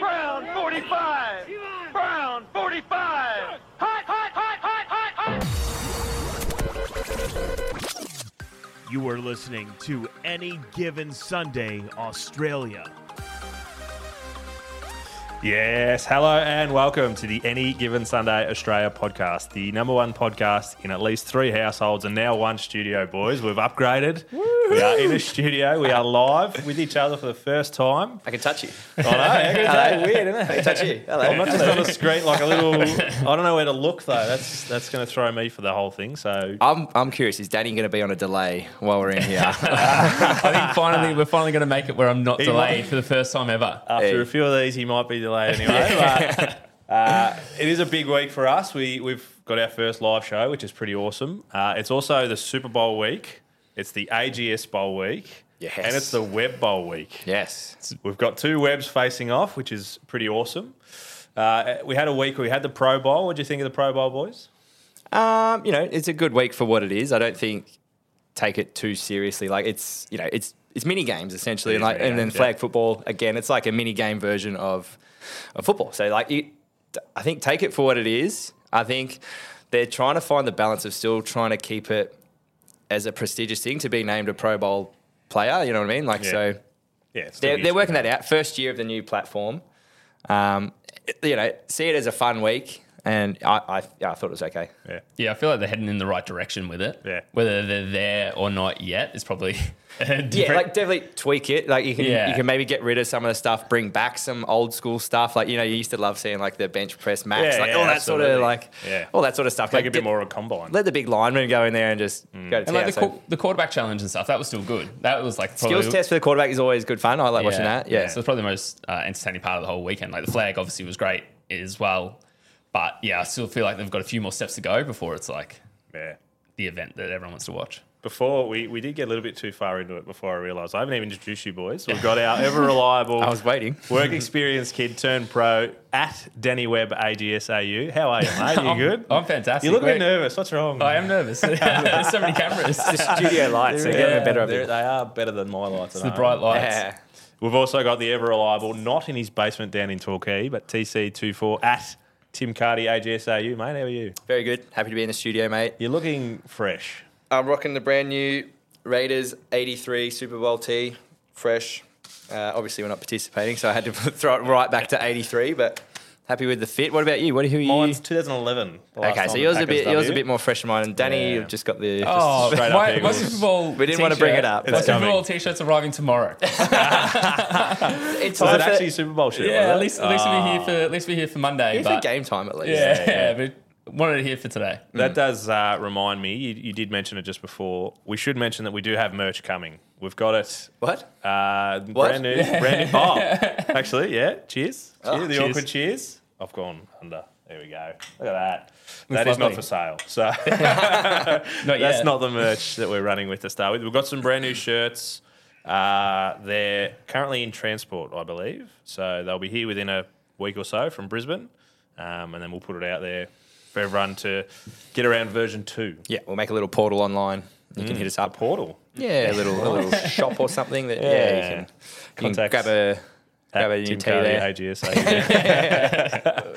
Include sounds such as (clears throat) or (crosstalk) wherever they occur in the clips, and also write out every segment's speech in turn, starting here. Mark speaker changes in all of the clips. Speaker 1: Brown 45! Brown 45! Hot, hot, hot, hot, hot, hot!
Speaker 2: You are listening to Any Given Sunday Australia.
Speaker 3: Yes, hello and welcome to the Any Given Sunday Australia podcast, the number one podcast in at least three households and now one studio, boys. We've upgraded. We are in a studio. We are live with each other for the first time.
Speaker 4: I can touch you.
Speaker 3: I know, how good is that? weird, isn't
Speaker 4: I
Speaker 3: it?
Speaker 4: can touch you. (laughs) Hello.
Speaker 3: I'm not just on a screen, like a little. I don't know where to look though. That's that's going to throw me for the whole thing. So
Speaker 4: I'm, I'm curious. Is Danny going to be on a delay while we're in (laughs) here?
Speaker 5: I
Speaker 3: (laughs)
Speaker 5: think finally we're finally going to make it where I'm not
Speaker 3: He
Speaker 5: delayed
Speaker 3: might-
Speaker 5: for the first time ever.
Speaker 3: after
Speaker 4: Hey.
Speaker 3: a few of these, he might be delayed anyway.
Speaker 4: (laughs)
Speaker 3: but, uh, it is a big week for us. We we've got our first live show, which is pretty awesome. Uh, it's also the Super Bowl week. It's the AGS Bowl week.
Speaker 4: Yes.
Speaker 3: And it's the Web Bowl week.
Speaker 4: yes.
Speaker 3: We've got two webs facing off, which is pretty awesome. Uh, we had a week. where We had the Pro Bowl. What do you think of the Pro Bowl, boys?
Speaker 4: Um, you know, it's a good week for what it is. I don't think take it too seriously. Like it's, you know, it's it's mini games essentially,
Speaker 3: It is
Speaker 4: and like,
Speaker 3: mini
Speaker 4: and then
Speaker 3: games, yeah.
Speaker 4: flag football again. It's like a mini game version of, of football. So like, it, I think take it for what it is. I think they're trying to find the balance of still trying to keep it as a prestigious thing to be named a Pro Bowl player. You know what I mean? Like
Speaker 3: Yeah.
Speaker 4: so.
Speaker 3: Yeah, it's still
Speaker 4: they're, they're
Speaker 3: useful.
Speaker 4: working that out. First year of the new platform. Um, it- you know, see it as a fun week, and I, I, yeah, I thought it was okay.
Speaker 3: Yeah.
Speaker 5: Yeah, I feel like they're heading in the right direction with it.
Speaker 3: Yeah.
Speaker 5: Whether they're there or not yet is probably (laughs) a different.
Speaker 4: Yeah, like definitely tweak it. Like you can,
Speaker 5: Yeah.
Speaker 4: you can maybe get rid of some of the stuff, bring back some old school stuff. Like you know, you used to love seeing like the bench press max,
Speaker 3: Yeah,
Speaker 4: like
Speaker 3: yeah,
Speaker 4: all that sort
Speaker 3: absolutely.
Speaker 4: of like,
Speaker 3: Yeah.
Speaker 4: all that sort of stuff.
Speaker 3: Like a
Speaker 4: Like,
Speaker 3: bit
Speaker 4: di-
Speaker 3: more of a combine.
Speaker 4: Let the big lineman go in there and just go to
Speaker 5: and
Speaker 4: town.
Speaker 5: like the,
Speaker 4: So
Speaker 5: qu- the quarterback challenge and stuff. That was still good. That was like probably,
Speaker 4: skills test for the quarterback is always good fun. I like watching that. Yeah.
Speaker 5: So it's probably the most uh, entertaining part of the whole weekend. Like the flag obviously was great as well, but yeah, I still feel like they've got a few more steps to go before it's like
Speaker 3: yeah.
Speaker 5: the event that everyone wants to watch.
Speaker 3: Before we, we did get a little bit too far into it before I realised I haven't even introduced you boys. We've got our ever reliable
Speaker 4: (laughs) I was waiting.
Speaker 3: (laughs) work experience kid turned pro at Danny Webb AGSAU. How are you, mate? (laughs) You
Speaker 5: (laughs) I'm-
Speaker 3: good?
Speaker 5: I'm fantastic.
Speaker 3: You look a bit
Speaker 5: We're-
Speaker 3: nervous. What's wrong?
Speaker 5: I am nervous. (laughs) There's so many
Speaker 3: (laughs)
Speaker 5: cameras.
Speaker 4: Studio lights are
Speaker 3: Yeah,
Speaker 4: getting better.
Speaker 3: they're-
Speaker 4: of it.
Speaker 3: they are better than my lights.
Speaker 5: the bright lights.
Speaker 4: Yeah.
Speaker 3: We've also got the ever reliable, not in his basement down in Torquay, but TC24 at Tim Cardy AGSAU. Mate, how are you?
Speaker 4: Very good. Happy to be in the studio, mate.
Speaker 3: You're looking fresh.
Speaker 4: I'm rocking the brand new Raiders 83 Super Bowl tee, fresh. Uh, obviously, we're not participating, so I had to (laughs) throw it right back to 83. But happy with the fit. What about you? What who are you?
Speaker 3: Mine's 2011. the last
Speaker 4: okay, so
Speaker 3: time
Speaker 4: yours
Speaker 3: the
Speaker 4: a bit
Speaker 3: Packers
Speaker 4: yours a
Speaker 3: W.
Speaker 4: bit more fresh than mine. And Danny,
Speaker 3: Yeah.
Speaker 4: you've just got the.
Speaker 5: Oh,
Speaker 3: Straight up
Speaker 5: my, my
Speaker 3: Eagles.
Speaker 5: Super Bowl.
Speaker 4: We didn't want to
Speaker 5: t-shirt-
Speaker 4: bring it up,
Speaker 5: My
Speaker 4: but-
Speaker 5: Super Bowl
Speaker 3: coming.
Speaker 5: t-shirt's arriving tomorrow.
Speaker 4: it's
Speaker 3: Was
Speaker 4: time
Speaker 3: it
Speaker 4: for-
Speaker 3: actually Super Bowl shit?
Speaker 5: (laughs) yeah,
Speaker 3: was it? Uh,
Speaker 5: at least at least we're here for at least we're here for Monday.
Speaker 4: it's
Speaker 5: but,
Speaker 4: for game time at least.
Speaker 5: Yeah, but wanted it here for today.
Speaker 3: That does uh, remind me. You, you did mention it just before. We should mention that we do have merch coming. We've got it.
Speaker 4: What?
Speaker 3: Uh,
Speaker 4: What?
Speaker 3: Brand new. Brand new.
Speaker 4: (laughs)
Speaker 3: Oh, actually, yeah. Cheers.
Speaker 4: Ah,
Speaker 3: Cheer- the
Speaker 5: cheers.
Speaker 3: awkward cheers. I've gone under. There we go. Look at that. That is not for
Speaker 5: lovely.
Speaker 3: sale.
Speaker 4: (laughs)
Speaker 3: So (laughs)
Speaker 5: Not
Speaker 3: that's
Speaker 5: yet.
Speaker 3: not the merch that we're running with to start with. We've got some brand new shirts. Uh, they're currently in transport, I believe. So they'll be here within a week or so from Brisbane. Um, and then we'll put it out there for everyone to get around version two.
Speaker 4: Yeah, we'll make a little portal online. You
Speaker 3: Mm.
Speaker 4: can hit us up.
Speaker 3: Portal.
Speaker 4: Yeah, a little a
Speaker 3: (laughs)
Speaker 4: little shop or something that yeah,
Speaker 3: Yeah.
Speaker 4: you can, you can
Speaker 3: Contacts
Speaker 4: grab a grab a
Speaker 3: At
Speaker 4: new
Speaker 3: Tim
Speaker 4: tea
Speaker 3: Carley,
Speaker 4: there. (laughs)
Speaker 3: AGS.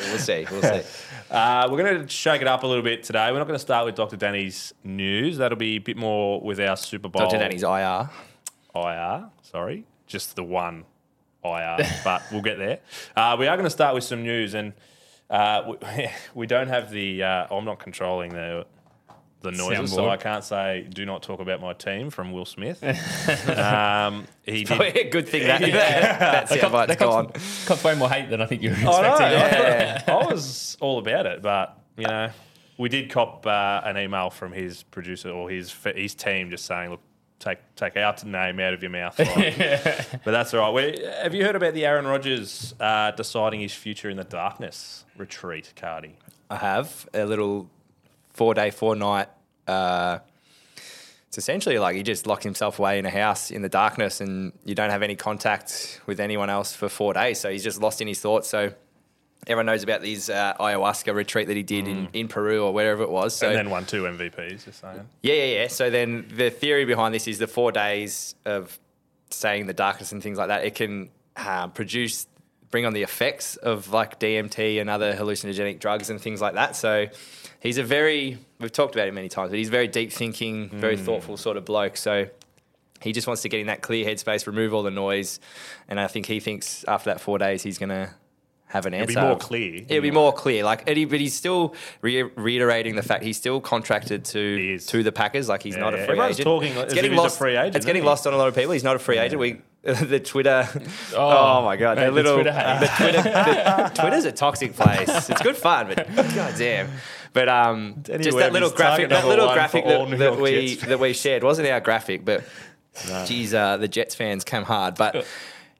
Speaker 4: We'll see.
Speaker 3: (laughs)
Speaker 4: We'll see.
Speaker 3: uh, we're going to shake it up a little bit today. We're not going to start with Dr. Danny's news. That'll be a bit more with our Super Bowl
Speaker 4: Dr. Danny's IR.
Speaker 3: IR. Sorry, just the one IR, but we'll get there. Uh, we are going to start with some news, and uh, we, (laughs) we don't have the. Uh, I'm not controlling the the noises, so
Speaker 5: Soundboard.
Speaker 3: I can't say "Do not talk about my team" from Will Smith. um, he did.
Speaker 4: (laughs) Good thing that that soundbite's
Speaker 5: that cops-
Speaker 4: gone.
Speaker 5: cops way more hate than I think you were
Speaker 3: I know.
Speaker 5: expecting.
Speaker 3: I thought- I was all about it, but you know, we did cop uh, an email from his producer or his his team just saying, "Look, take take our name out of your
Speaker 4: (laughs)
Speaker 3: mouth." Like, But that's all right. We, have you heard about the Aaron Rodgers uh, deciding his future in the darkness retreat, Cardi?
Speaker 4: I have a little four day, four night. Uh, it's essentially like he just locked himself away in a house in the darkness, and you don't have any contact with anyone else for four days. So he's just lost in his thoughts. So everyone knows about these uh, ayahuasca retreat that he did in, in Peru or wherever it was. So
Speaker 3: Mm. And then won two MVPs. Just saying.
Speaker 4: yeah, yeah, yeah. So then the theory behind this is the four days of staying in the darkness and things like that. It can uh, produce bring on the effects of like DMT and other hallucinogenic drugs and things like that. So he's a very we've talked about it many times, but he's a very deep thinking, very
Speaker 3: Hmm.
Speaker 4: thoughtful sort of bloke. So he just wants to get in that clear headspace, remove all the noise, and I think he thinks after that four days he's gonna have an
Speaker 3: be
Speaker 4: answer.
Speaker 3: more clear.
Speaker 4: It'll be more clear. Like, and he, but he's still re- reiterating the fact he's still contracted
Speaker 3: He
Speaker 4: to
Speaker 3: is.
Speaker 4: to the Packers. Like, he's
Speaker 3: Yeah,
Speaker 4: not a
Speaker 3: yeah.
Speaker 4: free
Speaker 3: Everyone's
Speaker 4: agent.
Speaker 3: talking as if he's a
Speaker 4: lost.
Speaker 3: free agent,
Speaker 4: It's getting
Speaker 3: isn't he?
Speaker 4: lost on a lot of people. He's not a free agent. We (laughs) the Twitter.
Speaker 5: Oh,
Speaker 4: Oh, my god,
Speaker 5: mate,
Speaker 4: the
Speaker 5: the
Speaker 4: little
Speaker 5: Twitter hate.
Speaker 4: the Twitter. the- Twitter's a toxic place. It's good fun, but god damn. But um, just
Speaker 3: Anyway,
Speaker 4: that little
Speaker 3: he's target
Speaker 4: graphic, that
Speaker 3: number
Speaker 4: little
Speaker 3: one for
Speaker 4: graphic
Speaker 3: all
Speaker 4: that,
Speaker 3: New
Speaker 4: that
Speaker 3: York
Speaker 4: we
Speaker 3: Jets
Speaker 4: (laughs) that we shared wasn't our graphic, but geez, uh, the Jets fans came hard. But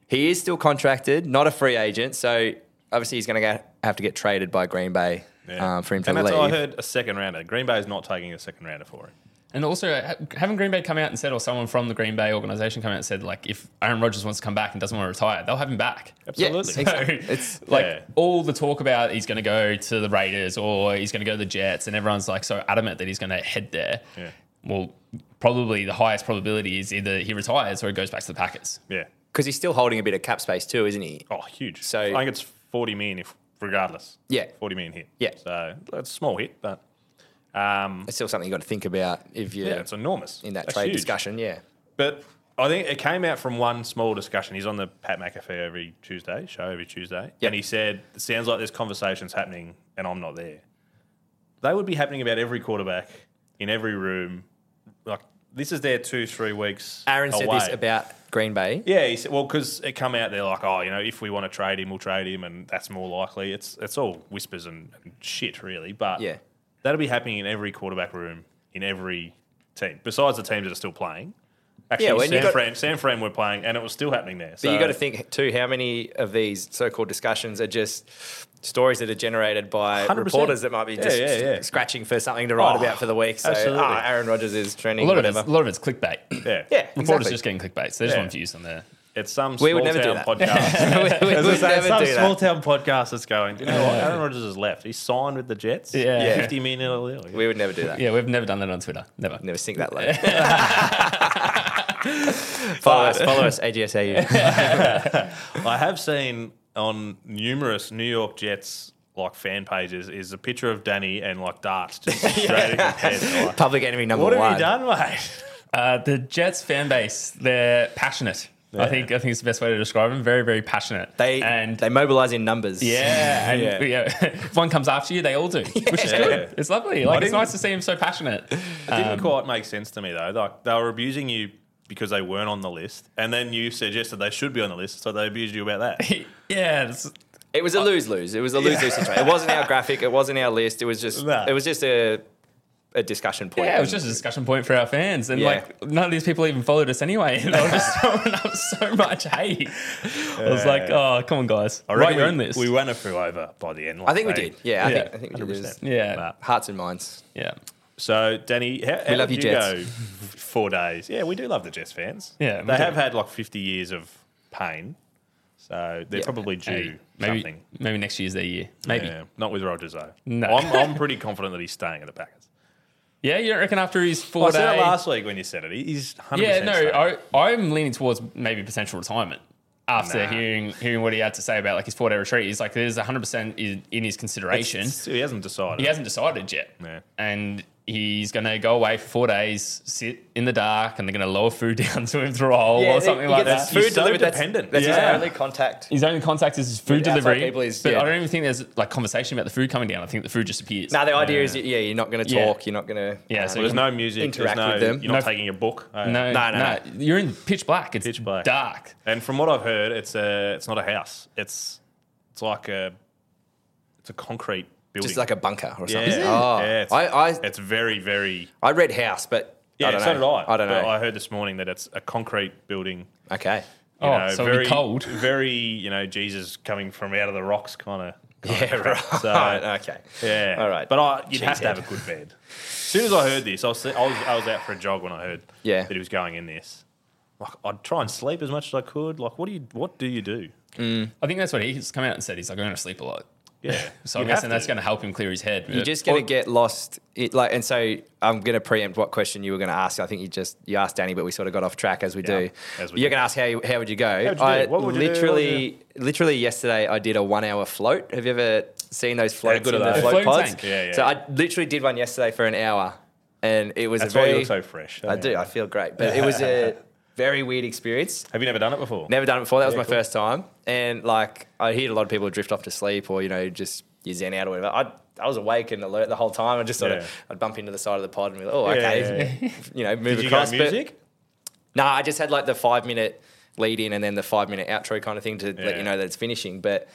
Speaker 4: he is still contracted, not a free agent. So obviously he's going to have to get traded by Green Bay um, for him to
Speaker 3: and that's
Speaker 4: leave.
Speaker 3: all I heard a second rounder. Green Bay is not taking a second rounder for him.
Speaker 5: And also, ha- haven't Green Bay come out and said, or someone from the Green Bay organization come out and said, like, if Aaron Rodgers wants to come back and doesn't want to retire, they'll have him back.
Speaker 4: (laughs) Yeah,
Speaker 3: Absolutely.
Speaker 4: exactly.
Speaker 5: So,
Speaker 4: It's-
Speaker 5: like
Speaker 3: Yeah.
Speaker 5: all the talk about he's going to go to the Raiders or he's going to go to the Jets, and everyone's like so adamant that he's going to head there.
Speaker 3: Yeah.
Speaker 5: Well, probably the highest probability is either he retires or he goes back to the Packers.
Speaker 3: Yeah.
Speaker 4: because he's still holding a bit of cap space too, isn't he?
Speaker 3: Oh, huge.
Speaker 4: So-
Speaker 3: So I think it's 40 million if regardless.
Speaker 4: Yeah.
Speaker 3: 40 million hit.
Speaker 4: Yeah.
Speaker 3: So that's a small hit, but um,
Speaker 4: It's still something you got to think about if you're
Speaker 3: yeah, it's enormous.
Speaker 4: in that
Speaker 3: That's
Speaker 4: trade
Speaker 3: huge.
Speaker 4: discussion. Yeah,
Speaker 3: But I think it came out from one small discussion. He's on the Pat McAfee every Tuesday show every Tuesday,
Speaker 4: Yeah.
Speaker 3: and he said, "It sounds like there's conversations happening, and I'm not there." They would be happening about every quarterback in every room. Like this is their two three weeks.
Speaker 4: Aaron said
Speaker 3: away.
Speaker 4: this about Green Bay.
Speaker 3: Yeah, he said, well, because it come out, they're like, oh, you know, if we want to trade him, we'll trade him, and that's more likely. It's it's all whispers and, and shit, really. But
Speaker 4: Yeah.
Speaker 3: that'll be happening in every quarterback room in every team, besides the teams that are still playing. Actually,
Speaker 4: Yeah, when you
Speaker 3: San
Speaker 4: got-
Speaker 3: Fran, San Fran were playing, and it was still happening there. So
Speaker 4: But you got to think too how many of these so-called discussions are just stories that are generated by
Speaker 3: 100%.
Speaker 4: reporters that might be
Speaker 3: Yeah,
Speaker 4: just
Speaker 3: yeah, yeah.
Speaker 4: scratching for something to write
Speaker 3: Oh,
Speaker 4: about for the week. So
Speaker 3: absolutely.
Speaker 4: ah, Aaron Rodgers is trending.
Speaker 5: A lot of it's,
Speaker 4: whatever.
Speaker 5: a lot of it's clickbait.
Speaker 4: (clears throat)
Speaker 3: Yeah,
Speaker 4: Yeah,
Speaker 5: Reporters
Speaker 4: exactly.
Speaker 5: just getting clickbait, so they just
Speaker 3: Yeah.
Speaker 5: want views on there.
Speaker 3: it's some small
Speaker 4: We would never do
Speaker 3: town
Speaker 4: that. (laughs)
Speaker 3: podcast.
Speaker 4: (laughs) we, we
Speaker 3: As I
Speaker 4: would
Speaker 3: say, it's
Speaker 4: never
Speaker 3: some
Speaker 4: do
Speaker 3: small
Speaker 4: that.
Speaker 3: town podcast that's going. You know what? Aaron Rodgers has left. He signed with the Jets.
Speaker 5: Yeah. Yeah.
Speaker 3: fifty million. a year.
Speaker 4: We would never do that.
Speaker 5: Yeah, we've never done that on Twitter. Never.
Speaker 4: Never sink that low. follow us, follow us, AGSAU.
Speaker 3: I have seen on numerous New York Jets like fan pages is a picture of Danny and like darts just straight at his head. Like,
Speaker 4: Public enemy number
Speaker 3: what
Speaker 4: one.
Speaker 3: have you done, mate? (laughs)
Speaker 5: Uh, the Jets fan base, they're passionate. I think I think it's the best way to describe them. Very, very passionate.
Speaker 4: They
Speaker 5: and
Speaker 4: they mobilise in numbers.
Speaker 5: Yeah, and
Speaker 4: Yeah.
Speaker 5: yeah. (laughs) if one comes after you, they all do, which is good. It's lovely. Like it's
Speaker 3: didn't-
Speaker 5: nice to see him so passionate.
Speaker 3: It didn't quite make sense to me though. Like they were abusing you because they weren't on the list, and then you suggested they should be on the list, so they abused you about that.
Speaker 5: (laughs) yeah, it's,
Speaker 4: It was a lose lose. It was a lose lose situation. It wasn't our graphic. It wasn't our list. It was just
Speaker 3: No.
Speaker 4: it was just a a discussion point.
Speaker 5: yeah, it was just a discussion point for our fans, and
Speaker 4: Yeah.
Speaker 5: like none of these people even followed us anyway. (laughs) And they were just throwing up so much hate. I was like, oh, come on, guys,
Speaker 3: I
Speaker 5: write
Speaker 3: reckon
Speaker 5: your
Speaker 3: we,
Speaker 5: own list.
Speaker 3: We ran a few over by the end.
Speaker 4: I think we
Speaker 3: like,
Speaker 4: did. Yeah, I
Speaker 5: Yeah,
Speaker 4: think I think we did. It
Speaker 3: 100%.
Speaker 4: was
Speaker 5: yeah,
Speaker 4: hearts and minds.
Speaker 5: yeah,
Speaker 3: So, Danny, how, how
Speaker 4: love
Speaker 3: did
Speaker 4: you,
Speaker 3: you
Speaker 4: Jets.
Speaker 3: go f- four days? Yeah, we do love the Jets fans.
Speaker 5: Yeah, we
Speaker 3: they
Speaker 5: do.
Speaker 3: have had like 50 years of pain, so they're
Speaker 4: Yeah.
Speaker 3: probably due
Speaker 5: Hey, maybe
Speaker 3: something.
Speaker 5: maybe next year's their year. Maybe. Yeah.
Speaker 3: Yeah, not with Rogers though.
Speaker 5: No.
Speaker 3: I'm, I'm pretty confident that he's staying at the Packers.
Speaker 5: (laughs) you don't reckon after his four
Speaker 3: Well, I
Speaker 5: day?
Speaker 3: said it last week when you said it. He- He's 100.
Speaker 5: Yeah, no, I, I'm leaning towards maybe potential retirement after
Speaker 3: Nah.
Speaker 5: hearing hearing what he had to say about like his four day retreat. He's like, there's 100 percent in in his consideration.
Speaker 3: he hasn't decided.
Speaker 5: he hasn't decided yet,
Speaker 3: Yeah.
Speaker 5: and he's going to go away for four days, sit in the dark, and they're going to lower food (laughs) down to him through a hole or something like that.
Speaker 3: food He's so delivered, that's- dependent.
Speaker 4: That's,
Speaker 3: that's his
Speaker 4: his
Speaker 3: Yeah.
Speaker 4: only
Speaker 3: only
Speaker 4: contact.
Speaker 5: His only contact is his food
Speaker 4: With outside
Speaker 5: delivery,
Speaker 4: people is-
Speaker 5: but
Speaker 4: yeah.
Speaker 5: I don't even think there's like conversation about the food coming down. I think the food just appears.
Speaker 4: Now the idea is, yeah, you're not going to
Speaker 5: Yeah.
Speaker 4: talk. You're not going to.
Speaker 5: Yeah, so
Speaker 3: There's no music.
Speaker 4: Interact
Speaker 3: there's no,
Speaker 4: with them.
Speaker 3: You're not
Speaker 5: No.
Speaker 3: taking a book. Uh,
Speaker 5: no, no,
Speaker 4: no,
Speaker 5: no, You're in pitch black. It's
Speaker 3: Pitch black.
Speaker 5: dark.
Speaker 3: And from what I've heard, it's a it's not a house. It's it's like a it's a concrete building.
Speaker 4: just like a bunker or
Speaker 3: yeah.
Speaker 4: something. Oh,
Speaker 3: yeah it's,
Speaker 4: I, I
Speaker 3: it's very very
Speaker 4: I read House, but I
Speaker 3: Yeah,
Speaker 4: don't
Speaker 3: so
Speaker 4: know.
Speaker 3: did I.
Speaker 4: I don't
Speaker 3: But
Speaker 4: know.
Speaker 3: I heard this morning that it's a concrete building.
Speaker 4: okay.
Speaker 3: You
Speaker 5: Oh,
Speaker 3: know,
Speaker 5: so it'll
Speaker 3: very
Speaker 5: be
Speaker 3: (laughs)
Speaker 5: cold.
Speaker 3: Very, you know, Jesus coming from out of the rocks, kind of.
Speaker 4: Yeah. (laughs) Right.
Speaker 3: So-
Speaker 4: okay.
Speaker 3: Yeah.
Speaker 4: All right.
Speaker 3: But I, you'd have to
Speaker 4: Cheesehead.
Speaker 3: have a good bed. As soon as I heard this, I was I was, I was out for a jog when I heard
Speaker 4: Yeah.
Speaker 3: that he was going in this. Like I'd try and sleep as much as I could. Like what do you what do you do?
Speaker 4: (laughs)
Speaker 5: I think that's what he's come out and said. He's like, I'm going to sleep a lot.
Speaker 3: Yeah.
Speaker 5: So
Speaker 3: You'd
Speaker 5: I'm guessing
Speaker 3: have
Speaker 5: that's going to help him clear his head.
Speaker 4: You're
Speaker 5: but-
Speaker 4: just gonna get lost, it, like, and so I'm gonna preempt what question you were gonna ask. I think you just you asked Danny, but we sort of got off track as we do.
Speaker 3: as we
Speaker 4: You're
Speaker 3: do.
Speaker 4: gonna ask how you- how would you go?
Speaker 3: would you do?
Speaker 4: I
Speaker 3: What would you do? What would
Speaker 4: literally, literally yesterday I did a one hour float. Have you ever seen those floats
Speaker 3: good
Speaker 4: in
Speaker 3: at
Speaker 4: the
Speaker 3: that.
Speaker 4: float
Speaker 5: Float
Speaker 4: pods?
Speaker 5: tank.
Speaker 3: Yeah, yeah.
Speaker 4: So I literally did one yesterday for an hour, and it was
Speaker 3: That's
Speaker 4: a
Speaker 3: why
Speaker 4: very
Speaker 3: you look so fresh.
Speaker 4: I do. I feel great, but it
Speaker 3: (laughs)
Speaker 4: was a very weird experience.
Speaker 3: Have you never done it before?
Speaker 4: Never done it before. That was my first time. And like, I hear a lot of people drift off to sleep or, you know, just you zen out or whatever. I, I was awake and alert the whole time. I just sort
Speaker 3: Yeah.
Speaker 4: of, I'd bump into the side of the pod and be like, oh,
Speaker 3: Yeah,
Speaker 4: okay, (laughs) you know, move
Speaker 3: Did you go
Speaker 4: across. But-
Speaker 3: music?
Speaker 4: no, I just had like the five minute lead in and then the five minute outro kind of thing to
Speaker 3: Yeah.
Speaker 4: let you know that it's finishing. But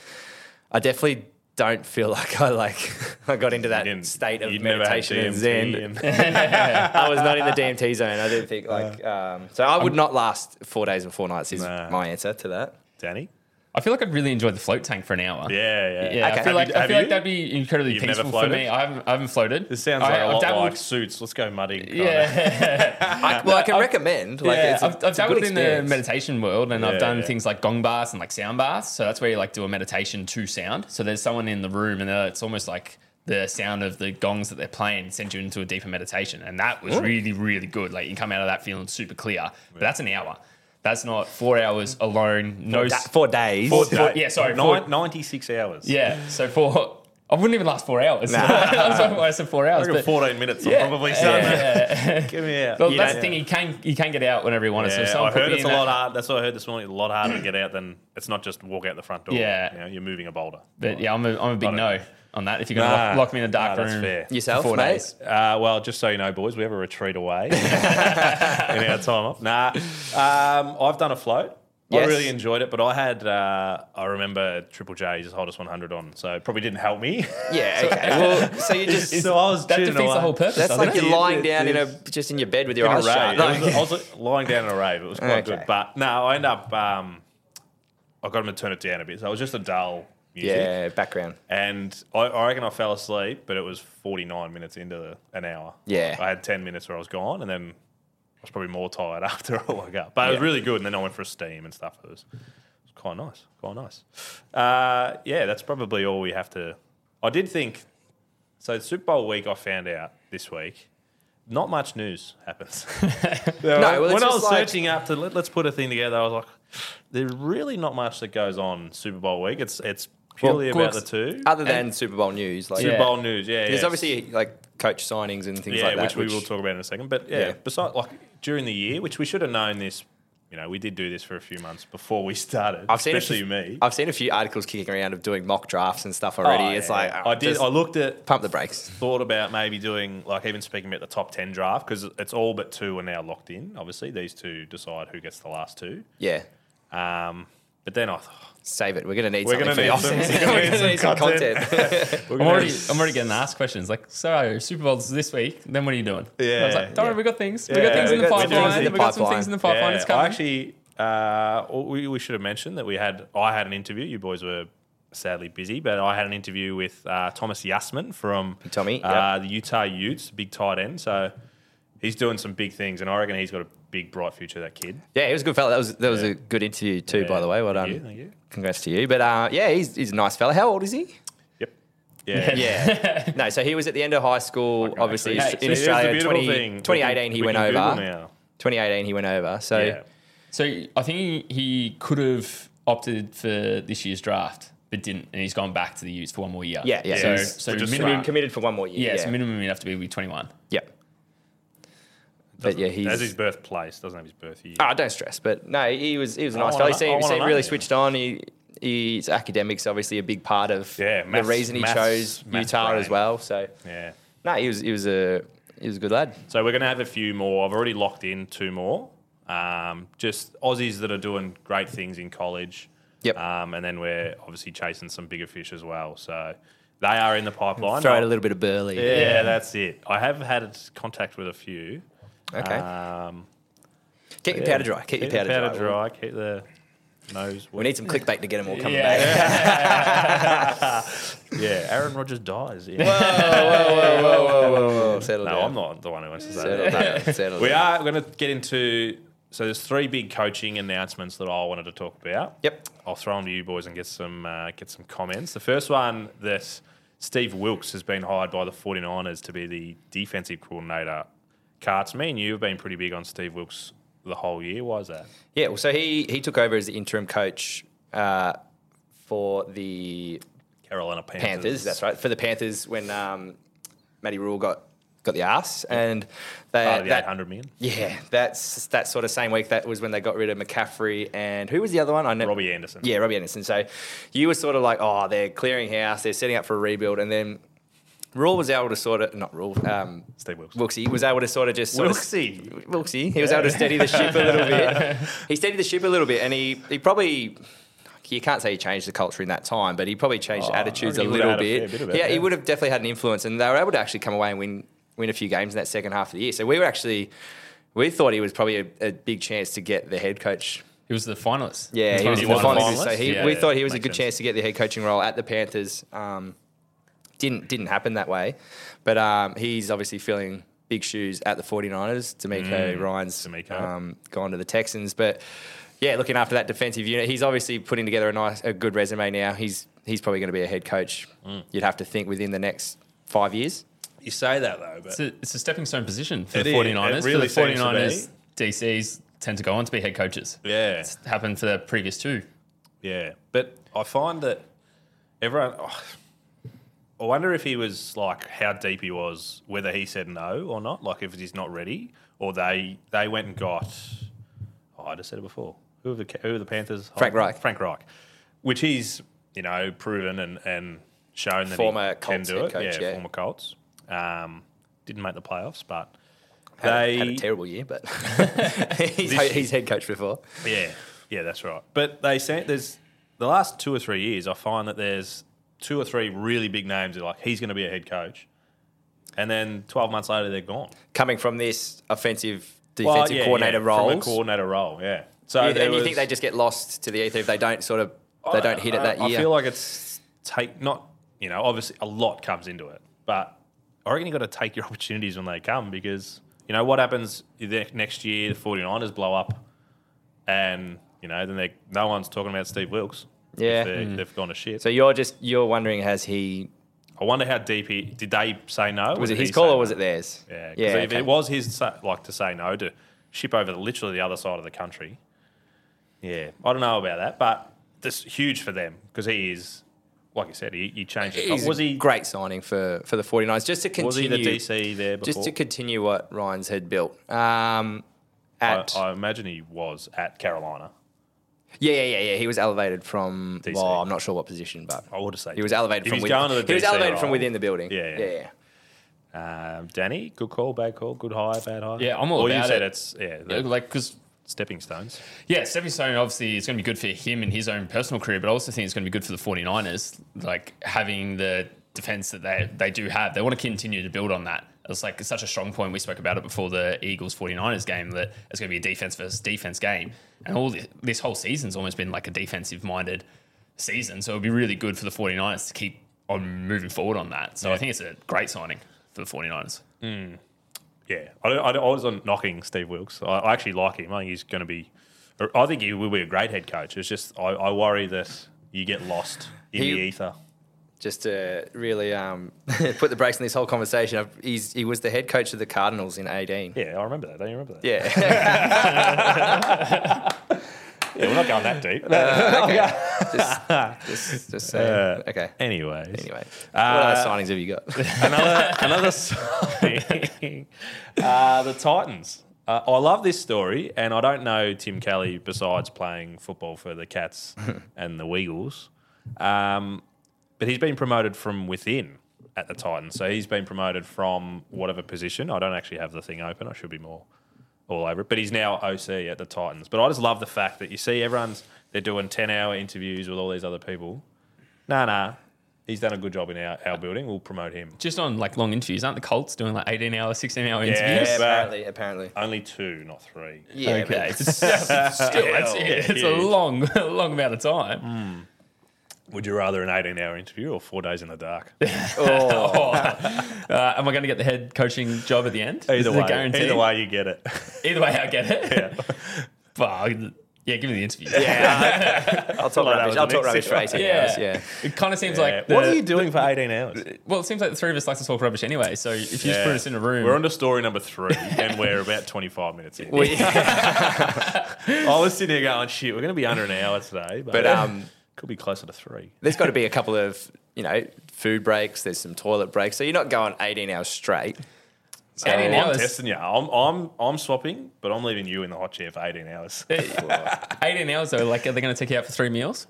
Speaker 4: I definitely don't feel (laughs) like I like I got into that
Speaker 3: Didn't-
Speaker 4: state of
Speaker 3: you'd never had
Speaker 4: meditation and
Speaker 3: DMT
Speaker 4: zen.
Speaker 3: and-
Speaker 4: (laughs)
Speaker 3: (laughs)
Speaker 4: I was not in the DMT zone. I didn't think like um, so. I would not last four days and four nights. Is
Speaker 3: Uh. Nah.
Speaker 4: my answer to that.
Speaker 3: Danny?
Speaker 5: I feel like I'd really enjoy the float tank for an hour.
Speaker 3: Yeah, yeah.
Speaker 5: Yeah,
Speaker 4: Okay.
Speaker 5: I feel like
Speaker 3: Have you-
Speaker 5: I
Speaker 3: have
Speaker 5: feel
Speaker 3: you?
Speaker 5: like that'd be incredibly
Speaker 3: You've never
Speaker 5: peaceful for me.
Speaker 3: floated?
Speaker 5: I haven't I haven't floated.
Speaker 3: This sounds
Speaker 5: I,
Speaker 3: like a
Speaker 5: I've
Speaker 3: lot
Speaker 5: dabbled-
Speaker 3: like suits. Let's go muddy. kinda.
Speaker 5: (laughs) Yeah,
Speaker 4: I, well, I can recommend. Like,
Speaker 5: yeah.
Speaker 4: it's a,
Speaker 5: I've,
Speaker 4: it's
Speaker 5: I've
Speaker 4: a good
Speaker 5: dabbled
Speaker 3: uh,
Speaker 5: in the
Speaker 4: experience.
Speaker 5: meditation world, and
Speaker 3: Yeah,
Speaker 5: I've done
Speaker 3: yeah.
Speaker 5: things like gong baths and like sound baths. So that's where you like do a meditation to sound. So there's someone in the room, and uh, it's almost like the sound of the gongs that they're playing sends you into a deeper meditation, and that was really really good. Like you come out of that feeling super clear. But that's an hour. That's not four hours alone. No.
Speaker 4: Da-
Speaker 5: s-
Speaker 4: Oh, four days.
Speaker 5: Four- yeah, sorry,
Speaker 3: Nine-
Speaker 5: four-
Speaker 3: 96 hours.
Speaker 5: Yeah. So four. I wouldn't even last four
Speaker 4: (laughs)
Speaker 5: hours. (laughs) that's why I said four
Speaker 3: I
Speaker 5: hours.
Speaker 3: reckon
Speaker 5: but-
Speaker 3: 14 minutes.
Speaker 5: Yeah.
Speaker 3: I'm probably
Speaker 5: (laughs) Yeah.
Speaker 3: saying Give me out.
Speaker 4: (laughs)
Speaker 5: Well,
Speaker 3: Yeah,
Speaker 5: that's the thing. You can you can get out whenever you want. to. so if someone
Speaker 3: I
Speaker 5: put
Speaker 3: heard
Speaker 5: me
Speaker 3: it's a
Speaker 5: in
Speaker 3: lot
Speaker 5: that-
Speaker 3: hard. That's what I heard this morning. It's a lot harder to get out than it's not just walk out the front door.
Speaker 5: Yeah.
Speaker 3: you know, you're moving a boulder.
Speaker 5: But yeah, I'm a, I'm a big
Speaker 3: Got
Speaker 5: no
Speaker 3: it.
Speaker 5: on that. If you're gonna lock,
Speaker 3: Nah.
Speaker 5: lock me in a dark
Speaker 3: Nah, that's
Speaker 5: room,
Speaker 3: fair.
Speaker 5: for
Speaker 4: Yourself,
Speaker 5: four
Speaker 4: mate?
Speaker 5: days.
Speaker 3: Uh, well, just so you know, boys, we have a retreat
Speaker 5: (laughs)
Speaker 3: away (laughs) in our time off. Nah, um, I've done a float. I
Speaker 4: Yes.
Speaker 3: really enjoyed it, but I had uh, I remember Triple J just hold us 100 on, so it probably didn't help me. (laughs)
Speaker 4: Yeah. Okay. Well, so you just
Speaker 3: so I was
Speaker 5: That
Speaker 3: chilling
Speaker 5: defeats the
Speaker 3: away.
Speaker 5: whole purpose.
Speaker 4: that's
Speaker 5: doesn't
Speaker 4: like
Speaker 5: it?
Speaker 4: you're
Speaker 3: Yeah,
Speaker 4: lying
Speaker 3: it
Speaker 4: down in a
Speaker 3: is.
Speaker 4: just in your bed with your
Speaker 3: in a
Speaker 4: eyes
Speaker 3: rave.
Speaker 4: shut.
Speaker 3: I was,
Speaker 4: Like-
Speaker 3: I was lying down in a rave. It was quite
Speaker 4: Okay.
Speaker 3: good. But no, I end up um, I got him to turn it down a bit. So it was just a dull music.
Speaker 4: yeah. Background.
Speaker 3: And I, I reckon I fell asleep, but it was 49 minutes into the, an hour.
Speaker 4: Yeah.
Speaker 3: I had 10 minutes where I was gone, and then I was probably more tired (laughs) after I woke up. But it was really good, and then I went for a steam and stuff. It was, it was quite nice, quite nice. Uh, yeah, that's probably all we have to. I did think, so Super Bowl week, I found out this week, not much news
Speaker 4: (laughs)
Speaker 3: happens. (laughs) no,
Speaker 4: well, it's
Speaker 3: when I
Speaker 4: just
Speaker 3: was
Speaker 4: like-
Speaker 3: searching up to let, let's put a thing together, I was like, there's really not much that goes on Super Bowl week. It's, it's, Purely
Speaker 5: Well,
Speaker 3: about the two.
Speaker 4: Other than Super Bowl news, like
Speaker 3: Super
Speaker 5: Yeah.
Speaker 3: Bowl news, yeah.
Speaker 4: Uh, there's
Speaker 3: yeah.
Speaker 4: obviously like coach signings and things
Speaker 3: yeah,
Speaker 4: like that,
Speaker 3: which we will talk about in a second. But yeah,
Speaker 4: Yeah.
Speaker 3: besides like during the year, which we should have known this. You know, we did do this for a few months before we (laughs) started.
Speaker 4: I've seen
Speaker 3: especially
Speaker 4: a few,
Speaker 3: me.
Speaker 4: I've seen a few articles kicking around of doing mock drafts and stuff
Speaker 3: Oh,
Speaker 4: already. it's
Speaker 3: yeah,
Speaker 4: like
Speaker 3: yeah.
Speaker 4: oh,
Speaker 3: I did.
Speaker 4: just
Speaker 3: I looked at,
Speaker 4: pump the brakes.
Speaker 3: thought about maybe doing like even speaking about the top ten draft because it's all but two are now locked in. Obviously, these two decide who gets the last two.
Speaker 4: Yeah,
Speaker 3: Um, but then I thought
Speaker 4: save it. We're gonna need
Speaker 3: We're
Speaker 4: something
Speaker 3: gonna
Speaker 4: for the
Speaker 3: need (laughs)
Speaker 4: offseason. (laughs)
Speaker 3: some-
Speaker 4: We're gonna need some
Speaker 3: content.
Speaker 4: content.
Speaker 3: we're
Speaker 5: I'm
Speaker 3: gonna-
Speaker 5: already I'm already getting asked questions like, so Super Bowl's this week. Then what are you doing? And I was
Speaker 3: Yeah,
Speaker 5: like, don't
Speaker 4: yeah.
Speaker 5: worry, we got things. we
Speaker 3: Yeah,
Speaker 5: got things
Speaker 3: we
Speaker 5: in the
Speaker 4: got things in the
Speaker 5: pipeline. We got some
Speaker 4: pipeline.
Speaker 5: things in the pipeline. It's
Speaker 3: I
Speaker 5: coming.
Speaker 3: actually, uh, we, we should have mentioned that we had, I had an interview. You boys were sadly busy, but I had an interview with uh, Thomas Yasman from
Speaker 4: Tommy,
Speaker 3: uh, the Utah Utes, big tight end. So he's doing some big things, and I reckon he's got a big, bright future, that kid.
Speaker 4: Yeah, he was a good fella. That was that was a good interview too, by the way. Well
Speaker 3: Thank
Speaker 4: done.
Speaker 3: you, thank you.
Speaker 4: Congrats to you. But uh, yeah, he's, he's a nice fella. How old is
Speaker 3: (laughs)
Speaker 4: he?
Speaker 3: Yep. Yeah.
Speaker 4: (laughs) Yeah. no, so he was at the end of high school, obviously
Speaker 3: Actually,
Speaker 4: in
Speaker 3: see, there's the
Speaker 4: Australia.
Speaker 3: beautiful
Speaker 4: 20,
Speaker 3: thing. We can-
Speaker 4: 2018 he
Speaker 3: we
Speaker 4: went
Speaker 3: can Google
Speaker 4: over.
Speaker 3: now.
Speaker 4: 2018 he went over. So
Speaker 3: Yeah.
Speaker 5: So I think he, he could have opted for this year's draft, but didn't, and he's gone back to the Utes for one more year.
Speaker 4: Yeah, yeah.
Speaker 5: So,
Speaker 4: He's-
Speaker 5: so
Speaker 3: which is
Speaker 5: minimum,
Speaker 3: smart.
Speaker 4: committed for one more year.
Speaker 5: yeah, so minimum you'd have to be with 21.
Speaker 4: yeah. But yeah, he's.
Speaker 3: That's his birthplace. Doesn't have his birth year.
Speaker 4: Ah, don't stress. But no, he was he was a
Speaker 3: I
Speaker 4: nice
Speaker 3: wanna
Speaker 4: fella.
Speaker 3: know-
Speaker 4: He
Speaker 3: I
Speaker 4: seemed,
Speaker 3: wanna
Speaker 4: seemed
Speaker 3: know.
Speaker 4: really switched on. He his academics obviously a big part of
Speaker 3: Yeah, maths-
Speaker 4: the reason he
Speaker 3: maths-
Speaker 4: chose
Speaker 3: maths
Speaker 4: Utah
Speaker 3: brain.
Speaker 4: as well. So
Speaker 3: yeah.
Speaker 4: no, he was he was a he was a good lad.
Speaker 3: So we're going to have a few more. I've already locked in two more. Um, just Aussies that are doing great things in college.
Speaker 4: Yep.
Speaker 3: Um, and then we're obviously chasing some bigger fish as well. So they are in the pipeline.
Speaker 4: Throw it a little bit of burly.
Speaker 3: Yeah, that's it. I have had contact with a few.
Speaker 4: Okay.
Speaker 3: Um,
Speaker 4: keep your
Speaker 3: yeah.
Speaker 4: powder dry. Keep, your powder, dry.
Speaker 3: dry. Keep the nose.
Speaker 4: We need some clickbait to get them all coming
Speaker 5: Yeah.
Speaker 4: back.
Speaker 3: Yeah, Aaron Rodgers
Speaker 4: (laughs)
Speaker 3: dies. Yeah.
Speaker 4: Settle
Speaker 3: no,
Speaker 4: down.
Speaker 3: I'm not the one who wants to say that. (laughs)
Speaker 4: Settle down. Settle
Speaker 3: We
Speaker 4: down.
Speaker 3: are going to get into So there's three big coaching announcements that I wanted to talk about.
Speaker 4: Yep.
Speaker 3: I'll throw them to you boys and get some uh, get some comments. The first one that Steve Wilkes has been hired by the 49ers to be the defensive coordinator. Carts, me and you have been pretty big on Steve Wilkes the whole year. Why is that?
Speaker 4: Yeah, well, so he he took over as the interim coach uh, for the
Speaker 3: Carolina Panthers.
Speaker 4: Panthers. That's right for the Panthers when um, Matty Rule got got the ass, and they,
Speaker 3: Part of the
Speaker 4: that
Speaker 3: 800 million.
Speaker 4: yeah, that's that sort of same week. That was when they got rid of McCaffrey and who was the other one? I never,
Speaker 3: Robbie Anderson.
Speaker 4: Yeah, Robbie Anderson. So you were sort of like, oh, they're clearing house, they're setting up for a rebuild, and then Rule was able to sort of not Rule. Um,
Speaker 3: Steve Wilkes.
Speaker 4: Wilksy was able to sort of just sort of-
Speaker 3: Wilksy.
Speaker 4: Wilksy. He was able to steady the ship a little bit. He steadied the ship a little bit, and he he probably. You can't say he changed the culture in that time, but he probably changed
Speaker 3: Oh, I
Speaker 4: attitudes a
Speaker 3: reckon he
Speaker 4: little
Speaker 3: would've had a
Speaker 4: bit.
Speaker 3: fair bit of it,
Speaker 4: yeah, he
Speaker 3: yeah.
Speaker 4: would have definitely had an influence, and they were able to actually come away and win win a few games in that second half of the year. So we were actually we thought he was probably a, a big chance to get the head coach.
Speaker 5: He was the finalist.
Speaker 4: Yeah, he was
Speaker 3: he
Speaker 4: the
Speaker 3: was a
Speaker 4: finalist.
Speaker 3: finalist?
Speaker 4: So he,
Speaker 5: Yeah,
Speaker 4: we
Speaker 5: yeah,
Speaker 4: thought he was a
Speaker 3: makes
Speaker 4: good
Speaker 3: sense.
Speaker 4: chance to get the head coaching role at the Panthers. Um, didn't didn't happen that way, but um, he's obviously filling big shoes at the 49ers. D'Amico Ryan's
Speaker 3: Mm, D'Amico.
Speaker 4: Um, gone to the Texans, but yeah, looking after that defensive unit, he's obviously putting together a nice, a good resume now. He's he's probably going to be a head coach.
Speaker 3: Mm.
Speaker 4: You'd have to think within the next five years.
Speaker 3: You say that though, but
Speaker 5: It's a, it's a stepping stone position for
Speaker 3: It
Speaker 5: the
Speaker 3: is.
Speaker 5: 49ers.
Speaker 3: It really
Speaker 5: for the
Speaker 3: seems to
Speaker 5: 49ers, DCs tend to go on to be head coaches.
Speaker 3: yeah,
Speaker 5: It's happened for the previous two.
Speaker 3: yeah. But I find that everyone. oh, I wonder if he was like how deep he was, whether he said no or not. Like if he's not ready, or they they went and got. oh, I just said it before. Who are the who are the Panthers?
Speaker 4: Frank Reich.
Speaker 3: Frank Reich, which he's you know proven and and shown that
Speaker 4: Former
Speaker 3: he can
Speaker 4: Colts
Speaker 3: do
Speaker 4: head
Speaker 3: it.
Speaker 4: coach, yeah.
Speaker 3: former Colts. Um, didn't make the playoffs, but
Speaker 4: Had,
Speaker 3: they
Speaker 4: had a terrible
Speaker 3: (laughs)
Speaker 4: year, but (laughs) he's, he's head coach before.
Speaker 3: Yeah, yeah, that's right. But they say there's the last two or three years, I find that there's two or three really big names that are like he's going to be a head coach, and then 12 months later they're gone.
Speaker 4: Coming from this offensive
Speaker 3: Well,
Speaker 4: defensive
Speaker 3: yeah,
Speaker 4: coordinator
Speaker 3: yeah,
Speaker 4: role.
Speaker 3: from a coordinator role, yeah. So
Speaker 4: Yeah,
Speaker 3: Oh, there
Speaker 4: and you think
Speaker 3: was-
Speaker 4: they just get lost to the ether if they don't sort of they
Speaker 3: I-
Speaker 4: don't hit it
Speaker 3: I-
Speaker 4: that year?
Speaker 3: I feel like it's take not you know obviously a lot comes into it, but I reckon you got to take your (laughs) opportunities when they come because you know what happens the next year the 49ers blow up and you know then they no one's talking about Steve Wilkes. if
Speaker 4: Yeah.
Speaker 3: they-
Speaker 5: Hmm.
Speaker 3: they've gone to shit.
Speaker 4: so you're just you're wondering has he
Speaker 3: I wonder how deep he did they say no?
Speaker 4: was it
Speaker 3: he
Speaker 4: his
Speaker 3: say
Speaker 4: call or
Speaker 3: no?
Speaker 4: was it theirs?
Speaker 3: Yeah, 'cause
Speaker 4: yeah.
Speaker 3: if
Speaker 4: okay.
Speaker 3: it was his sa- like to say no to ship over the, literally the other side of the country. Yeah, I don't know about that, but this huge for them because he is, like you said, he, he changed. it.
Speaker 4: He's
Speaker 3: was
Speaker 4: a
Speaker 3: he
Speaker 4: great signing for for the 49ers just to continue
Speaker 3: Was he the DC there before?
Speaker 4: just to continue what Ryan's had built. Um,
Speaker 3: I,
Speaker 4: at
Speaker 3: I imagine he was at Carolina.
Speaker 4: yeah, yeah, yeah, yeah. He was elevated from.
Speaker 3: DC.
Speaker 4: Well, I'm not sure what position, but
Speaker 3: I would have said
Speaker 4: he was elevated
Speaker 3: If
Speaker 4: from.
Speaker 3: he's
Speaker 4: within,
Speaker 3: going to the
Speaker 4: he was
Speaker 3: DC
Speaker 4: elevated from
Speaker 3: role.
Speaker 4: within the building.
Speaker 3: Yeah, yeah.
Speaker 4: yeah. yeah.
Speaker 3: Um, Danny, good call, bad call, good hire, bad hire.
Speaker 5: Yeah, I'm all
Speaker 3: Or
Speaker 5: about
Speaker 3: you said
Speaker 5: it.
Speaker 3: it's yeah, the
Speaker 5: Yeah, Like, because
Speaker 3: stepping stones.
Speaker 5: Yeah, stepping stone obviously is going to be good for him in his own personal career, but I also think it's going to be good for the 49ers, like having the defense that they, they do have. They want to continue to build on that. It's like it's such a strong point. We spoke about it before the Eagles 49ers game that it's going to be a defense versus defense game. And all this, this whole season's almost been like a defensive minded season. So it would be really good for the 49ers to keep on moving forward on that. So I think it's a great signing for the 49ers.
Speaker 3: Yeah, I, don't- I, don't- I was on knocking Steve Wilkes. I, I actually like him. I think he's going to be. I think he will be a great head coach. It's just I, I worry that you get lost in
Speaker 4: He-
Speaker 3: the ether.
Speaker 4: just to really um, (laughs) put the brakes on this whole conversation, I've- he's, he was the head coach of the Cardinals in 18.
Speaker 3: Yeah, I remember that. Don't you remember that?
Speaker 4: Yeah.
Speaker 3: Yeah, we're not going that
Speaker 4: (laughs)
Speaker 3: deep.
Speaker 4: just, (laughs) just, just saying.
Speaker 3: Uh,
Speaker 4: okay.
Speaker 3: Anyways,
Speaker 4: Anyway, what other signings have you got?
Speaker 3: (laughs) another another signing. uh, the Titans. Uh, I love this story, and I don't know Tim Kelly besides playing football for the Cats and the Weagles, um, but he's been promoted from within at the Titans. So he's been promoted from whatever position. I don't actually have the thing open. I should be more all over it. But he's now OC at the Titans. But I just love the fact that you see everyone's they're doing ten hour interviews with all these other people. Nah, nah. He's done a good job in our, our building. We'll promote him.
Speaker 5: Just on like long interviews, aren't the Colts doing like 18 hour, 16 hour
Speaker 3: Yeah.
Speaker 5: interviews?
Speaker 4: yeah,
Speaker 3: Yes.
Speaker 4: apparently, apparently.
Speaker 3: Only two, not three.
Speaker 4: Yeah, (laughs)
Speaker 3: (laughs)
Speaker 5: Okay. It's, still, it's, yeah, it's a (laughs)
Speaker 3: Huge. Mm.
Speaker 5: long, long amount of time.
Speaker 3: Would you rather an 18 hour interview or four days in the dark?
Speaker 4: oh,
Speaker 3: (laughs)
Speaker 5: Uh, am I going to get the head coaching job at the end? This
Speaker 3: Either
Speaker 5: is a
Speaker 3: way,
Speaker 5: guarantee.
Speaker 3: either way, you get it.
Speaker 5: Either way, I get it. (laughs) Yeah. yeah, give me the interview. Yeah.
Speaker 4: I'll talk
Speaker 3: like that
Speaker 4: rubbish.
Speaker 3: was
Speaker 4: I'll
Speaker 3: an
Speaker 4: talk rubbish for
Speaker 3: excellent-
Speaker 4: 18
Speaker 5: Yeah.
Speaker 3: (laughs)
Speaker 4: hours. Yeah.
Speaker 5: (laughs) It kind of seems like.
Speaker 3: what
Speaker 5: the-
Speaker 3: are you doing for 18 hours?
Speaker 5: Well, it seems like the three of us like to talk rubbish anyway. So if you just
Speaker 3: Yeah.
Speaker 5: put us in a room, (laughs)
Speaker 3: We're on to story number three, (laughs) and we're about 25 minutes in. (laughs)
Speaker 4: We-
Speaker 3: I was sitting here going, shit, we're going to be under an hour today, but,
Speaker 4: But, um,
Speaker 3: um, (laughs) could be closer to three.
Speaker 4: there's got to be a couple of you know food breaks. There's some toilet breaks. So you're not going 18 hours straight. So,
Speaker 3: I'm
Speaker 5: 18 hours. (laughs)
Speaker 3: testing you. I'm, I'm, I'm swapping, but I'm leaving you in the hot chair for 18 hours.
Speaker 5: 18 hours though, like, are they going to take you out for three meals?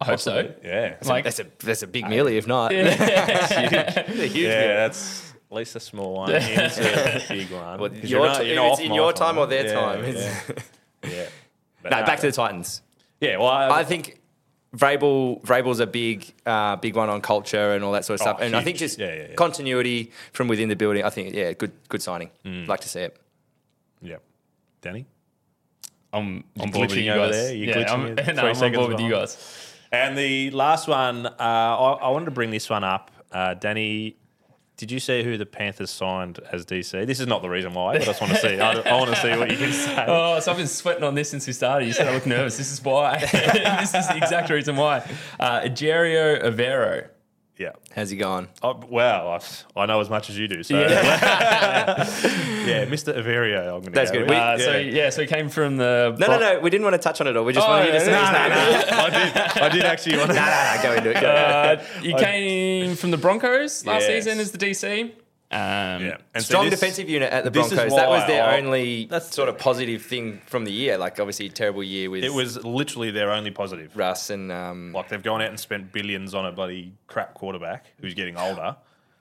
Speaker 5: I hope so.
Speaker 3: Yeah.
Speaker 5: Like,
Speaker 4: That's a that's a big mealy, if not. It's a (laughs) huge
Speaker 3: (laughs) yeah,
Speaker 4: mealy.
Speaker 3: that's at least a small one into a big one.
Speaker 4: Well,
Speaker 3: 'Cause
Speaker 4: your
Speaker 3: not-
Speaker 4: ti-
Speaker 3: not
Speaker 4: it's
Speaker 3: off
Speaker 4: in
Speaker 3: my
Speaker 4: your time or their
Speaker 3: Yeah,
Speaker 4: time.
Speaker 3: Yeah. yeah. But,
Speaker 4: No,
Speaker 3: uh,
Speaker 4: back to the Titans.
Speaker 3: Yeah, well, I,
Speaker 4: I think Vrabel Vrabel's a big uh, big one on culture and all that sort of
Speaker 3: Oh,
Speaker 4: stuff. And I
Speaker 3: huge.
Speaker 4: think just
Speaker 3: Yeah, yeah, yeah.
Speaker 4: continuity from within the building. I think yeah, good good signing.
Speaker 3: Mm.
Speaker 4: Like to see it.
Speaker 3: yeah. Danny?
Speaker 5: I'm on board with
Speaker 3: glitching
Speaker 5: you
Speaker 3: over
Speaker 5: guys.
Speaker 3: there? You're
Speaker 5: yeah,
Speaker 3: glitching
Speaker 5: (laughs)
Speaker 3: at
Speaker 5: I'm, no,
Speaker 3: three
Speaker 5: I'm on
Speaker 3: seconds
Speaker 5: board with you
Speaker 3: behind.
Speaker 5: guys.
Speaker 3: And the last one, uh, I, I wanted to bring this one up. Uh, Danny, did you see who the Panthers signed as DC? This is not the reason why, but I just want to see. I, I want to see what you can (laughs)
Speaker 4: (laughs)
Speaker 3: say.
Speaker 5: Oh, so I've been sweating on this since we started. You said I look nervous. This is why. (laughs) this is the exact reason why. Uh, Egerio Avero.
Speaker 3: Yeah.
Speaker 4: How's he gone?
Speaker 3: Oh, well, I, I know as much as you do. So, yeah,
Speaker 5: Yeah.
Speaker 3: (laughs) Mr. Averio, I'm going to
Speaker 4: That's
Speaker 3: go
Speaker 4: good.
Speaker 3: with.
Speaker 4: We-
Speaker 5: Uh, so yeah, so he came from the
Speaker 4: No, no, no. We didn't want to touch on it all. We just
Speaker 5: Oh,
Speaker 4: wanted you to
Speaker 5: yeah,
Speaker 4: say (laughs) his
Speaker 5: no,
Speaker 3: (laughs)
Speaker 4: name.
Speaker 3: I, did, I did actually want to.
Speaker 4: Ah, go into it. Go into it.
Speaker 5: Uh, he came from the Broncos last
Speaker 3: Yes.
Speaker 5: season as the DC. Um,
Speaker 3: Yeah. And so
Speaker 4: Strong
Speaker 3: this-
Speaker 4: defensive unit at the
Speaker 3: this is
Speaker 4: Broncos. That was
Speaker 3: why
Speaker 4: their
Speaker 3: I-
Speaker 4: only sort of positive thing from the year. Like obviously terrible year with
Speaker 3: It was literally their only positive.
Speaker 4: Russ and um,
Speaker 3: Like they've gone out and spent billions on a bloody crap quarterback who's getting older.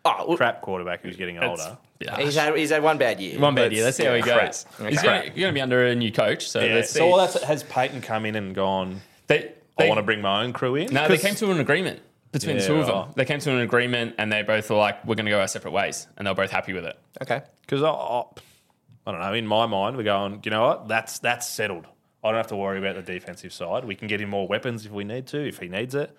Speaker 4: oh, well,
Speaker 3: Crap quarterback who's getting older.
Speaker 5: Yeah.
Speaker 4: he's had he's had one bad year.
Speaker 5: One bad year. Let's see how he
Speaker 3: crap.
Speaker 5: goes. He's going to be under a new coach, so
Speaker 3: Yeah,
Speaker 5: let's see.
Speaker 3: so all that's has Peyton come in and gone.
Speaker 5: they,
Speaker 3: I want to bring my own crew in.
Speaker 5: No, they
Speaker 3: 'Cause-
Speaker 5: came to an agreement between the
Speaker 3: Yeah,
Speaker 5: two of them.
Speaker 3: right.
Speaker 5: They came to an agreement, and they both were like, "We're going to go our separate ways," and they're both happy with it.
Speaker 4: Okay.
Speaker 3: because I, I, I don't know. In my mind, we're going. You know what? That's that's settled. I don't have to worry about the defensive side. We can get him more weapons if we need to, if he needs it.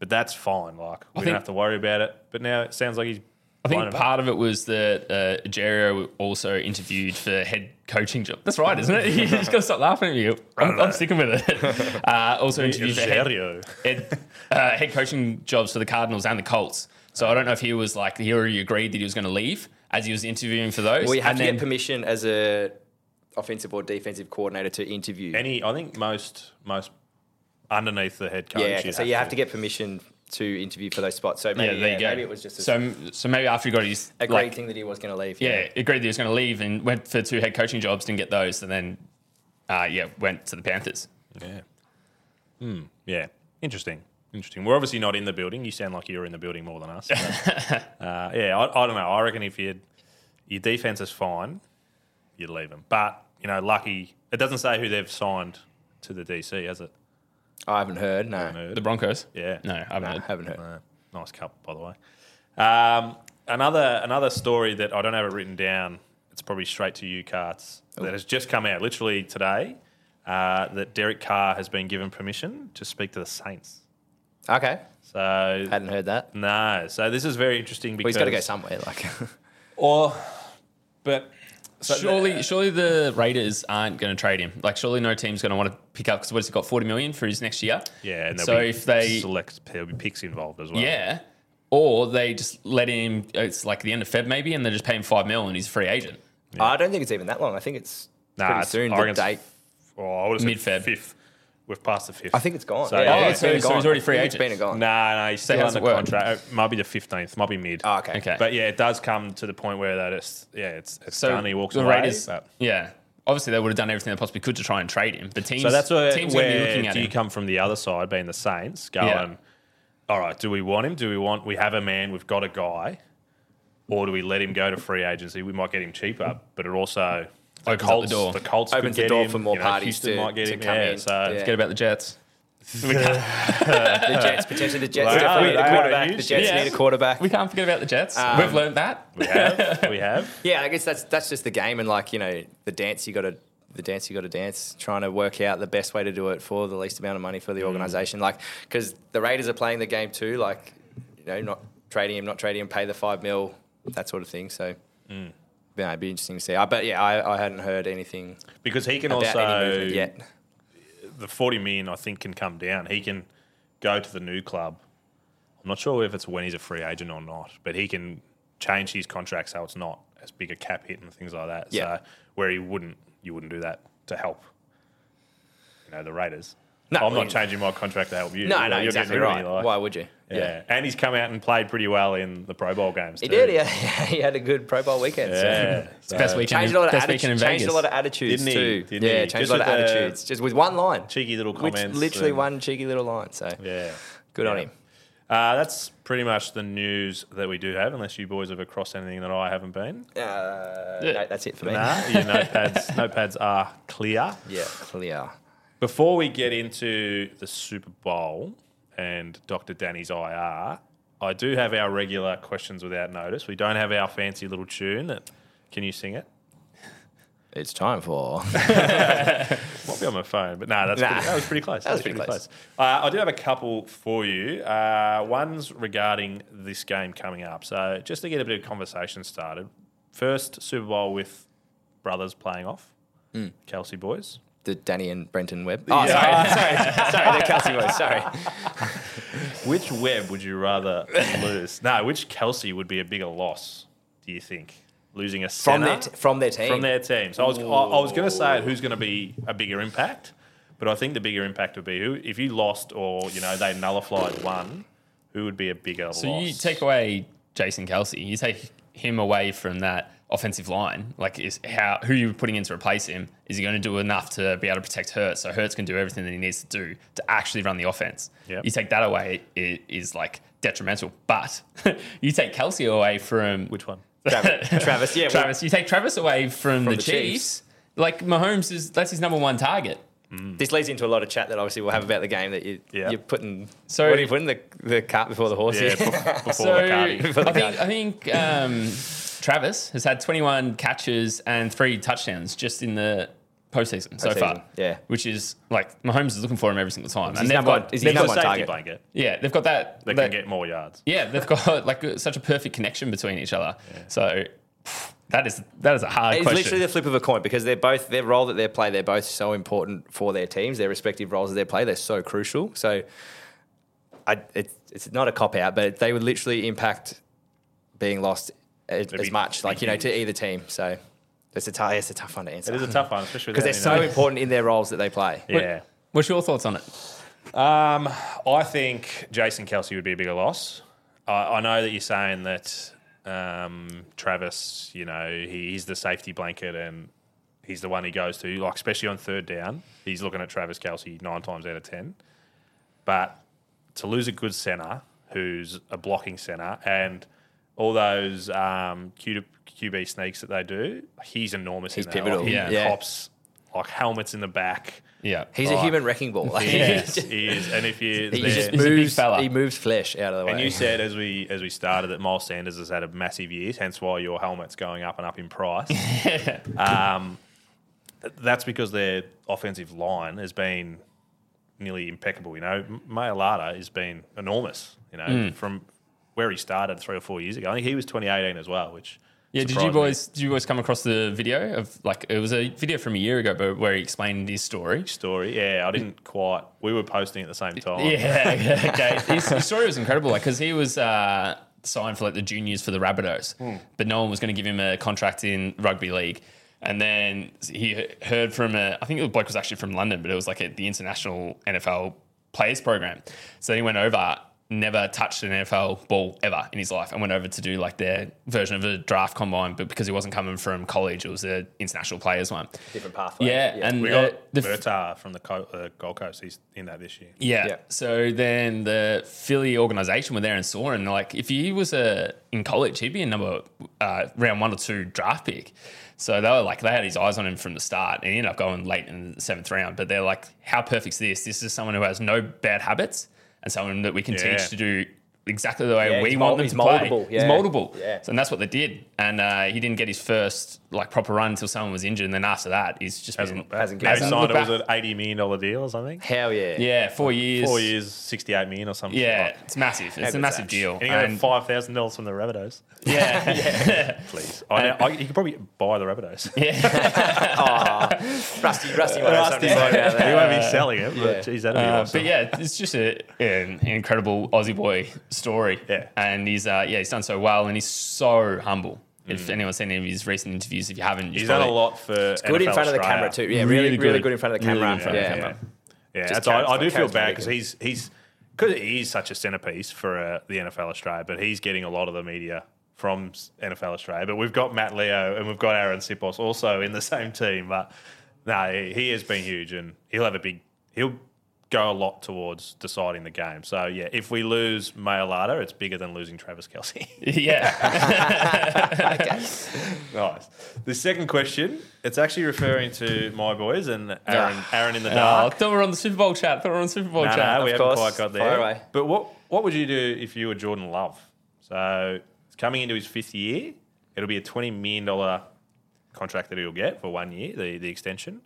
Speaker 3: But that's fine. Like we
Speaker 5: think-
Speaker 3: don't have to worry about it. But now it sounds like he's.
Speaker 5: I think
Speaker 3: blown it up.
Speaker 5: part of it was that uh, Gerio also interviewed for head coaching job. That's right, isn't it? (laughs) You just got to stop laughing at you. I'm, I'm sticking with it. Uh, also interviewed for head,
Speaker 3: Egerio.
Speaker 5: head, uh, head coaching jobs for the Cardinals and the Colts. So I don't know if he was like he already agreed that he was going to leave as he was interviewing for those.
Speaker 4: Well, you have
Speaker 5: and
Speaker 4: to
Speaker 5: then
Speaker 4: get permission as a offensive or defensive coordinator to interview.
Speaker 3: Any, I think most most underneath the head coach.
Speaker 4: yeah,
Speaker 3: you'd
Speaker 4: so you have to get permission to interview for those spots. So
Speaker 5: yeah,
Speaker 4: maybe,
Speaker 5: there you
Speaker 4: yeah,
Speaker 5: go.
Speaker 4: maybe it was just a,
Speaker 5: so so maybe after he got his
Speaker 4: a great
Speaker 5: like,
Speaker 4: thing that he was going to leave.
Speaker 5: yeah, agreed that he was going to leave and went for two head coaching jobs, didn't get those, and then uh, yeah, went to the Panthers.
Speaker 3: Yeah. Hmm. Yeah. Interesting. Interesting. We're obviously not in the building. You sound like you're in the building more than us. but, uh, yeah, I, I don't know. I reckon if you your defense is fine, you'd leave them. But you know, lucky it doesn't say who they've signed to the DC, has it?
Speaker 4: I haven't heard. No,
Speaker 5: The Broncos.
Speaker 3: Yeah.
Speaker 5: No, I haven't
Speaker 4: I
Speaker 5: heard.
Speaker 4: haven't heard.
Speaker 3: Uh, nice cup, by the way. Um, another another story that I don't have it written down. It's probably straight to you, Carts. That has just come out literally today. Uh, that Derek Carr has been given permission to speak to the Saints.
Speaker 4: Okay,
Speaker 3: So
Speaker 4: hadn't heard that. Well,
Speaker 3: no, so this is very interesting because
Speaker 4: he's got to go somewhere. Like, (laughs)
Speaker 3: Or, but
Speaker 5: surely, surely the Raiders aren't going to trade him. Like, surely no team's going to want to pick up because what has he got? Forty million for his next year.
Speaker 3: yeah, and
Speaker 5: so
Speaker 3: there'll be
Speaker 5: if they
Speaker 3: select there'll be picks involved as well.
Speaker 5: yeah, or they just let him. It's like the end of Feb maybe, and they just pay him five mil, and he's a free agent.
Speaker 4: I don't think it's even that long. I think it's
Speaker 3: Nah,
Speaker 4: pretty
Speaker 3: it's-
Speaker 4: soon.
Speaker 3: I
Speaker 4: The
Speaker 3: reckon
Speaker 4: date.
Speaker 3: it's- Oh, I would have said
Speaker 5: Mid-Feb.
Speaker 3: fifth. We've passed the fifth.
Speaker 4: I think it's gone.
Speaker 3: So, yeah.
Speaker 5: so-
Speaker 4: been
Speaker 5: so
Speaker 4: gone.
Speaker 5: he's already free
Speaker 4: I think It's been
Speaker 5: agent.
Speaker 4: gone.
Speaker 3: Nah, no, he's still
Speaker 5: it
Speaker 3: under
Speaker 5: hasn't worked.
Speaker 3: contract. It might be the fifteenth. Might be mid.
Speaker 4: Oh, okay.
Speaker 5: Okay.
Speaker 3: But yeah, it does come to the point where that it's yeah, it's, it's
Speaker 5: So
Speaker 3: done. He walks
Speaker 5: the
Speaker 3: away.
Speaker 5: Raiders.
Speaker 3: but-
Speaker 5: Yeah. Obviously, they would have done everything they possibly could to try and trade him. But teams,
Speaker 3: So that's where,
Speaker 5: teams are going to be
Speaker 3: where
Speaker 5: looking at
Speaker 3: do you
Speaker 5: him.
Speaker 3: come from the other side, being the Saints, going,
Speaker 5: Yeah.
Speaker 3: all right, do we want him? Do we want, we have a man, we've got a guy, or do we let him go to free agency? We might get him cheaper, but it also
Speaker 5: Opens up the
Speaker 3: Colts,
Speaker 5: door.
Speaker 3: Colts could
Speaker 4: Opens the
Speaker 3: get
Speaker 4: door
Speaker 3: him,
Speaker 4: for more
Speaker 3: you know,
Speaker 4: parties
Speaker 3: Houston
Speaker 4: to-
Speaker 3: might get
Speaker 4: to
Speaker 3: him,
Speaker 4: come
Speaker 3: yeah,
Speaker 4: in.
Speaker 3: So
Speaker 4: Yeah.
Speaker 5: Forget about the Jets.
Speaker 4: The Jets potentially. The Jets
Speaker 3: Wow,
Speaker 4: definitely need
Speaker 3: they
Speaker 4: a
Speaker 3: are
Speaker 4: quarterback.
Speaker 3: huge.
Speaker 4: The Jets
Speaker 5: Yeah.
Speaker 4: need a quarterback.
Speaker 5: We can't forget about the Jets.
Speaker 4: Um,
Speaker 5: We've learned that.
Speaker 3: we have, we have.
Speaker 4: Yeah, I guess that's that's just the game and like you know the dance you got to the dance you got to dance, trying to work out the best way to do it for the least amount of money for
Speaker 3: Mm.
Speaker 4: the organization. Like, because the Raiders are playing the game too, like, you know, not trading him, not trading him, pay the five mil, that sort of thing. So,
Speaker 3: Mm.
Speaker 4: yeah, it'd be interesting to see. I, but yeah, I, I hadn't heard anything
Speaker 3: because he can
Speaker 4: about any
Speaker 3: also
Speaker 4: movement yet.
Speaker 3: the 40 million I think can come down. He can go to the new club. I'm not sure if it's when he's a free agent or not, but he can change his contract so it's not as big a cap hit and things like that.
Speaker 4: Yeah.
Speaker 3: So where he wouldn't, you wouldn't do that to help, you know, the Raiders.
Speaker 4: No,
Speaker 3: I'm not
Speaker 4: yeah.
Speaker 3: changing my contract to help you.
Speaker 4: No,
Speaker 3: You know,
Speaker 4: no,
Speaker 3: you're
Speaker 4: exactly
Speaker 3: getting rid of
Speaker 4: right.
Speaker 3: me, like-
Speaker 4: Why would you?
Speaker 3: yeah. and he's come out and played pretty well in the Pro Bowl games.
Speaker 4: He
Speaker 3: too.
Speaker 4: did. Yeah, (laughs) he had a good Pro Bowl weekend. so- (laughs)
Speaker 3: Yeah, so
Speaker 5: Best weekend.
Speaker 4: Changed a lot of
Speaker 5: best weekend in
Speaker 4: attitudes. Changed a
Speaker 5: Vegas.
Speaker 4: lot of attitudes
Speaker 3: Didn't he?
Speaker 4: too.
Speaker 3: Didn't he?
Speaker 4: yeah, changed
Speaker 3: Just
Speaker 4: a lot of
Speaker 3: with the
Speaker 4: attitudes just with one line,
Speaker 3: cheeky little
Speaker 4: which
Speaker 3: comments.
Speaker 4: literally
Speaker 3: and-
Speaker 4: one cheeky little line. So
Speaker 3: Yeah,
Speaker 4: good on
Speaker 3: Yeah.
Speaker 4: him.
Speaker 3: Uh, that's pretty much the news that we do have, unless you boys have across anything that I haven't been.
Speaker 4: Uh,
Speaker 5: Yeah.
Speaker 4: no, that's it for me.
Speaker 3: Nah, your notepads, (laughs) notepads are clear.
Speaker 4: Yeah, clear.
Speaker 3: Before we get into the Super Bowl and Dr. Danny's IR, I do have our regular questions without notice. We don't have our fancy little tune. That, can you sing it?
Speaker 4: It's
Speaker 3: (laughs)
Speaker 4: time for
Speaker 3: Might be on my phone, but no, that's
Speaker 4: Nah.
Speaker 3: pretty, that was pretty close.
Speaker 4: That was pretty close.
Speaker 3: Uh, I do have a couple for you. Uh, one's regarding this game coming up. So just to get a bit of conversation started, first Super Bowl with brothers playing off,
Speaker 4: Hmm.
Speaker 3: Kelsey boys.
Speaker 4: the Danny and Brenton Webb. Oh, sorry, sorry, sorry. The (laughs) Kelsey boys. Sorry.
Speaker 3: (laughs) Which Webb would you rather lose? No, which Kelsey would be a bigger loss? Do you think losing a
Speaker 4: From
Speaker 3: center
Speaker 4: their t- from their team.
Speaker 3: from their team? So I was I, I was going to say who's going to be a bigger impact, but I think the bigger impact would be who if you lost or you know they nullified one, who would be a bigger
Speaker 5: So
Speaker 3: loss?
Speaker 5: you take away Jason Kelsey, you take him away from that offensive line. Like, is how who you're putting in to replace him? Is he going to do enough to be able to protect Hurts? So Hurts can do everything that he needs to do to actually run the offense.
Speaker 3: Yep.
Speaker 5: You take that away, it is like detrimental. But (laughs) you take Kelsey away from
Speaker 3: which one? (laughs)
Speaker 4: Travis. Travis. Yeah.
Speaker 5: Travis. You take Travis away from, the,
Speaker 4: the
Speaker 5: Chiefs.
Speaker 4: Chiefs.
Speaker 5: Like Mahomes is that's his number one target.
Speaker 4: well, This leads into a lot of chat that obviously we'll have about the game that you,
Speaker 3: Yeah.
Speaker 4: you're putting.
Speaker 5: So-
Speaker 4: So what are you putting the, the cart before the horse?
Speaker 3: Yeah,
Speaker 4: here?
Speaker 5: (laughs)
Speaker 3: bef- before
Speaker 5: So
Speaker 3: the Cardi.
Speaker 4: (laughs)
Speaker 5: I think
Speaker 3: (laughs)
Speaker 5: I think um, Travis has had 21 catches and three touchdowns just in the postseason so
Speaker 4: Postseason,
Speaker 5: far.
Speaker 4: yeah.
Speaker 5: which is like Mahomes is looking for him every single time,
Speaker 4: his
Speaker 5: and they've
Speaker 4: number
Speaker 5: got
Speaker 4: one- is his
Speaker 5: they've
Speaker 4: number one
Speaker 5: got
Speaker 3: Safety
Speaker 4: target.
Speaker 3: blanket.
Speaker 5: yeah they've got that
Speaker 3: They can
Speaker 5: that-
Speaker 3: get more yards.
Speaker 5: (laughs) yeah they've got like such a perfect connection between each other. So pff, that is that is a hard
Speaker 4: It's
Speaker 5: question.
Speaker 4: literally the flip of a coin because they're both their role that they play. They're both so important for their teams. Their respective roles that they play. They're so crucial. So, I, it's it's not a cop out, but they would literally impact being lost as,
Speaker 3: They'd
Speaker 4: as
Speaker 3: be-
Speaker 4: much, like
Speaker 3: be
Speaker 4: you know, to
Speaker 3: huge.
Speaker 4: either team. So, it's a tou- it's a tough one to answer
Speaker 3: It is a tough one, especially
Speaker 4: because they're
Speaker 3: without,
Speaker 4: so
Speaker 3: you know-
Speaker 4: important in their roles that they play.
Speaker 3: yeah.
Speaker 5: What's your thoughts on it?
Speaker 3: Um, I think Jason Kelsey would be a bigger loss. I, I know that you're saying that um, Travis, you know, he, he's the safety blanket and he's the one he goes to, like especially on third down. He's looking at Travis Kelsey nine times out of ten. But to lose a good center who's a blocking center and all those um, Q, QB sneaks that they do, he's enormous.
Speaker 4: He's
Speaker 3: in that. Like,
Speaker 4: pivotal.
Speaker 3: he
Speaker 5: Yeah.
Speaker 4: Yeah.
Speaker 3: cops like helmets in the back.
Speaker 5: Yeah, Oh.
Speaker 4: He's a human wrecking ball. (laughs) Like,
Speaker 3: Yes, he is. And if you,
Speaker 4: He
Speaker 3: there-
Speaker 4: just
Speaker 5: He's a big
Speaker 4: moves.
Speaker 5: fella.
Speaker 4: He moves flesh out of the way.
Speaker 3: and you said as we as we started that Miles Sanders has had a massive year, hence why your helmet's going up and up in
Speaker 5: (laughs)
Speaker 3: price. um, that's because their offensive line has been nearly impeccable. You know, Mayalata has been enormous. You know,
Speaker 5: Mm.
Speaker 3: from where he started three or four years ago. I think he was 2018 as well, which
Speaker 5: Yeah, did you
Speaker 3: surprised me.
Speaker 5: boys did you boys come across the video of like it was a video from a year ago, but where he explained his story?
Speaker 3: story? Yeah, I didn't quite. We were posting at the same time.
Speaker 5: Yeah, (laughs) yeah, okay. His, his story was incredible, like because he was uh, signed for like the juniors for the Rabbitohs, but no one was going to give him a contract in rugby league. And then he he- heard from a, I think the bloke was actually from London, but it was like at the international NFL players program. So he went over, never touched an NFL ball ever in his life, and went over to do like their version of a draft combine. But because he wasn't coming from college, it was the international players one.
Speaker 4: different pathway.
Speaker 5: Yeah, and
Speaker 3: we
Speaker 5: uh,
Speaker 3: got
Speaker 5: the f-
Speaker 3: Murtagh from the co- uh, Gold Coast. He's in that this year.
Speaker 5: yeah.
Speaker 4: Yeah.
Speaker 5: So then the Philly organization were there and saw him. Like, if he was uh, in college, he'd be a number uh, round one or two draft pick. So they were like, they had his eyes on him from the start and he ended up going late in the seventh round. But they're like, how perfect's this? This is someone who has no bad habits and someone that we can
Speaker 3: Yeah.
Speaker 5: teach to do exactly the way
Speaker 4: Yeah,
Speaker 5: we
Speaker 4: he's
Speaker 5: want
Speaker 4: mul-
Speaker 5: them
Speaker 4: he's
Speaker 5: to play.
Speaker 4: moldable,
Speaker 5: He's
Speaker 4: yeah.
Speaker 5: moldable.
Speaker 4: Yeah.
Speaker 5: So, and that's what they did. And uh, he didn't get his first like proper run until someone was injured, and then after that, he's just been,
Speaker 3: Hasn't,
Speaker 4: Hasn't
Speaker 3: they
Speaker 4: given
Speaker 5: up.
Speaker 3: signed it was
Speaker 5: Look
Speaker 3: an eighty million dollar deal or something.
Speaker 4: Hell yeah.
Speaker 5: yeah, four years,
Speaker 3: Four years, sixty eight million or something.
Speaker 5: Yeah, it's massive. It's a
Speaker 4: good's
Speaker 5: massive
Speaker 4: that?
Speaker 5: deal.
Speaker 3: And he got
Speaker 5: And-
Speaker 3: five thousand dollars from the Rabbitohs. (laughs)
Speaker 5: yeah,
Speaker 3: Please, I, know, I, you could probably buy the Rabbitohs. (laughs)
Speaker 4: Rusty, Rusty, won't have something to say about
Speaker 3: we
Speaker 4: that.
Speaker 3: won't be selling it. But geez, that'd be
Speaker 4: Um,
Speaker 5: Uh,
Speaker 3: awesome.
Speaker 5: But yeah, it's just a, an incredible Aussie boy story.
Speaker 3: Yeah.
Speaker 5: and he's uh, yeah, he's done so well, and he's so humble. If anyone's seen any of his recent interviews, if you haven't, you
Speaker 3: Mm. He's
Speaker 5: should
Speaker 3: done a
Speaker 5: probably-
Speaker 3: lot for it's
Speaker 4: Good in front of the camera too. Yeah, really, really, good. in front of the
Speaker 5: Really
Speaker 4: camera.
Speaker 5: good in front of
Speaker 4: yeah.
Speaker 5: the camera.
Speaker 3: Yeah,
Speaker 4: Just
Speaker 3: that's, I, I
Speaker 4: charismatic-
Speaker 3: do feel bad
Speaker 4: charismatic.
Speaker 3: because he's he's because he is such a centerpiece for uh, the NFL Australia, but he's getting a lot of the media from s- NFL Australia. But we've got Matt Leo and we've got Aaron Sipos also in the (laughs) same team. But no, he, he has been huge, and he'll have a big he'll go a lot towards deciding the game. So yeah, if we lose Mailata, it's bigger than losing Travis Kelsey.
Speaker 5: (laughs) yeah,
Speaker 3: (laughs) Nice. The second question, it's actually referring to my boys and Aaron,
Speaker 4: Ah.
Speaker 3: Aaron in the
Speaker 5: Oh, I
Speaker 3: dark.
Speaker 5: thought we were on the Super Bowl chat. I thought we were on the Super Bowl
Speaker 3: no,
Speaker 5: chat.
Speaker 3: no, we
Speaker 4: of
Speaker 3: haven't
Speaker 4: course.
Speaker 3: quite got there.
Speaker 4: Fire away.
Speaker 3: But what what would you do if you were Jordan Love? So it's coming into his fifth year. It'll be a twenty million dollar contract that he'll get for one year, the the extension.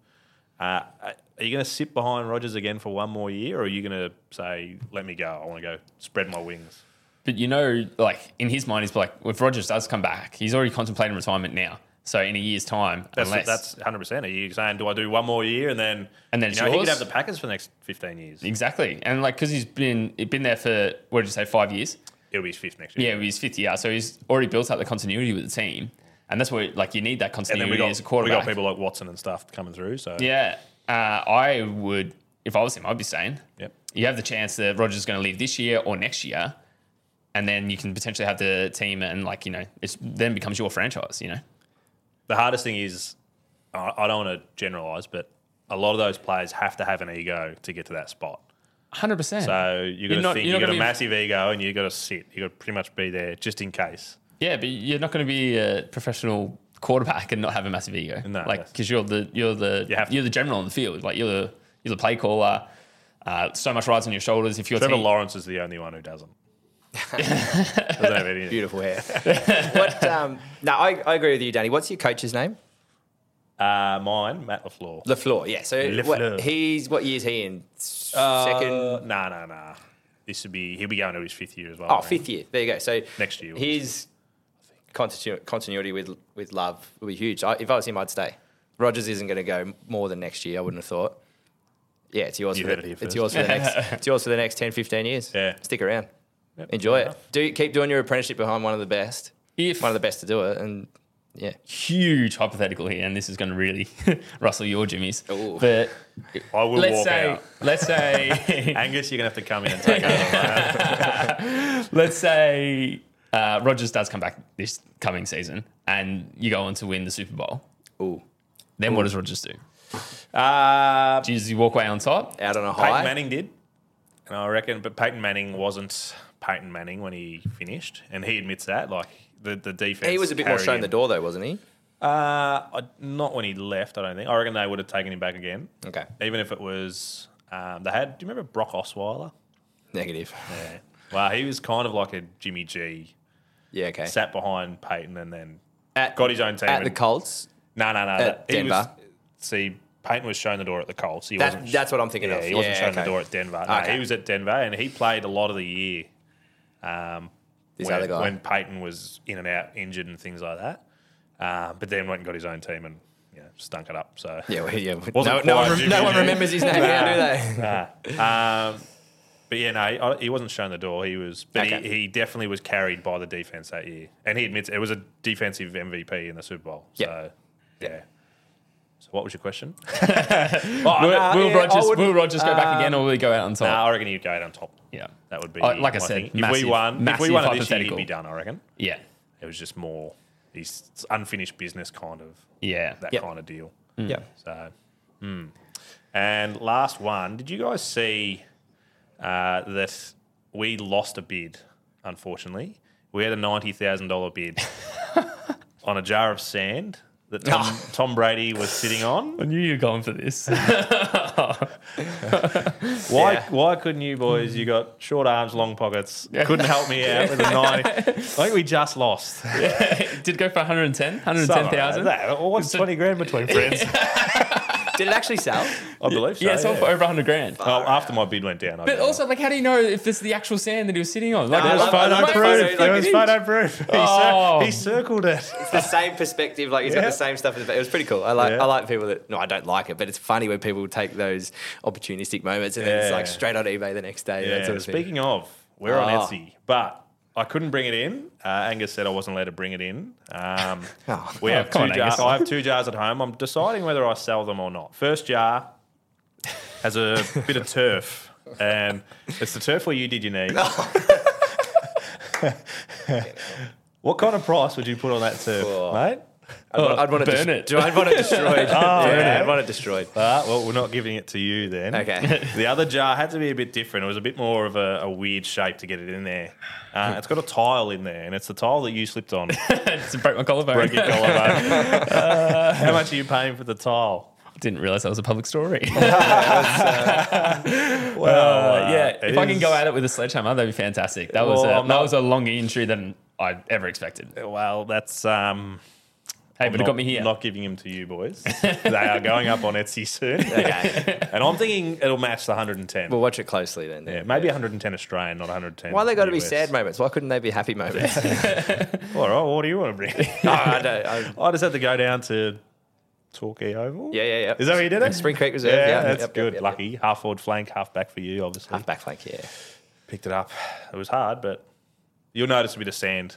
Speaker 3: Uh, are you going to sit behind Rogers again for one more year, or are you going to say, "Let me go. I want to go spread my wings"?
Speaker 5: But you know, like in his mind, he's like, if Rogers does come back, he's already contemplating retirement now. So in a year's time,
Speaker 3: That's
Speaker 5: unless
Speaker 3: that's hundred percent. Are you saying, "Do I do one more year and then
Speaker 5: And then
Speaker 3: you
Speaker 5: it's
Speaker 3: know, he could
Speaker 5: yours?
Speaker 3: have the Packers for the next fifteen years?
Speaker 5: exactly, and like because he's been been there for what did you say, five years?
Speaker 3: It'll be his fifth next year."
Speaker 5: Yeah, he's 50 yards. So he's already built up the continuity with the team. And that's where, like, you need that
Speaker 3: and then
Speaker 5: continuity
Speaker 3: we got
Speaker 5: as a quarterback.
Speaker 3: we got people like Watson and stuff coming through. So
Speaker 5: Yeah. Uh, I would, if I was him, I'd be saying,
Speaker 3: Yep.
Speaker 5: you have the chance that Rogers is going to leave this year or next year. And then you can potentially have the team and, like, you know, it's then becomes your franchise, you know?
Speaker 3: the hardest thing is I I don't want to generalize, but a lot of those players have to have an ego to get to that spot.
Speaker 5: 100%.
Speaker 3: So you
Speaker 5: You're
Speaker 3: got to
Speaker 5: not-
Speaker 3: think
Speaker 5: you're
Speaker 3: you have
Speaker 5: not
Speaker 3: got a
Speaker 5: gonna be-
Speaker 3: massive ego and you got to sit. You got to pretty much be there just in case.
Speaker 5: yeah, but you're not going to be a professional quarterback and not have a massive ego.
Speaker 3: No,
Speaker 5: like,
Speaker 3: that's-
Speaker 5: because you're the, you're the,
Speaker 3: You have to.
Speaker 5: you're the general on the field. Like, you're the, you're the play caller. Uh, so much rides on your shoulders. If you're
Speaker 3: Trevor Lawrence is the only one who
Speaker 4: (laughs)
Speaker 3: doesn't. doesn't have anything.
Speaker 4: Beautiful hair. what? Um, no, I, I agree with you, Danny. What's your coach's name?
Speaker 3: Uh, mine, Matt Lafleur.
Speaker 4: Lafleur. Yeah. So
Speaker 3: Lafleur.
Speaker 4: what, he's what year is he in? S-
Speaker 3: Uh,
Speaker 4: Second.
Speaker 3: Nah, nah, nah. This would be he'll be going to his fifth year as well.
Speaker 4: Oh,
Speaker 3: I think.
Speaker 4: fifth year. There you go. So
Speaker 3: Next year.
Speaker 4: his continu- continuity with with love will be huge. I, if I was him, I'd stay. Rogers isn't going to go more than next year. I wouldn't have thought. Yeah, it's yours.
Speaker 3: You
Speaker 4: for
Speaker 3: heard
Speaker 4: the,
Speaker 3: it here
Speaker 4: it's
Speaker 3: first.
Speaker 4: yours for the next. It's yours for the next 10, 15 years.
Speaker 3: Yeah.
Speaker 4: stick around.
Speaker 3: Yep,
Speaker 4: Enjoy
Speaker 3: fair
Speaker 4: it.
Speaker 3: enough.
Speaker 4: Do keep doing your apprenticeship behind one of the best.
Speaker 5: If-
Speaker 4: one of the best to do it, and yeah,
Speaker 5: huge hypothetical here, and this is going to really (laughs) rustle your jimmies.
Speaker 4: Ooh.
Speaker 5: But
Speaker 3: I will
Speaker 5: let's
Speaker 3: walk
Speaker 5: say,
Speaker 3: out.
Speaker 5: (laughs) let's say, (laughs)
Speaker 3: Angus, you're gonna have to come in and take over.
Speaker 5: let's say uh, Rogers does come back this coming season, and you go on to win the Super Bowl.
Speaker 4: ooh,
Speaker 5: Then what does Rogers do?
Speaker 3: Uh,
Speaker 5: Do you just walk away on top?
Speaker 4: out on a
Speaker 3: Peyton
Speaker 4: high.
Speaker 3: Manning did, and I reckon. But Peyton Manning wasn't Peyton Manning when he finished, and he admits that. Like the the defense,
Speaker 4: He was a bit more
Speaker 3: carried
Speaker 4: shown the
Speaker 3: him.
Speaker 4: door though, wasn't he?
Speaker 3: Uh, I- not when he left. I don't think. I reckon they would have taken him back again.
Speaker 4: Okay,
Speaker 3: Even if it was, um, they had. Do you remember Brock Osweiler?
Speaker 4: negative.
Speaker 3: Yeah. Well, he was kind of like a Jimmy G.
Speaker 4: Yeah, okay.
Speaker 3: Sat behind Peyton and then
Speaker 4: At-
Speaker 3: got his own team.
Speaker 4: At the
Speaker 3: and-
Speaker 4: Colts,
Speaker 3: No, no, no.
Speaker 4: At
Speaker 3: that- he was-
Speaker 4: Denver.
Speaker 3: see, Peyton was shown the door at the Colts. He
Speaker 4: That-
Speaker 3: wasn't,
Speaker 4: that's what I'm thinking
Speaker 3: yeah,
Speaker 4: of.
Speaker 3: He wasn't
Speaker 4: Yeah,
Speaker 3: shown the
Speaker 4: okay.
Speaker 3: door at Denver. No,
Speaker 4: Okay.
Speaker 3: he was at Denver, and he played a lot of the year. Um,
Speaker 4: This
Speaker 3: when,
Speaker 4: other guy.
Speaker 3: when Peyton was in and out, injured and things like that. Uh, but then went and got his own team and you know, stunk it up. So
Speaker 4: yeah, well, yeah. No,
Speaker 3: Wasn't quite
Speaker 4: no one, rem-
Speaker 3: Jimmy
Speaker 4: no one
Speaker 3: G.
Speaker 4: remembers his name now, do they?
Speaker 3: (laughs) Um, but yeah, no, he, I- he wasn't shown the door. He was, but
Speaker 4: Okay.
Speaker 3: he, he definitely was carried by the defense that year, and he admits it was a defensive MVP in the Super Bowl.
Speaker 4: Yep.
Speaker 3: So yeah. So what was your question?
Speaker 5: Will,
Speaker 3: Oh, nah,
Speaker 5: will
Speaker 3: yeah, I
Speaker 5: Rogers
Speaker 3: wouldn't- um,
Speaker 5: will Rogers go back again, or will he go out on top?
Speaker 3: Nah, Uh, I reckon he'd go out on top.
Speaker 5: yeah,
Speaker 3: That would be
Speaker 5: Uh, like
Speaker 3: my
Speaker 5: I said,
Speaker 3: thing. if
Speaker 5: massive-
Speaker 3: we won, if
Speaker 5: massive
Speaker 3: we won it this year, he'd
Speaker 5: hypothetical.
Speaker 3: be done. I reckon
Speaker 5: yeah,
Speaker 3: it was just more he's it's unfinished business kind of
Speaker 5: yeah.
Speaker 3: that
Speaker 4: Yep.
Speaker 3: kind of deal.
Speaker 4: Yeah.
Speaker 3: So, hmm. and last one, did you guys see uh, that we lost a bid? Unfortunately, we had a ninety thousand dollar
Speaker 5: (laughs)
Speaker 3: bid on a
Speaker 5: (laughs)
Speaker 3: jar of sand that Tom, Tom Brady was sitting on.
Speaker 5: I knew you were going for this.
Speaker 3: Why?
Speaker 4: Yeah.
Speaker 3: Why couldn't you boys?
Speaker 5: Hmm.
Speaker 3: You got short arms, long pockets. Couldn't help me out
Speaker 5: (laughs)
Speaker 3: with a ninety. I think we just lost.
Speaker 5: (laughs) Did go for 110, 110,000.
Speaker 3: That- What's twenty grand
Speaker 5: (laughs)
Speaker 3: between friends?
Speaker 4: Did it actually sell?
Speaker 3: I believe so.
Speaker 5: yeah, it's all for over 100 grand.
Speaker 3: Oh, after my bid went down. I
Speaker 5: But also, like, how do you know if this is the actual sand that he was sitting on? Like,
Speaker 4: Nah,
Speaker 5: it was
Speaker 4: I love- I
Speaker 5: photo
Speaker 4: love
Speaker 5: proof.
Speaker 4: photo, like,
Speaker 5: It was
Speaker 4: it-
Speaker 5: (laughs) photo-
Speaker 3: proof. (laughs) He, cir-
Speaker 5: Oh.
Speaker 3: he circled it.
Speaker 4: It's the same perspective. Like he's got
Speaker 3: Yeah.
Speaker 4: the same stuff. As, it was pretty cool. I like
Speaker 3: Yeah.
Speaker 4: I like people that no, I don't like it, but it's funny when people take those opportunistic moments and then it's like
Speaker 3: Yeah.
Speaker 4: straight on eBay the next day. Yeah. That sort of thing.
Speaker 3: Speaking of, we're on
Speaker 4: Ah.
Speaker 3: Etsy, but I couldn't bring it in. Uh, Angus said I wasn't allowed to bring it in. Um,
Speaker 4: Oh.
Speaker 3: we have
Speaker 5: come
Speaker 3: two
Speaker 5: on,
Speaker 3: jars.
Speaker 5: Angus.
Speaker 3: I have two jars at home. I'm deciding whether I sell them or not. First jar has a bit of turf, and it's the turf where you did your knee. (laughs) what kind of price would you put on that turf, mate?
Speaker 4: I'd, want, I'd want it
Speaker 5: burn
Speaker 4: des-
Speaker 5: it.
Speaker 4: do- (laughs) I'd want
Speaker 3: (laughs)
Speaker 4: it destroyed.
Speaker 3: Oh,
Speaker 4: yeah, I'd want it destroyed.
Speaker 3: Uh, well, we're not giving it to you then.
Speaker 4: Okay.
Speaker 3: (laughs) The other jar had to be a bit different. It was a bit more of a, a weird shape to get it in there. Uh, it's got a tile in there, and it's the tile that you slipped
Speaker 4: (laughs)
Speaker 3: on.
Speaker 5: Just broke my collarbone.
Speaker 3: Broke your collarbone. Uh, how much are you paying for the tile?
Speaker 5: (laughs) Didn't realize that was a public story.
Speaker 3: Well,
Speaker 5: Uh, yeah, if I can go at it with a sledgehammer, that'd be fantastic. That was
Speaker 3: Well,
Speaker 5: a,
Speaker 3: I'm
Speaker 5: that
Speaker 3: not-
Speaker 5: was a longer entry than I ever expected. Hey,
Speaker 3: Well, that's um.
Speaker 5: but it
Speaker 3: not-
Speaker 5: got me here.
Speaker 3: Not giving them to you
Speaker 4: (laughs)
Speaker 3: boys. they are going up on Etsy soon,
Speaker 4: Okay.
Speaker 3: and I'm thinking it'll match the 110.
Speaker 4: we'll watch it closely then.
Speaker 3: yeah, maybe 110 Australian, not 110.
Speaker 4: Why they got to be
Speaker 3: US.
Speaker 4: sad moments? Why couldn't they be
Speaker 3: (laughs)
Speaker 4: happy moments? (laughs)
Speaker 3: All right, what do you want to bring?
Speaker 4: no, I don't. I,
Speaker 3: I just had to go down to Torquay Oval.
Speaker 4: yeah, yeah, yeah.
Speaker 3: Is that what you did it?
Speaker 4: Spring Creek Reserve.
Speaker 3: Yeah,
Speaker 4: Yeah,
Speaker 3: that's
Speaker 4: yep, yep,
Speaker 3: good.
Speaker 4: yep, yep.
Speaker 3: Lucky. Half forward flank, half back for you, obviously.
Speaker 4: Half back
Speaker 3: (laughs)
Speaker 4: flank. Yeah.
Speaker 3: Picked it up. It was hard, but you'll notice a bit of
Speaker 4: (laughs)
Speaker 3: sand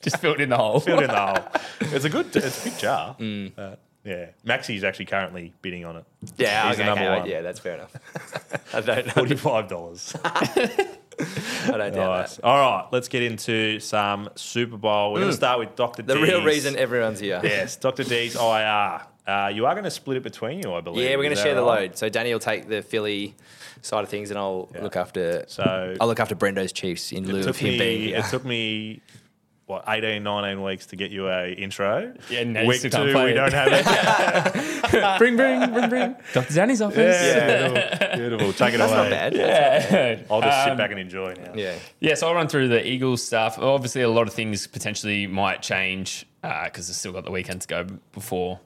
Speaker 5: Just filled in the hole.
Speaker 3: filled in the hole. It's a good, it's a good jar.
Speaker 4: Mm.
Speaker 3: Uh, yeah. Maxi's actually currently bidding on it.
Speaker 4: Yeah.
Speaker 3: He's the
Speaker 4: okay,
Speaker 3: number
Speaker 4: okay,
Speaker 3: one.
Speaker 4: Yeah, that's fair enough. (laughs) I don't. know. (laughs)
Speaker 3: $45.
Speaker 4: I don't doubt
Speaker 3: nice.
Speaker 4: that.
Speaker 3: All right, let's get into some Super Bowl. We're going to start with Dr.
Speaker 4: Mm. The
Speaker 3: D's.
Speaker 4: real reason everyone's here.
Speaker 3: Yes, Dr. D's IR. Uh, you are going to split it between you, I believe.
Speaker 4: Yeah, we're going
Speaker 3: Is
Speaker 4: to
Speaker 3: that
Speaker 4: share the
Speaker 3: right?
Speaker 4: load. So Danny will take the Philly side of things, and I'll look after.
Speaker 3: So-
Speaker 4: I'll look after Brendo's Chiefs in lieu of
Speaker 3: took
Speaker 4: him
Speaker 3: me, uh,
Speaker 4: being here.
Speaker 3: It took me what 18, 19 weeks to get you a intro.
Speaker 5: Yeah, no, you
Speaker 3: week
Speaker 5: still
Speaker 3: 2
Speaker 5: can't play
Speaker 3: we
Speaker 5: it.
Speaker 3: don't have it.
Speaker 5: (laughs) bring, bring, bring, bring. Dr. Danny's office.
Speaker 3: (laughs) yeah, beautiful, beautiful. Take it
Speaker 4: That's
Speaker 3: away.
Speaker 4: not bad.
Speaker 3: I'll just sit back and enjoy now.
Speaker 4: Yeah.
Speaker 5: Yeah, so I'll run through the Eagles stuff. Obviously, a lot of things potentially might change because they've still got the weekend to go before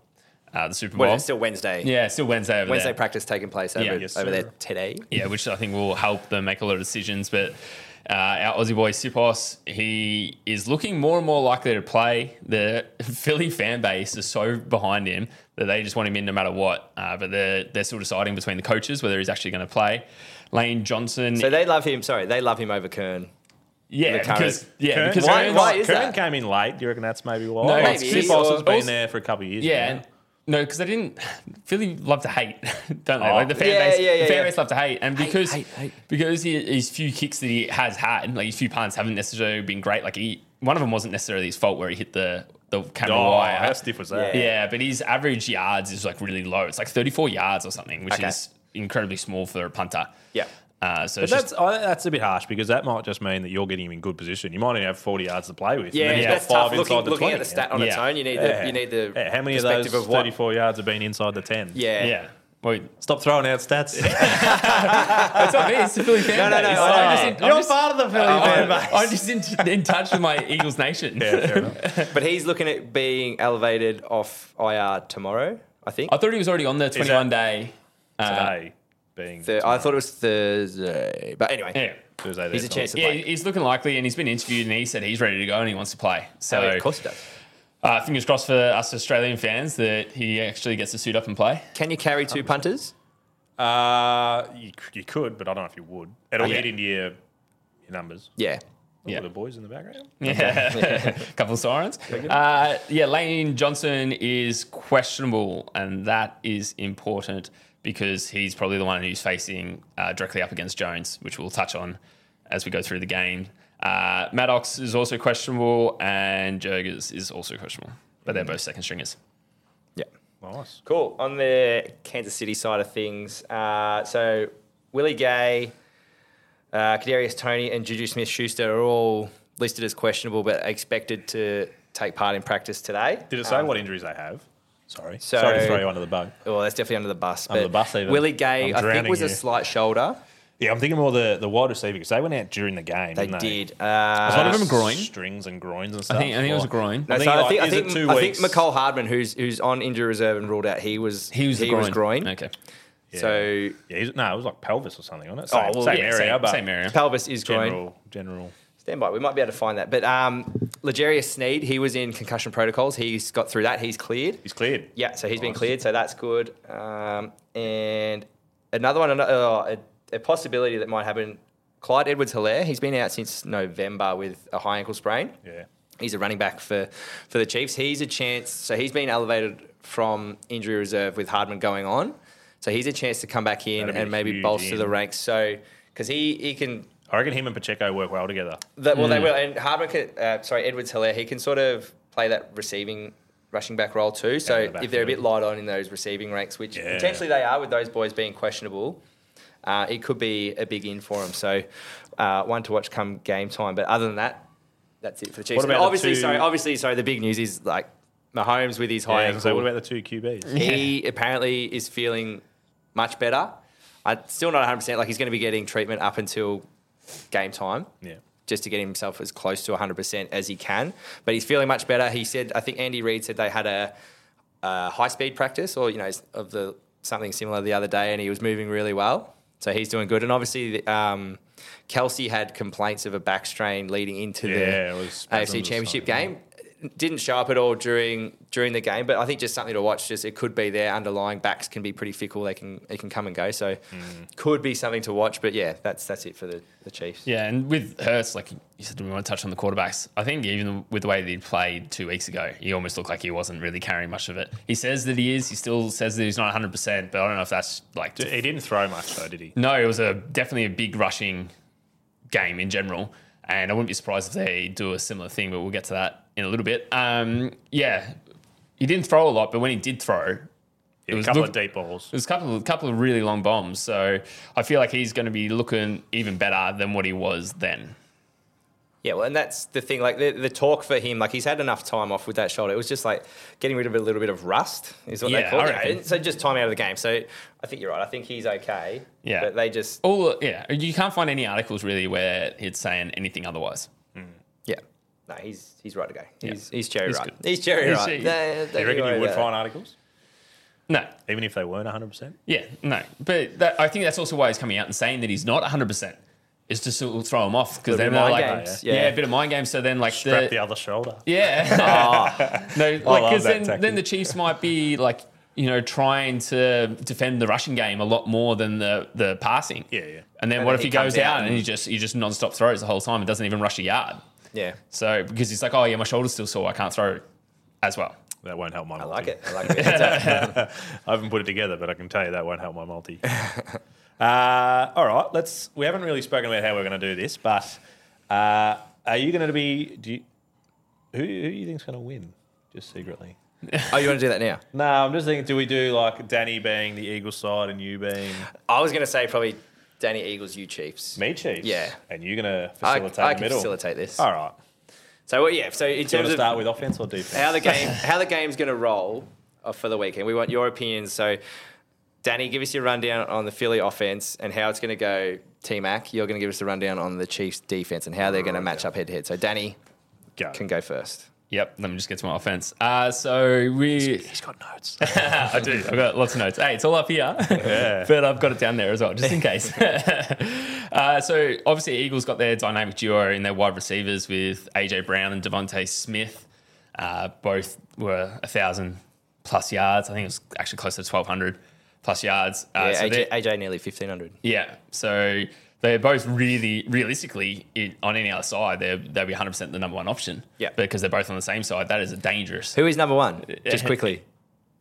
Speaker 5: uh, the Super Bowl.
Speaker 4: Well, it's still Wednesday.
Speaker 5: yeah, it's still Wednesday over
Speaker 4: Wednesday
Speaker 5: there.
Speaker 4: practice taking place over,
Speaker 5: Yeah. Yes,
Speaker 4: over
Speaker 3: sir.
Speaker 4: there today.
Speaker 5: yeah, which I think will help them make a lot of decisions. But uh, our Aussie boy Sipos, he is looking more and more likely to play. The (laughs) Philly fan base is so behind him that they just want him in no matter what. Uh, but they're they're still deciding between the coaches whether he's actually going to play. Lane Johnson,
Speaker 4: So they love him. Sorry, they love him over Kern.
Speaker 5: yeah,
Speaker 4: the current-
Speaker 5: because yeah,
Speaker 3: Kern,
Speaker 5: because
Speaker 4: Why-
Speaker 5: Aaron's-
Speaker 4: why is
Speaker 3: Kern
Speaker 4: that?
Speaker 3: came in late. Do you reckon that's maybe why?
Speaker 5: No,
Speaker 3: Well,
Speaker 4: maybe.
Speaker 3: Sipos has
Speaker 4: Or-
Speaker 3: been
Speaker 5: also-
Speaker 3: there for a couple of years.
Speaker 5: Yeah.
Speaker 3: now.
Speaker 5: and- No, because they didn't. (sighs) Philly love to hate, (laughs) don't they?
Speaker 3: Oh.
Speaker 5: Like the fan
Speaker 4: Yeah,
Speaker 5: base,
Speaker 4: yeah, yeah,
Speaker 5: the fan
Speaker 4: yeah.
Speaker 5: base love to hate, and because
Speaker 4: hate, hate.
Speaker 5: because he, his few kicks that he has had, like his few punts, haven't necessarily been great. Like he, one of them wasn't necessarily his fault where he hit the the camera
Speaker 3: Oh,
Speaker 5: wire.
Speaker 3: how stiff was that?
Speaker 4: Yeah.
Speaker 5: Yeah, but his average yards is like really low. It's like 34 yards or something, which
Speaker 4: Okay.
Speaker 5: is incredibly small for a punter.
Speaker 4: Yeah.
Speaker 5: Uh, so
Speaker 3: But
Speaker 5: it's just-
Speaker 3: that's I, that's a bit harsh because that might just mean that you're getting him in good position. You might only have 40 yards to play with. and
Speaker 4: Yeah,
Speaker 3: then he's got
Speaker 4: that's tough.
Speaker 3: five
Speaker 4: Looking,
Speaker 3: inside the
Speaker 4: looking
Speaker 3: 20,
Speaker 4: at the stat on its
Speaker 5: Yeah.
Speaker 4: own, you need
Speaker 3: Yeah.
Speaker 4: the you need the
Speaker 3: Yeah, how many of those
Speaker 4: perspective what-
Speaker 3: 34 yards have been inside the 10?
Speaker 4: Yeah.
Speaker 5: yeah.
Speaker 4: (laughs)
Speaker 5: Wait,
Speaker 3: Stop throwing out stats.
Speaker 5: it's not me. It's the Philly fan
Speaker 4: No, no, no,
Speaker 5: base.
Speaker 4: I
Speaker 5: I'm
Speaker 4: know.
Speaker 5: just in- I'm just-
Speaker 3: of the Philly
Speaker 5: (laughs) I'm I'm just in, in touch with my Eagles nation.
Speaker 3: Yeah, fair enough.
Speaker 4: But he's looking at being elevated off IR tomorrow. I think.
Speaker 5: I thought he was already on the 21 day. uh,
Speaker 3: Today being
Speaker 4: Thur- I thought it was Thursday, but anyway,
Speaker 5: Yeah.
Speaker 3: Thursday.
Speaker 4: he's
Speaker 3: there's
Speaker 4: a chance to
Speaker 5: Yeah,
Speaker 4: play.
Speaker 5: he's looking likely, and he's been interviewed, and he said he's ready to go and he wants to play. So,
Speaker 4: Oh, yeah, of course he does.
Speaker 5: uh, fingers crossed for us Australian fans that he actually gets to suit up and play.
Speaker 4: Can you carry two punters?
Speaker 3: not. Uh, you, c- you could, but I don't know if you would. It'll
Speaker 5: Okay.
Speaker 3: get into your, your numbers.
Speaker 4: Yeah.
Speaker 3: Look
Speaker 5: Yeah.
Speaker 3: at the boys in the background.
Speaker 5: Yeah, (laughs) couple of sirens. Uh, yeah, Lane Johnson is questionable, and that is important because he's probably the one who's facing uh, directly up against Jones, which we'll touch on as we go through the game. Uh, Maddox is also questionable, and Jurgens is also questionable, but they're both second stringers.
Speaker 4: Yeah.
Speaker 3: Nice.
Speaker 4: Cool. On the Kansas City side of things, uh, so Willie Gay, uh, Kadarius Tony, and Juju Smith Schuster are all listed as questionable, but expected to take part in practice today.
Speaker 3: Did it say what injuries they have? Sorry.
Speaker 4: So-
Speaker 3: Sorry to throw you under the bug.
Speaker 4: Well, that's definitely under the bus.
Speaker 3: Under
Speaker 4: but
Speaker 3: the bus even.
Speaker 4: Willie Gay,
Speaker 3: I'm
Speaker 4: I think,
Speaker 3: drowning
Speaker 4: was a
Speaker 3: here.
Speaker 4: slight shoulder.
Speaker 3: Yeah, I'm thinking more the, the wide receiver because they went out during the game.
Speaker 4: They
Speaker 3: didn't
Speaker 4: did. Uh,
Speaker 3: Was one
Speaker 5: Uh,
Speaker 3: of them groin?
Speaker 5: s-
Speaker 3: Strings and groins and stuff.
Speaker 5: I think I think it was
Speaker 3: or-
Speaker 5: a groin.
Speaker 4: No,
Speaker 3: I think,
Speaker 4: so I
Speaker 3: like,
Speaker 4: think, I
Speaker 3: is it
Speaker 4: think,
Speaker 3: two
Speaker 4: I think
Speaker 3: weeks?
Speaker 4: McCall Hardman, who's who's on injury reserve and ruled out, he was
Speaker 5: He was the groin. Okay.
Speaker 3: Yeah.
Speaker 4: So
Speaker 3: yeah, he's- no, it was like pelvis or something on it.
Speaker 4: Oh,
Speaker 3: Same,
Speaker 4: well,
Speaker 3: same
Speaker 5: Yeah,
Speaker 3: area,
Speaker 5: same,
Speaker 3: but
Speaker 5: same area.
Speaker 4: pelvis is groin.
Speaker 3: general, general.
Speaker 4: Stand by. We might be able to find that. But um, Legarius Sneed, he was in concussion protocols. He's got through that. He's cleared.
Speaker 3: He's cleared.
Speaker 4: Yeah, so he's been
Speaker 3: Nice.
Speaker 4: cleared. So that's good. Um, and another one, another, uh, a, a possibility that might happen. Clyde Edwards Hilaire, he's been out since November with a high ankle sprain.
Speaker 3: Yeah.
Speaker 4: He's a running back for, for the Chiefs. He's a chance. So he's been elevated from injury reserve with Hardman going on. So he's a chance to come back in
Speaker 3: That'd be
Speaker 4: and maybe
Speaker 3: huge
Speaker 4: bolster the
Speaker 3: in.
Speaker 4: ranks. So because he, he can
Speaker 3: I reckon him and Pacheco work well together.
Speaker 4: that, well,
Speaker 3: Hmm.
Speaker 4: they will. And Hardman, can, uh, sorry, Edwards Hilaire, he can sort of play that receiving rushing back role too. So
Speaker 3: Out of the
Speaker 4: if they're a bit
Speaker 3: backfield.
Speaker 4: light on in those receiving ranks, which
Speaker 3: Yeah.
Speaker 4: potentially they are with those boys being questionable, uh, it could be a big in for them. So uh, one to watch come game time. But other than that, that's it for the Chiefs.
Speaker 3: What
Speaker 4: And
Speaker 3: about the
Speaker 4: obviously,
Speaker 3: two-
Speaker 4: sorry, obviously, sorry, the big news is like Mahomes with his high
Speaker 3: Yeah,
Speaker 4: ankle.
Speaker 3: so what about the two QBs? (laughs)
Speaker 4: He apparently is feeling much better. I'm still not 100%. Like, he's going to be getting treatment up until game time
Speaker 3: Yeah.
Speaker 4: just to get himself as close to 100% as he can. But he's feeling much better. He said, I think Andy Reid said they had a, a high speed practice or, you know, of the something similar the other day and he was moving really well. So he's doing good. And obviously, um, Kelsey had complaints of a back strain leading into
Speaker 3: Yeah, it
Speaker 4: the
Speaker 3: was spasms
Speaker 4: AFC
Speaker 3: or
Speaker 4: Championship
Speaker 3: something,
Speaker 4: game. Didn't show up at all during during the game, but I think just something to watch. Just it could be there. Underlying backs can be pretty fickle. They can they can come and go. So
Speaker 3: Hmm.
Speaker 4: could be something to watch. But yeah, that's that's it for the, the Chiefs.
Speaker 5: Yeah, and with Hurts, like you said, we want to touch on the quarterbacks. I think even with the way that he played two weeks ago, he almost looked like he wasn't really carrying much of it. He says that he is. He still says that he's not 100, percent but I don't know if that's like
Speaker 3: D- He didn't throw much though, did he?
Speaker 5: No, it was a definitely a big rushing game in general, and I wouldn't be surprised if they do a similar thing. But we'll get to that in a little bit. Um, yeah, he didn't throw a lot, but when he did throw, it
Speaker 3: A
Speaker 5: was
Speaker 3: couple
Speaker 5: look-
Speaker 3: of deep balls.
Speaker 5: it was a couple of couple of really long bombs. So I feel like he's going to be looking even better than what he was then.
Speaker 4: Yeah, well, and that's the thing. Like the, the talk for him, like he's had enough time off with that shoulder. It was just like getting rid of a little bit of rust is what they
Speaker 5: Yeah,
Speaker 4: call
Speaker 5: I
Speaker 4: it.
Speaker 5: reckon.
Speaker 4: So just time out of the game. So I think you're right. I think he's okay.
Speaker 5: Yeah.
Speaker 4: but they just
Speaker 5: All yeah, you can't find any articles really where it's saying anything otherwise.
Speaker 4: yeah. No, he's he's right to go.
Speaker 5: Yeah.
Speaker 4: He's he's cherry
Speaker 5: He's
Speaker 4: right.
Speaker 5: good.
Speaker 4: He's cherry
Speaker 5: He's-
Speaker 4: right.
Speaker 5: he's-
Speaker 4: They- they-
Speaker 3: Do you reckon
Speaker 4: they-
Speaker 3: you would find articles,
Speaker 5: No,
Speaker 3: even if they weren't 100? percent
Speaker 5: Yeah, no, but that, I think that's also why he's coming out and saying that he's not 100. percent is to sort of throw him off because
Speaker 4: Little bit
Speaker 5: then they're
Speaker 4: of
Speaker 5: like,
Speaker 4: mind games,
Speaker 5: yeah.
Speaker 4: yeah.
Speaker 5: a bit of mind game. So then, like,
Speaker 3: Strap the,
Speaker 5: the,
Speaker 3: other shoulder.
Speaker 5: yeah, (laughs) no, like
Speaker 3: love
Speaker 5: because
Speaker 3: that
Speaker 5: then,
Speaker 3: tactic.
Speaker 5: then the Chiefs might be like, you know, trying to defend the rushing game a lot more than the the passing.
Speaker 3: Yeah, yeah.
Speaker 5: And then
Speaker 4: And
Speaker 5: what
Speaker 4: then
Speaker 5: if
Speaker 4: he
Speaker 5: he goes
Speaker 4: comes out
Speaker 5: out and he just he just non-stop throws the whole time and doesn't even rush a yard?
Speaker 4: Yeah,
Speaker 5: So because he's like, oh yeah, my shoulder's still sore, I can't throw as well.
Speaker 3: That won't help my.
Speaker 4: I like it. I
Speaker 5: (laughs)
Speaker 4: like it. It's a-
Speaker 3: I haven't put it together, but I can tell you that won't help my
Speaker 4: (laughs)
Speaker 3: multi. uh, all right, let's. We haven't really spoken about how we're going to do this, but uh, are you going to be? Do you, who, who do you think's going to win? Just secretly.
Speaker 4: oh, you want to do that now?
Speaker 3: No, I'm just thinking. Do we do like Danny being the Eagle side and you being
Speaker 4: I was going to say probably Danny Eagles, you Chiefs.
Speaker 3: me Chiefs?
Speaker 4: (sighs) Yeah.
Speaker 3: and you're going to
Speaker 4: I,
Speaker 3: facilitate
Speaker 4: I
Speaker 3: the
Speaker 4: can
Speaker 3: middle.
Speaker 4: facilitate this.
Speaker 3: All right.
Speaker 4: So well, yeah. So in
Speaker 3: Do you
Speaker 4: terms
Speaker 3: want to
Speaker 4: of
Speaker 3: start with offense or defense?
Speaker 4: how the game how the game's going to roll uh, for the weekend. We want your opinions. So, Danny, give us your rundown on the Philly offense and how it's going to go. T Mac, you're going to give us the rundown on the Chiefs defense and how they're going to match up head to head. So, Danny
Speaker 3: go.
Speaker 4: can go first.
Speaker 5: Yep, let me just get to my offense. Uh, so we
Speaker 3: He's got notes.
Speaker 5: (laughs) I do. I've got lots of notes. Hey, it's all up here, (laughs) but I've got it down there as well, just
Speaker 3: (laughs)
Speaker 5: in case. (laughs) uh, so obviously, Eagles got their dynamic duo in their wide receivers with AJ Brown and Devontae Smith. Uh, both were a thousand plus yards. I think it was actually close to twelve hundred plus yards. Uh,
Speaker 4: Yeah,
Speaker 5: so they're-
Speaker 4: AJ, AJ nearly 1500.
Speaker 5: yeah. So they're both really, realistically, in, on any other side, they're, they'll be 100% the number one option.
Speaker 4: Yeah.
Speaker 5: Because they're both on the same side. That is a dangerous.
Speaker 4: Who is number one? Just quickly,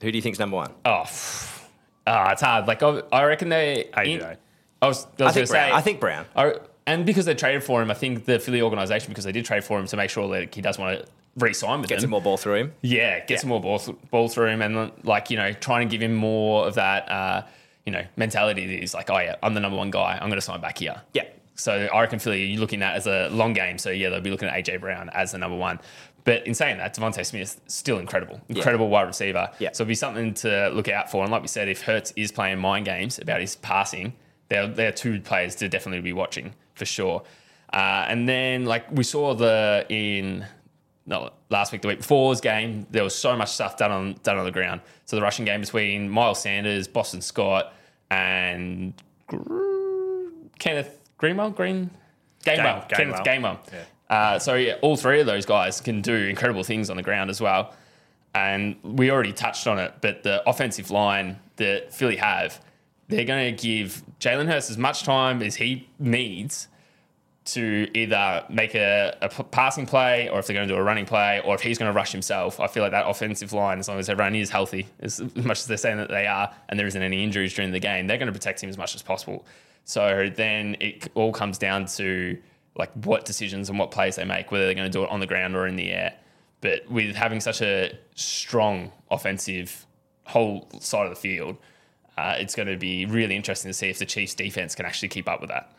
Speaker 4: who do you think's number one?
Speaker 5: Oh, pff. Ah, it's hard. Like, I, I reckon they.
Speaker 3: AJ.
Speaker 5: I was, I
Speaker 4: I
Speaker 5: was going to
Speaker 4: think
Speaker 5: say.
Speaker 4: Brown. I think Brown.
Speaker 5: I- and because they traded for him, I think the Philly organization, because they did trade for him to make sure that he does want to re sign with
Speaker 4: Get some
Speaker 5: them.
Speaker 4: more ball through him.
Speaker 5: Yeah, get some more ball, th- ball through him and like, you know, trying to give him more of that, uh, you know, mentality that he's like, oh, yeah, I'm the number one guy. I'm going to sign back here.
Speaker 4: Yeah.
Speaker 5: So I reckon Philly, you're looking at as a long game. So yeah, they'll be looking at AJ Brown as the number one. But in saying that, Devontae Smith still incredible, incredible wide receiver.
Speaker 4: Yeah.
Speaker 5: So it'll be something to look out for. And like we said, if Hertz is playing mind games about his passing, they're, they're two players to definitely be watching for sure. Uh, and then like we saw the in not last week, the week before's game, there was so much stuff done on done on the ground. So the rushing game between Miles Sanders, Boston Scott, and Gr- Kenneth Greenwell, Green Gamewell,
Speaker 3: Game-
Speaker 5: Kenneth
Speaker 3: Gamewell.
Speaker 5: Gamewell. Uh, so yeah, all three of those guys can do incredible things on the ground as well. And we already touched on it, but the offensive line that Philly have, they're going to give Jalen Hurst as much time as he needs to either make a, a p- passing play or if they're going to do a running play or if he's going to rush himself. I feel like that offensive line, as long as everyone is healthy, as much as they're saying that they are, and there isn't any injuries during the game, they're going to protect him as much as possible. So then it c- all comes down to like what decisions and what plays they make, whether they're going to do it on the ground or in the air. But with having such a strong offensive whole side of the field, uh, it's going to be really interesting to see if the Chiefs' defense can actually keep up with that.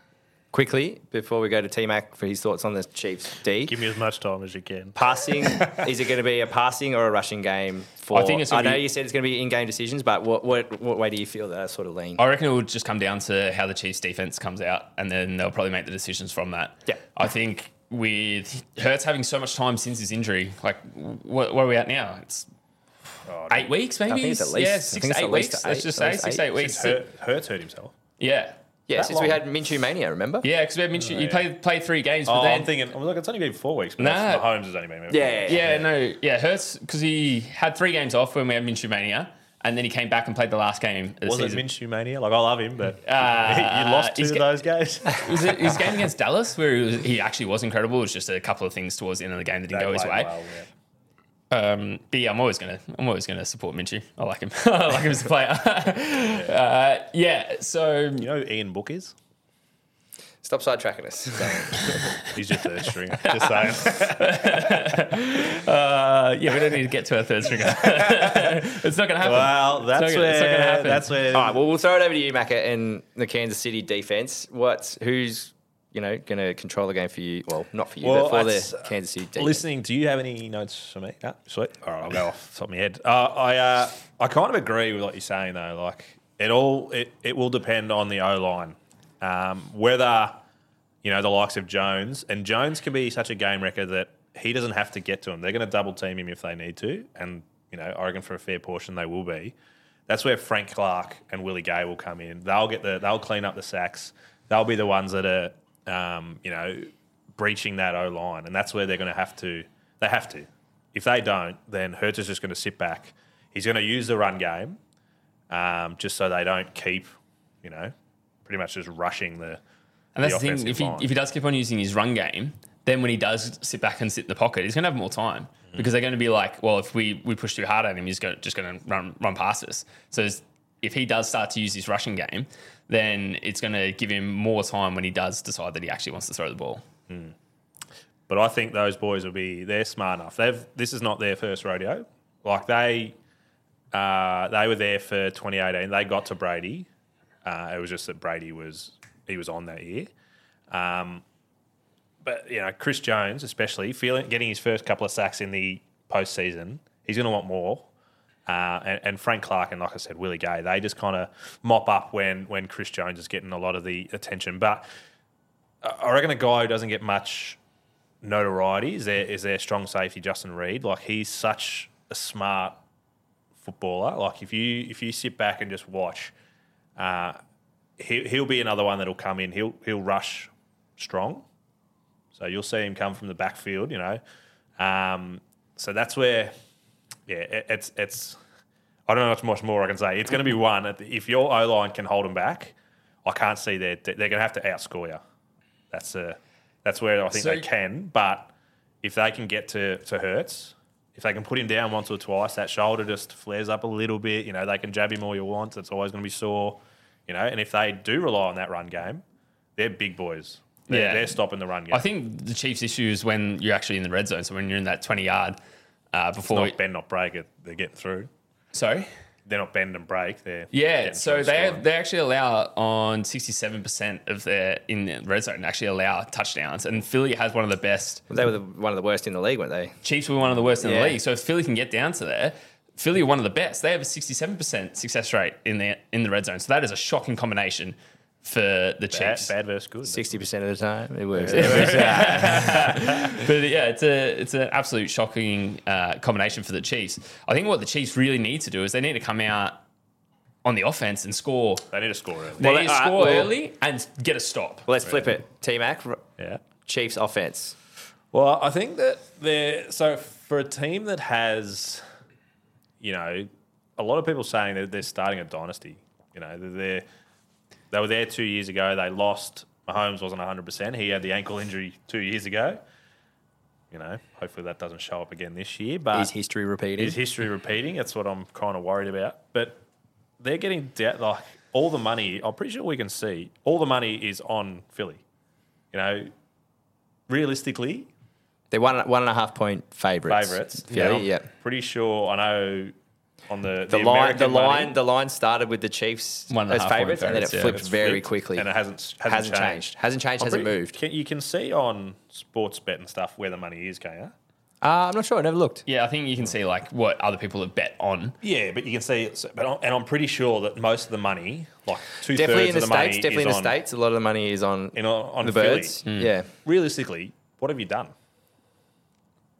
Speaker 4: Quickly, before we go to T Mac for his thoughts on the Chiefs D.
Speaker 3: Give me as much time as you can.
Speaker 4: passing (laughs) is it going to be a passing or a rushing game for
Speaker 5: I think it's
Speaker 4: I
Speaker 5: gonna
Speaker 4: know
Speaker 5: be-
Speaker 4: you said it's going to be in-game decisions but what, what what way do you feel that I sort of lean
Speaker 5: I reckon it would just come down to how the Chiefs' defense comes out, and then they'll probably make the decisions from that.
Speaker 4: Yeah.
Speaker 5: I think with Hertz having so much time since his injury, like what, what are we at now? It's eight weeks, maybe.
Speaker 4: I think it's at
Speaker 5: yeah,
Speaker 4: least- I
Speaker 5: six
Speaker 4: think it's
Speaker 5: to
Speaker 4: at
Speaker 5: eight
Speaker 4: least
Speaker 5: weeks.
Speaker 4: eight,
Speaker 5: Let's just
Speaker 4: at
Speaker 5: say
Speaker 4: least
Speaker 5: six
Speaker 4: eight.
Speaker 5: to eight weeks.
Speaker 3: Hurts hurt himself.
Speaker 5: Yeah,
Speaker 4: yeah
Speaker 3: that
Speaker 4: since we
Speaker 3: long.
Speaker 4: had Minshew Mania remember
Speaker 5: yeah, because we had Minshew.
Speaker 4: Oh,
Speaker 5: You
Speaker 3: yeah.
Speaker 5: played played three games, but
Speaker 3: Oh,
Speaker 5: then
Speaker 3: I'm thinking. I'm like, it's only been four weeks. But
Speaker 5: Nah.
Speaker 3: that's- Mahomes has only been.
Speaker 4: Yeah.
Speaker 5: yeah, no, yeah, Hertz because he had three games off when we had Minshew mania, and then he came back and played the last game. Of the
Speaker 3: Was it
Speaker 5: season.
Speaker 3: Minshew mania? Like I love him, but
Speaker 5: Uh,
Speaker 3: (laughs) you lost two
Speaker 5: he's
Speaker 3: of
Speaker 5: ga-
Speaker 3: those
Speaker 5: (laughs)
Speaker 3: games.
Speaker 5: was it his game against Dallas where he, was, he actually was incredible? It was just a couple of things towards the end of the game that didn't go his way. Um, but yeah, I'm always gonna I'm always gonna support Minshew. I like him. (laughs) I like him as a player. (laughs) uh, yeah. So
Speaker 3: You know who Ian Book is?
Speaker 4: stop sidetracking us (laughs)
Speaker 3: He's just third
Speaker 5: (laughs)
Speaker 3: string. Just saying.
Speaker 5: uh, yeah, we don't need to get to our third stringer. (laughs) it's not gonna happen.
Speaker 3: well,
Speaker 5: It's
Speaker 3: that's
Speaker 5: not gonna- it's not gonna
Speaker 3: where.
Speaker 5: happen.
Speaker 3: That's where.
Speaker 4: all right well we'll throw it over to you Macca and the Kansas City defense what's who's you know going to control the game for you well not for you
Speaker 3: Well,
Speaker 4: but for
Speaker 3: that's,
Speaker 4: the
Speaker 3: uh,
Speaker 4: Kansas City defense
Speaker 3: Listening, do you have any notes for me? No, sweet. All right, I'll go off the top of my head. Uh, I uh, I kind of agree with what you're saying though. Like it all, it, it will depend on the O line, um, whether you know the likes of Jones and Jones can be such a game wrecker that he doesn't have to get to him. They're going to double team him if they need to, and you know I reckon for a fair portion they will be. That's where Frank Clark and Willie Gay will come in. They'll get the they'll clean up the sacks. They'll be the ones that are um, you know breaching that O line, and that's where they're going to have to. They have to. If they don't, then Hertz is just going to sit back. He's going to use the run game um, just so they don't keep, you know, pretty much just rushing the.
Speaker 5: And that's the, thing.
Speaker 3: offensive
Speaker 5: If he,
Speaker 3: line.
Speaker 5: if he does keep on using his run game, then when he does sit back and sit in the pocket, he's going to have more time because they're going to be like, well, if we, we push too hard at him, he's going just going to run run past us. So it's- if he does start to use his rushing game, then it's going to give him more time when he does decide that he actually wants to throw the ball.
Speaker 3: But I think those boys will be they're smart enough. They've this is not their first rodeo. Like they uh, they were there for 2018. They got to Brady. Uh, it was just that Brady was he was on that year. Um, but you know Chris Jones, especially feeling getting his first couple of sacks in the postseason, he's going to want more. Uh, and, and Frank Clark and like I said, Willie Gay, they just kind of mop up when when Chris Jones is getting a lot of the attention. But I I reckon a guy who doesn't get much notoriety is their is their strong safety Justin Reed. Like he's such a smart footballer. Like if you if you sit back and just watch, uh, he he'll be another one that'll come in. He'll he'll rush strong, so you'll see him come from the backfield. You know, um, so that's where yeah it, it's it's. I don't know how much more I can say. It's going to be one. at the- If your O line can hold them back, I can't see they're they're going to have to outscore you. That's uh, that's where I think
Speaker 5: So-
Speaker 3: they can. But if they can get to to Hertz, if they can put him down once or twice, that shoulder just flares up a little bit. You know, they can jab him all you want. It's always going to be sore. You know, and if they do rely on that run game, they're big boys. They're,
Speaker 5: Yeah.
Speaker 3: they're stopping the run game.
Speaker 5: I think the Chiefs' issue is when you're actually in the red zone. So when you're in that 20 yard uh, before.
Speaker 3: not bend, not break it. They're getting through.
Speaker 5: Sorry?
Speaker 3: they're not bend and break. They're
Speaker 5: Yeah,
Speaker 3: getting
Speaker 5: so
Speaker 3: through
Speaker 5: they
Speaker 3: scoring.
Speaker 5: they actually allow on sixty seven percent of their in the red zone actually allow touchdowns, and Philly has one of the best.
Speaker 4: They were the, one of the worst in the league, weren't they?
Speaker 5: Chiefs were one of the worst in
Speaker 4: Yeah.
Speaker 5: the league, so if Philly can get down to there, Philly are one of the best. They have a sixty seven percent success rate in the in the red zone, so that is a shocking combination for the
Speaker 3: bad,
Speaker 5: Chiefs.
Speaker 3: bad versus good.
Speaker 4: Sixty percent of the time, it works.
Speaker 5: But yeah, it's a it's an absolute shocking uh, combination for the Chiefs. I think what the Chiefs really need to do is they need to come out on the offense and score.
Speaker 3: They need to score early.
Speaker 5: They
Speaker 4: Well,
Speaker 5: need to
Speaker 4: all right,
Speaker 5: score
Speaker 4: well-
Speaker 5: early and get a stop.
Speaker 4: Well, (laughs) let's flip it. T Mac,
Speaker 3: yeah.
Speaker 4: Chiefs offense.
Speaker 3: Well, I think that they're so for a team that has, you know, a lot of people saying that they're starting a dynasty. You know, they're, they're they were there two years ago. They lost. Mahomes wasn't 100. percent He had the ankle injury two years ago. You know, hopefully that doesn't show up again this year. But
Speaker 4: Is history repeated?
Speaker 3: Uh, is history repeating? That's what I'm kind of worried about. But they're getting debt like all the money. I'm pretty sure we can see all the money is on Philly. You know, realistically,
Speaker 4: They're one one and a half point favorites.
Speaker 3: favorites.
Speaker 4: Yeah,
Speaker 3: I'm
Speaker 4: yeah.
Speaker 3: Pretty sure I know on the
Speaker 4: The, line, the
Speaker 3: American money,
Speaker 4: line, the line started with the Chiefs
Speaker 5: One and a
Speaker 4: as
Speaker 5: half point
Speaker 4: favorites, and then it
Speaker 5: favorites, yeah.
Speaker 4: flipped
Speaker 5: It's
Speaker 4: very
Speaker 3: flipped,
Speaker 4: quickly.
Speaker 3: and it hasn't hasn't, Oh,
Speaker 4: hasn't changed. Hasn't changed.
Speaker 3: I'm
Speaker 4: Hasn't
Speaker 3: pretty-
Speaker 4: moved.
Speaker 3: Can, you can see on sports bet and stuff where the money is going. Huh?
Speaker 4: Uh, I'm not sure. I never looked.
Speaker 5: Yeah, I think you can see like what other people have bet on.
Speaker 3: Yeah, but you can see. it's- But I'm, and I'm pretty sure that most of the money, like two
Speaker 4: Definitely
Speaker 3: thirds of
Speaker 4: in the,
Speaker 3: the money,
Speaker 4: states. Definitely
Speaker 3: is
Speaker 4: in the
Speaker 3: on,
Speaker 4: states. A lot of the money is on
Speaker 3: in, on
Speaker 4: the
Speaker 3: Philly. Hmm.
Speaker 4: birds. Yeah.
Speaker 3: realistically, what have you (laughs) done?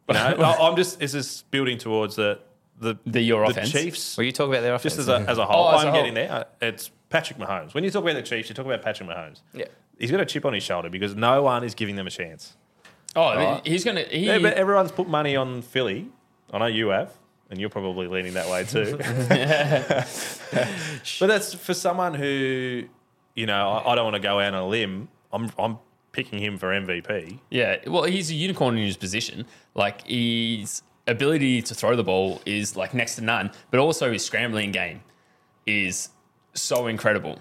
Speaker 3: You know, I- I'm just it's just building towards the the
Speaker 5: The- your
Speaker 3: the
Speaker 5: offense.
Speaker 3: Chiefs.
Speaker 4: Well, you talk about their offense.
Speaker 3: just as a, as a whole,
Speaker 5: Oh, as a
Speaker 3: I'm
Speaker 5: whole.
Speaker 3: getting there. It's Patrick Mahomes. When you talk about the Chiefs, you talk about Patrick Mahomes.
Speaker 4: yeah.
Speaker 3: He's got a chip on his shoulder because no one is giving them a chance.
Speaker 5: Oh, he's gonna. He,
Speaker 3: Yeah, but everyone's put money on Philly. I know you have, and you're probably leaning that way
Speaker 5: (laughs)
Speaker 3: too. (laughs) but that's for someone who, you know, I, I don't want to go out on a limb. I'm I'm picking him for MVP.
Speaker 5: yeah, well, he's a unicorn in his position. Like his ability to throw the ball is like next to none, but also his scrambling game is so incredible.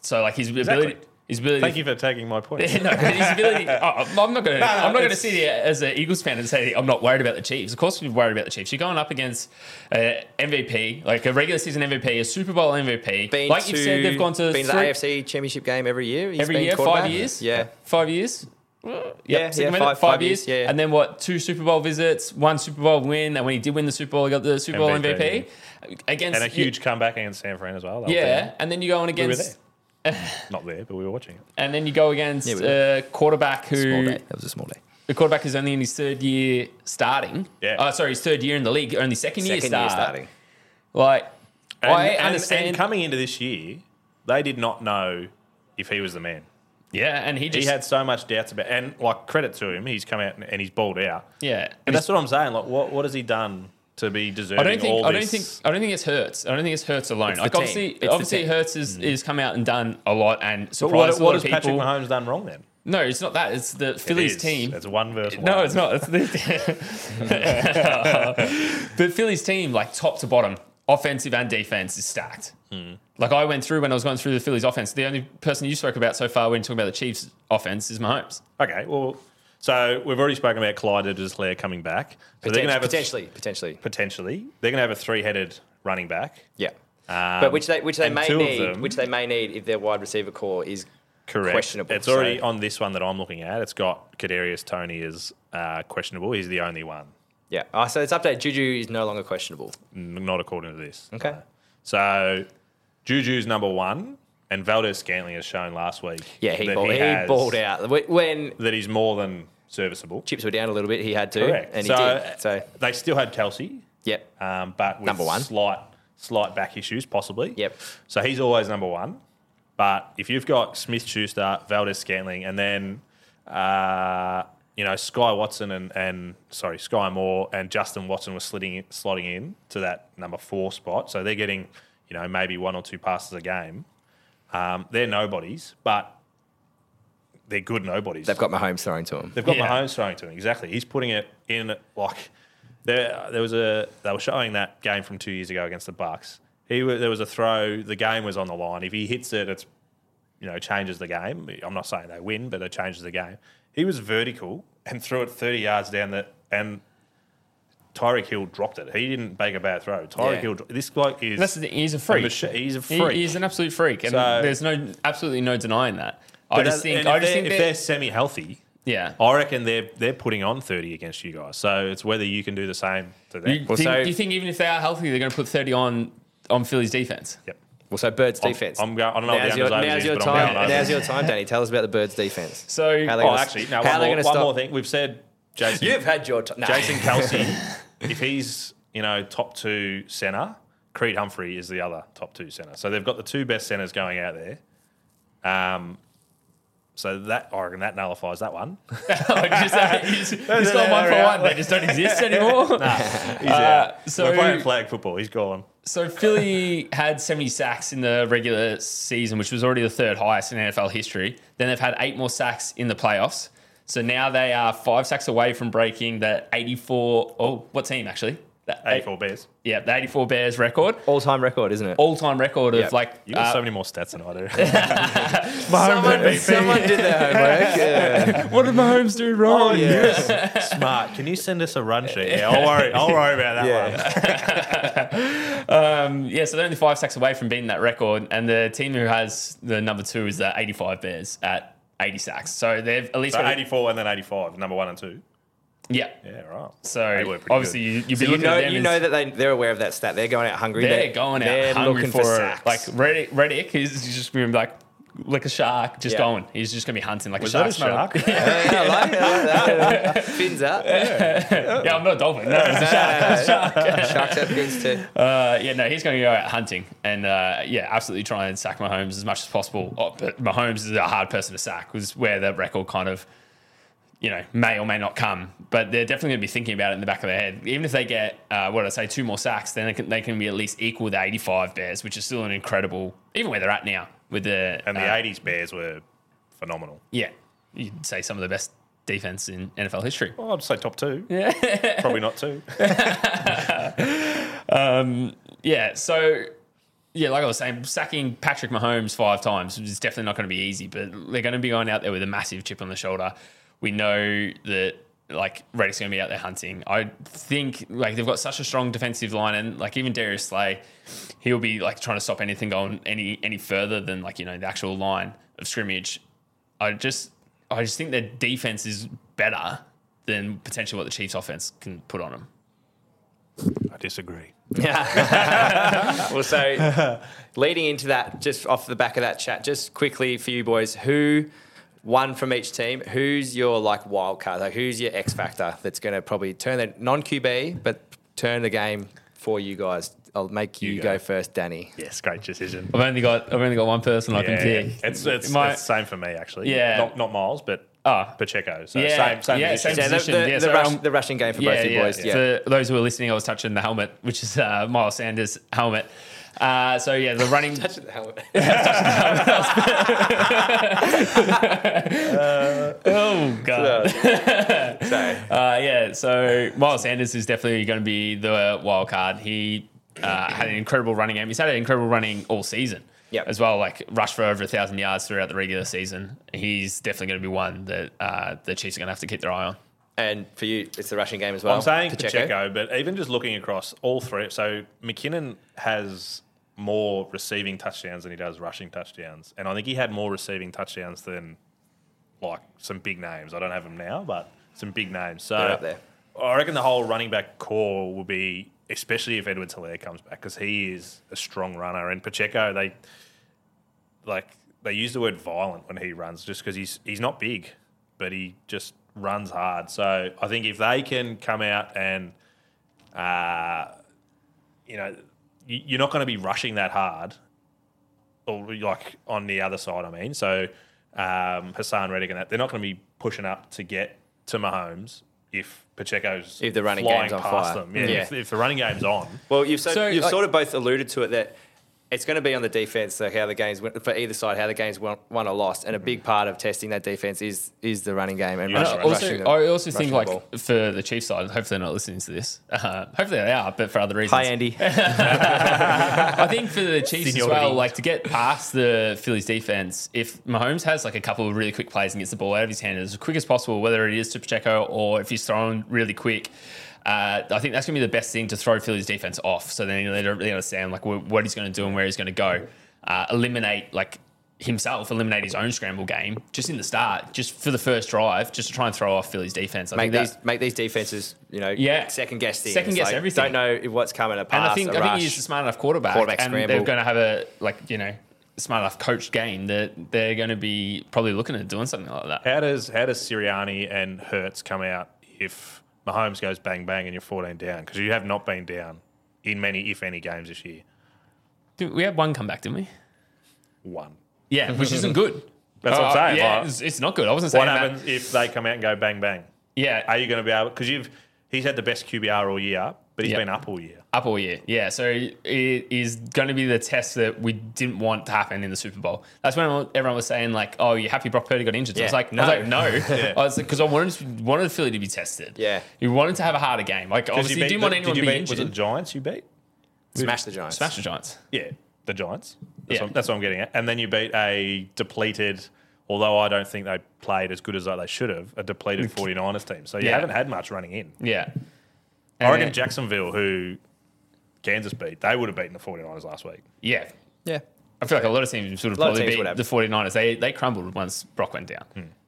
Speaker 5: So like his ability,
Speaker 3: Exactly.
Speaker 5: his ability.
Speaker 3: Thank you for taking my
Speaker 5: (laughs)
Speaker 3: point.
Speaker 5: no, but his ability. Oh, I'm not gonna. I'm not gonna
Speaker 3: it's-
Speaker 5: sit here as an Eagles fan and say I'm not worried about the Chiefs. Of course, we're worried about the Chiefs. You're going up against uh, MVP, like a regular season MVP, a Super Bowl MVP.
Speaker 4: Been
Speaker 5: like
Speaker 4: to,
Speaker 5: you've said, they've gone to
Speaker 4: been to the
Speaker 5: three-
Speaker 4: AFC Championship game every year. He's
Speaker 5: every
Speaker 4: been
Speaker 5: year,
Speaker 4: quarterback.
Speaker 5: five years.
Speaker 4: Yeah.
Speaker 5: five years. Well, yep,
Speaker 4: Yeah,
Speaker 5: second
Speaker 4: yeah,
Speaker 5: minute,
Speaker 4: five- five years, yeah, yeah.
Speaker 5: And then what? Two Super Bowl visits, one Super Bowl win, and when he did win the Super Bowl, he got the Super Bowl
Speaker 3: MVP,
Speaker 5: MVP against
Speaker 3: and a huge comeback against San Fran as well. That was
Speaker 5: Yeah, and then you go on
Speaker 3: there. we were
Speaker 5: against,
Speaker 3: there. Not there, but we were watching it.
Speaker 5: and then you go against
Speaker 4: Yeah, we
Speaker 5: a quarterback
Speaker 4: Small
Speaker 5: who
Speaker 4: day. That was a small day.
Speaker 5: the quarterback is only in his third year starting.
Speaker 3: Yeah.
Speaker 5: oh, sorry, his third year in the league, only second, year,
Speaker 4: Second
Speaker 5: start.
Speaker 4: year starting.
Speaker 5: Like,
Speaker 3: And,
Speaker 5: I
Speaker 3: and-
Speaker 5: understand.
Speaker 3: and coming into this year, they did not know if he was the man.
Speaker 5: yeah, and he
Speaker 3: He
Speaker 5: just
Speaker 3: had so much doubts about, and like credit to him, he's come out and, and he's balled out.
Speaker 5: yeah,
Speaker 3: And that's what I'm saying. Like, what what has he done to be deserving?
Speaker 5: I don't think
Speaker 3: all
Speaker 5: I don't
Speaker 3: this?
Speaker 5: think I don't think it's Hurts. I don't think it's Hurts alone.
Speaker 4: the
Speaker 5: like
Speaker 4: team.
Speaker 5: obviously,
Speaker 4: It's the
Speaker 5: obviously
Speaker 4: team.
Speaker 5: Hurts is, is come out and done a lot and
Speaker 3: Mm. But what, what
Speaker 5: surprised a lot
Speaker 3: has
Speaker 5: of
Speaker 3: Patrick
Speaker 5: people.
Speaker 3: Mahomes done wrong then?
Speaker 5: No, it's not that. It's the Phillies
Speaker 3: It is.
Speaker 5: team.
Speaker 3: It's one verse.
Speaker 5: no,
Speaker 3: one.
Speaker 5: it's not. It's the, (laughs) but Phillies team, like top to bottom, offensive and defense, is stacked.
Speaker 3: Hmm.
Speaker 5: Like I went through when I was going through the Phillies offense. The only person you spoke about so far when you talk about the Chiefs offense is Mahomes.
Speaker 3: Okay, well, so we've already spoken about Clyde Edwards-Helaire coming back. So they're
Speaker 4: Potent-
Speaker 3: going to have a,
Speaker 4: potentially, potentially.
Speaker 3: potentially they're going to have a three-headed running back.
Speaker 4: Yeah.
Speaker 3: Um,
Speaker 4: but which they which they
Speaker 3: and
Speaker 4: may
Speaker 3: two of
Speaker 4: need,
Speaker 3: them-
Speaker 4: which they may need if their wide receiver core is
Speaker 3: Correct.
Speaker 4: questionable.
Speaker 3: It's already
Speaker 4: so-
Speaker 3: on this one that I'm looking at. It's got Kadarius Tony is uh, questionable. He's the only one,
Speaker 4: Yeah. Oh, so it's update. Juju is no longer questionable.
Speaker 3: n- not according to this.
Speaker 4: Okay.
Speaker 3: So Juju's number one, and Valdez Scantling has shown last week.
Speaker 4: Yeah, he
Speaker 3: that
Speaker 4: balled, he
Speaker 3: has-
Speaker 4: balled out Wh- when
Speaker 3: that he's more than serviceable.
Speaker 4: chips were down a little bit. He had to,
Speaker 3: Correct.
Speaker 4: and he
Speaker 3: so uh,
Speaker 4: did. So
Speaker 3: they still had Kelsey,
Speaker 4: yep.
Speaker 3: um, but with
Speaker 4: Number one.
Speaker 3: slight slight back issues possibly.
Speaker 4: Yep.
Speaker 3: So he's always number one. But if you've got Smith Schuster, Valdez Scantling, and then uh, you know Sky Watson and, and sorry Sky Moore and Justin Watson were slitting slotting in to that number four spot, so they're getting you know maybe one or two passes a game. Um, they're nobodies, but they're good nobodies.
Speaker 4: They've got Mahomes throwing to him.
Speaker 3: They've got
Speaker 5: Yeah.
Speaker 3: Mahomes throwing to him. Exactly. He's putting it in like there. There was a they were showing that game from two years ago against the Bucks. He wa- there was a throw. The game was on the line. If he hits it, it's you know changes the game. I'm not saying they win, but it changes the game. He was vertical and threw it 30 yards down the and Tyreek Hill dropped it. He didn't make a bad throw. Tyreek
Speaker 5: Yeah.
Speaker 3: Hill. dro- This bloke is.
Speaker 5: That's the thing. He's a freak.
Speaker 3: machi- he's a
Speaker 5: He-
Speaker 3: freak.
Speaker 5: he's an absolute freak, and
Speaker 3: So-
Speaker 5: there's no absolutely no denying that. I
Speaker 3: but
Speaker 5: just
Speaker 3: that-
Speaker 5: think.
Speaker 3: and
Speaker 5: I
Speaker 3: if,
Speaker 5: just
Speaker 3: they're,
Speaker 5: think
Speaker 3: if Oh,
Speaker 5: that-
Speaker 3: they're semi-healthy,
Speaker 5: yeah.
Speaker 3: I reckon they're they're putting on thirty against you guys. So it's whether you can do the same to them.
Speaker 5: You
Speaker 4: Well,
Speaker 5: think-
Speaker 4: so-
Speaker 5: do you think even if they are healthy, they're going to put 30 on on Philly's defense? (laughs)
Speaker 3: yep.
Speaker 4: Well, so Bird's
Speaker 3: I'm-
Speaker 4: defense.
Speaker 3: I'm go- I don't know what
Speaker 4: now's
Speaker 3: the
Speaker 4: your,
Speaker 3: unders overs
Speaker 4: now's
Speaker 3: is,
Speaker 4: your
Speaker 3: but I'm
Speaker 4: time.
Speaker 3: going overs.
Speaker 4: now's your time, Danny. Tell us about the Bird's defense.
Speaker 5: So-
Speaker 4: how they
Speaker 5: Oh,
Speaker 3: Oh,
Speaker 4: gonna,
Speaker 3: actually, no.
Speaker 4: how
Speaker 3: One,
Speaker 4: they
Speaker 3: more,
Speaker 4: gonna
Speaker 3: one
Speaker 4: stop?
Speaker 3: more thing. We've said Jason.
Speaker 4: You've had your time.
Speaker 3: Jason
Speaker 4: (laughs)
Speaker 3: Kelsey, if he's you know top two center, Creed Humphrey is the other top two center. So they've got the two best centers going out there. Um, so that I reckon that nullifies that one.
Speaker 5: Like,
Speaker 3: (laughs)
Speaker 5: just, uh, you just, you just got one for one. They just don't exist anymore.
Speaker 3: He's
Speaker 5: Uh,
Speaker 3: out.
Speaker 5: so-
Speaker 3: we're playing flag football. He's gone.
Speaker 5: So Philly had 70 sacks in the regular season, which was already the third highest in NFL history. Then they've had eight more sacks in the playoffs. So now they are five sacks away from breaking the 84. Oh, what team actually? The eight-
Speaker 3: Eighty-four Bears.
Speaker 5: yeah, the 84 Bears record,
Speaker 4: All time record, isn't it?
Speaker 5: all time record of
Speaker 4: Yep.
Speaker 5: like
Speaker 3: You got
Speaker 5: uh,
Speaker 3: so many more stats than I
Speaker 5: (laughs)
Speaker 3: do.
Speaker 4: someone, someone did their
Speaker 3: (laughs)
Speaker 4: homework. Yeah.
Speaker 5: what did Mahomes do wrong?
Speaker 3: Smart. Can you send us a run sheet? Yeah,
Speaker 5: (laughs)
Speaker 3: I'll worry. I'll worry about that
Speaker 4: Yeah.
Speaker 3: one.
Speaker 5: Um, (laughs) yeah, so they're only five sacks away from beating that record, and the team who has the number two is the 85 Bears at 80 sacks. So they've at least
Speaker 3: So
Speaker 5: got a-
Speaker 3: eighty-four and then eighty-five, number one and two.
Speaker 5: yeah.
Speaker 3: Yeah, right.
Speaker 5: So
Speaker 3: They were pretty
Speaker 5: obviously you, you'd be
Speaker 4: You
Speaker 5: looking
Speaker 4: know,
Speaker 5: at them
Speaker 4: you
Speaker 5: as-
Speaker 4: know that they, they're aware of that stat. They're going out hungry.
Speaker 5: they're, going out
Speaker 4: they're
Speaker 5: hungry
Speaker 4: looking
Speaker 5: for,
Speaker 4: sacks.
Speaker 5: like Reddick. Reddick is he's just going to be like like a shark, just
Speaker 4: Yeah.
Speaker 5: going. He's just going to be hunting like
Speaker 3: Was
Speaker 5: a
Speaker 3: that a
Speaker 5: shark. I'm not-
Speaker 3: shark?
Speaker 4: (laughs) Yeah, I like it, I like
Speaker 5: (laughs)
Speaker 4: that. Fins up.
Speaker 5: yeah, I'm not a dolphin. No, it's a shark.
Speaker 4: Sharks have fins too.
Speaker 5: Uh, yeah, no, he's going to go out hunting and uh, yeah, absolutely try and sack Mahomes as much as possible. Oh, but Mahomes is a hard person to sack, was where the record kind of, you know, may or may not come. But they're definitely going to be thinking about it in the back of their head. Even if they get, uh, what did I say, two more sacks, then they can, they can be at least equal the 85 Bears, which is still an incredible, even where they're at now with the.
Speaker 3: And
Speaker 5: uh,
Speaker 3: the eighties Bears were phenomenal.
Speaker 5: Yeah, you'd say some of the best defense in NFL history.
Speaker 3: Well, I'd say top two. Probably not two.
Speaker 5: Yeah, so yeah, like I was saying, sacking Patrick Mahomes five times is definitely not going to be easy, but they're going to be going out there with a massive chip on the shoulder. We know that like Reddick's going to be out there hunting. I think like they've got such a strong defensive line, and like even Darius Slay, he'll be like trying to stop anything going any any further than like you know the actual line of scrimmage. I just I just think their defense is better than potentially what the Chiefs offense can put on them.
Speaker 3: I disagree.
Speaker 4: well, so leading into that, just off the back of that chat, just quickly for you boys, who one from each team, who's your like wild card? Like who's your X factor that's going to probably turn the non QB, but turn the game for you guys? I'll make you,
Speaker 3: You
Speaker 4: go.
Speaker 3: go.
Speaker 4: first, Danny.
Speaker 3: (laughs) Yes, great decision.
Speaker 5: I've only got I've only got one person I can pick.
Speaker 3: It's it's,
Speaker 5: My-
Speaker 3: it's same for me actually.
Speaker 5: Yeah.
Speaker 3: not not Miles, but
Speaker 5: Ah.
Speaker 3: Pacheco. So
Speaker 5: Yeah.
Speaker 3: same same
Speaker 5: Yeah,
Speaker 3: position.
Speaker 5: same
Speaker 4: Yeah, the,
Speaker 5: Position,
Speaker 4: the-
Speaker 5: yeah,
Speaker 4: the
Speaker 5: so,
Speaker 4: rush,
Speaker 5: um,
Speaker 4: the rushing game for both you boys. Yeah.
Speaker 5: For those who are listening, I was touching the helmet, which is uh, Miles Sanders' helmet. Uh, so yeah, the running.
Speaker 3: (laughs)
Speaker 4: (laughs)
Speaker 5: (laughs) oh god. (laughs)
Speaker 4: so,
Speaker 5: Uh, yeah, so Miles Sanders is definitely going to be the wild card. He uh, had an incredible running game. He's had an incredible running all season.
Speaker 4: Yep.
Speaker 5: as well. Like rush for over a thousand yards throughout the regular season. He's definitely going to be one that uh, the Chiefs are going to have to keep their eye on.
Speaker 4: and for you, it's the rushing game as well.
Speaker 3: I'm saying Pacheco. but even just looking across all three, so McKinnon has more receiving touchdowns than he does rushing touchdowns, and I think he had more receiving touchdowns than like some big names. I don't have them now, but some big names. So
Speaker 4: They're up there.
Speaker 3: I reckon the whole running back core will be, especially if Edward Hilaire comes back, because he is a strong runner, and Pacheco they like they use the word violent when he runs just because he's he's not big, but he just runs hard. So I think if they can come out and uh, you know you- you're not going to be rushing that hard, or like on the other side. I mean, so um, Hassan Reddick and that they're not going to be pushing up to get to Mahomes if Pacheco's
Speaker 4: If the running
Speaker 3: flying
Speaker 4: game's on
Speaker 3: past
Speaker 4: fire.
Speaker 3: them. Yeah,
Speaker 4: Yeah.
Speaker 3: If, if the running game's on,
Speaker 4: Well, you've, so,
Speaker 5: So,
Speaker 4: you've
Speaker 5: like-
Speaker 4: sort of both alluded to it that it's going to be on the defense, so how the games went for either side, how the games won, won or lost, and a big part of testing that defense is is the running game and
Speaker 3: Yeah.
Speaker 4: rushing,
Speaker 3: And
Speaker 5: Uh, also,
Speaker 4: rushing the-
Speaker 5: I also
Speaker 4: rushing
Speaker 5: think
Speaker 4: the
Speaker 5: like
Speaker 4: ball.
Speaker 5: for the Chiefs side, hopefully they're not listening to this. (laughs) Uh, hopefully they are, but for other reasons.
Speaker 4: Hi
Speaker 5: (laughs)
Speaker 4: Andy.
Speaker 5: I think for the Chiefs as
Speaker 3: Seniority.
Speaker 5: well, like to get past the Phillies defense, if Mahomes has like a couple of really quick plays and gets the ball out of his hand as quick as possible, whether it is to Pacheco or if he's thrown really quick, Uh, I think that's going to be the best thing to throw Philly's defense off. So then they don't really understand like wh- what he's going to do and where he's going to go. Uh, eliminate like himself, eliminate his own scramble game just in the start, just for the first drive, just to try and throw off Philly's defense. I
Speaker 4: Make
Speaker 5: that-
Speaker 4: these make these defenses, you know,
Speaker 5: Yeah.
Speaker 4: second guess things.
Speaker 5: Second guess
Speaker 4: Like,
Speaker 5: everything.
Speaker 4: Don't know if what's coming. A pass,
Speaker 5: And I think
Speaker 4: a
Speaker 5: I think
Speaker 4: rush.
Speaker 5: he's a smart enough quarterback,
Speaker 4: Quarterback
Speaker 5: and
Speaker 4: scramble.
Speaker 5: they're going to have a like you know smart enough coached game that they're going to be probably looking at doing something like that.
Speaker 3: How does how does Sirianni and Hertz come out if Mahomes goes bang bang and you're 14 down? Because you have not been down in many, if any, games this year.
Speaker 5: Dude, we had one comeback, didn't we?
Speaker 3: One.
Speaker 5: Yeah, which isn't good.
Speaker 3: That's what I'm
Speaker 5: Oh,
Speaker 3: saying.
Speaker 5: Yeah,
Speaker 3: Like,
Speaker 5: it's, it's not good. I wasn't saying
Speaker 3: what
Speaker 5: that.
Speaker 3: happens if they come out and go bang bang?
Speaker 5: Yeah,
Speaker 3: Are you going to be able? Because you've he's had the best QBR all year, but he's
Speaker 5: Yep.
Speaker 3: been up all year.
Speaker 5: up all year. Yeah, so it is going to be the test that we didn't want to happen in the Super Bowl. That's when everyone was saying like, "Oh, you happy Brock Purdy got injured?" So I was
Speaker 4: Yeah.
Speaker 5: like, "No, I was like, no," I was because I wanted wanted Philly to be tested.
Speaker 4: Yeah.
Speaker 5: you wanted to have a harder game. Like
Speaker 3: 'Cause
Speaker 5: obviously, you
Speaker 3: beat
Speaker 5: didn't want
Speaker 3: the-
Speaker 5: anyone
Speaker 3: did
Speaker 5: to
Speaker 3: you
Speaker 5: be
Speaker 3: beat, Was it the
Speaker 5: injured.
Speaker 3: Giants you beat?
Speaker 4: smash the Giants.
Speaker 5: Smash the Giants.
Speaker 3: Yeah, the Giants. That's,
Speaker 5: Yeah.
Speaker 3: what, that's what I'm getting at. And then you beat a depleted, although I don't think they played as good as they should have, a depleted 49ers team. So you
Speaker 5: Yeah.
Speaker 3: haven't had much running in.
Speaker 5: Yeah.
Speaker 3: I reckon
Speaker 5: And-
Speaker 3: Jacksonville, who Kansas beat, they would have beaten the 49ers last week.
Speaker 5: Yeah.
Speaker 4: Yeah.
Speaker 5: I feel like a lot of teams would have
Speaker 4: A lot of
Speaker 5: probably
Speaker 4: teams
Speaker 5: beat
Speaker 4: would have. Hmm.
Speaker 5: the 49ers. They, they crumbled once Brock went down,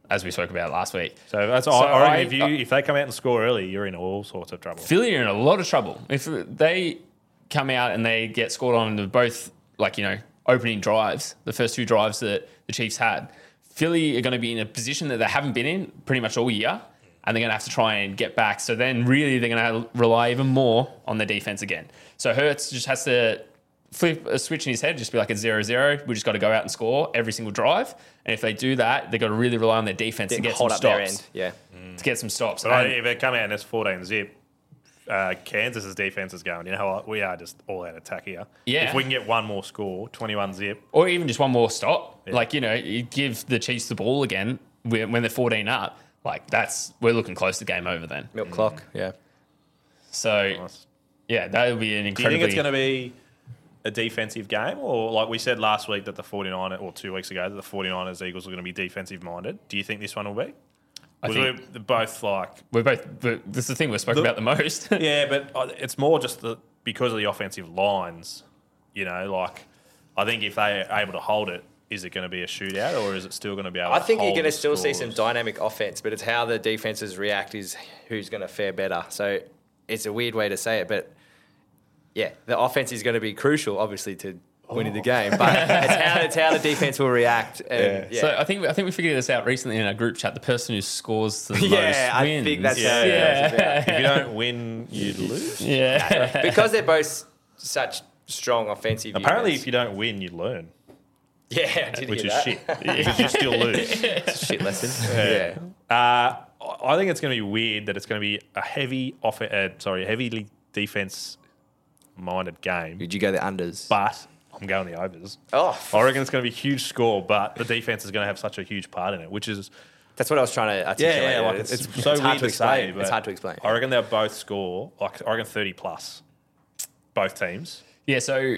Speaker 5: as we spoke about last week.
Speaker 3: So that's I,
Speaker 5: So
Speaker 3: I reckon
Speaker 5: I-
Speaker 3: if you if they come out and score early, you're in all sorts of trouble.
Speaker 5: Philly are in a lot of trouble. If they come out and they get scored on the both, like, you know, opening drives, the first two drives that the Chiefs had, Philly are going to be in a position that they haven't been in pretty much all year, and they're going to have to try and get back. So then, really, they're going to rely even more on their defense again. So Hertz just has to flip a switch in his head, just be like, it's zero zero. We just got to go out and score every single drive. And if they do that, they've got to really rly on their defense to
Speaker 4: Didn't
Speaker 5: get some
Speaker 4: hold up their
Speaker 5: stops.
Speaker 4: end. Yeah.
Speaker 5: To get some stops.
Speaker 3: But I,
Speaker 5: And-
Speaker 3: if they come out and it's 14 zip, uh, Kansas's defense is going, you know what? We are just all out of attack here.
Speaker 5: Yeah.
Speaker 3: If we can get one more score, 21 zip,
Speaker 5: or even just one more stop. Like you know, you give the Chiefs the ball again when when they're fourteen up. Like that's we're looking close to game over then.
Speaker 4: Milk clock. Mm-hmm. Yeah.
Speaker 5: So
Speaker 3: nice.
Speaker 5: yeah, that would be
Speaker 3: Do
Speaker 5: an
Speaker 3: you
Speaker 5: incredibly.
Speaker 3: think it's going to be a defensive game? Or like we said last week that the 49ers, or two weeks ago, that the 49ers Eagles were going to be defensive minded. Do you think this one will be?
Speaker 5: I
Speaker 3: Was
Speaker 5: think-
Speaker 3: it both like,
Speaker 5: we're both. But this is the thing we've spoken about the most.
Speaker 3: yeah, but uh, it's more just the, because of the offensive lines, you know, like I think if they are able to hold it, is it going to be a shootout or is it still going to be able
Speaker 4: I
Speaker 3: to
Speaker 4: think you're
Speaker 3: hold
Speaker 4: going to
Speaker 3: the
Speaker 4: still see some
Speaker 3: scores?
Speaker 4: dynamic offense, but it's how the defenses react is who's going to fare better. So it's a weird way to say it, but yeah, the offense is going to be crucial, obviously, to winning the game.
Speaker 5: (laughs)
Speaker 4: But it's how it's how the defense will react. And (laughs) yeah,
Speaker 5: So I think I think we figured this out recently in our group chat. The person who scores the
Speaker 4: (laughs) (laughs) Yeah,
Speaker 5: most
Speaker 4: I
Speaker 5: wins.
Speaker 4: think that's
Speaker 3: Yeah.
Speaker 4: how it
Speaker 5: yeah,
Speaker 4: goes
Speaker 3: If
Speaker 4: about. (laughs)
Speaker 3: you don't win, you lose.
Speaker 5: yeah.
Speaker 4: because they're both such strong offensive.
Speaker 3: Apparently,
Speaker 4: units.
Speaker 3: if you don't win, you learn,
Speaker 4: yeah, I did
Speaker 3: which
Speaker 4: hear
Speaker 3: is shit.
Speaker 4: that. (laughs)
Speaker 3: (laughs) Because you still lose.
Speaker 4: shit
Speaker 5: (laughs)
Speaker 4: lesson. yeah.
Speaker 3: Uh, I think it's going to be weird that it's going to be a heavy off, uh, sorry, heavily defense-minded game,
Speaker 4: Did you go the unders?
Speaker 3: but I'm going the overs.
Speaker 4: oh, f-
Speaker 3: I reckon it's going to be a huge score, but the defense is going to have such a huge part in it, which is
Speaker 4: that's what I was trying to articulate.
Speaker 3: it's, so weird
Speaker 4: it's hard
Speaker 3: to
Speaker 4: to explain.
Speaker 3: say. but
Speaker 4: it's hard to explain.
Speaker 3: I reckon they'll both score like I reckon 30 plus, both teams.
Speaker 5: (laughs) yeah. So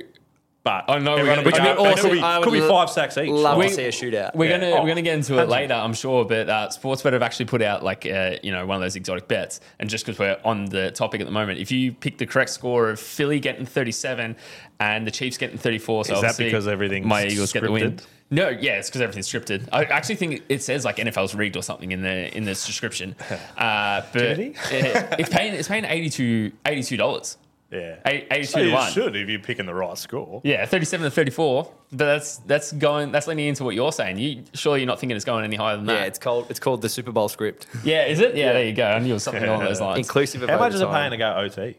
Speaker 3: But
Speaker 5: I know we're
Speaker 3: everyone
Speaker 5: gonna
Speaker 3: will
Speaker 5: be-
Speaker 3: going
Speaker 5: I mean,
Speaker 3: could,
Speaker 5: awesome.
Speaker 3: be,
Speaker 4: I
Speaker 3: could be
Speaker 4: would
Speaker 3: five sacks each.
Speaker 4: love
Speaker 3: Like,
Speaker 4: to see a shootout.
Speaker 5: We're
Speaker 4: Yeah.
Speaker 5: gonna
Speaker 3: Oh,
Speaker 5: we're gonna get into it
Speaker 3: 100.
Speaker 5: later, I'm sure. But uh, Sportsbet have actually put out like uh, you know one of those exotic bets, and just because we're on the topic at the moment, if you pick the correct score of Philly getting 37 and the Chiefs getting 34,
Speaker 3: Is
Speaker 5: so
Speaker 3: that
Speaker 5: obviously
Speaker 3: because everything's
Speaker 5: my Eagles get the win?
Speaker 3: scripted?
Speaker 5: No, yeah, it's because everything's scripted. I actually think it says like NFL's rigged or something in the in this
Speaker 3: (laughs)
Speaker 5: description. Uh, but
Speaker 3: Did he?
Speaker 5: (laughs) uh, it's paying it's paying 82 dollars.
Speaker 3: yeah.
Speaker 5: Eight- 82
Speaker 3: So
Speaker 5: to
Speaker 3: you
Speaker 5: one.
Speaker 3: should if you're picking the right score.
Speaker 5: Yeah, 37 to 34. But that's that's going that's leaning into what you're saying. You surely you're not thinking it's going any higher than that.
Speaker 4: Yeah, it's called it's called the Super Bowl (laughs) script.
Speaker 5: Yeah, is it? Yeah, there you go. I knew it was something along those lines.
Speaker 4: Inclusive of
Speaker 3: How much is it paying
Speaker 4: overtime.
Speaker 3: to go Uh, OT?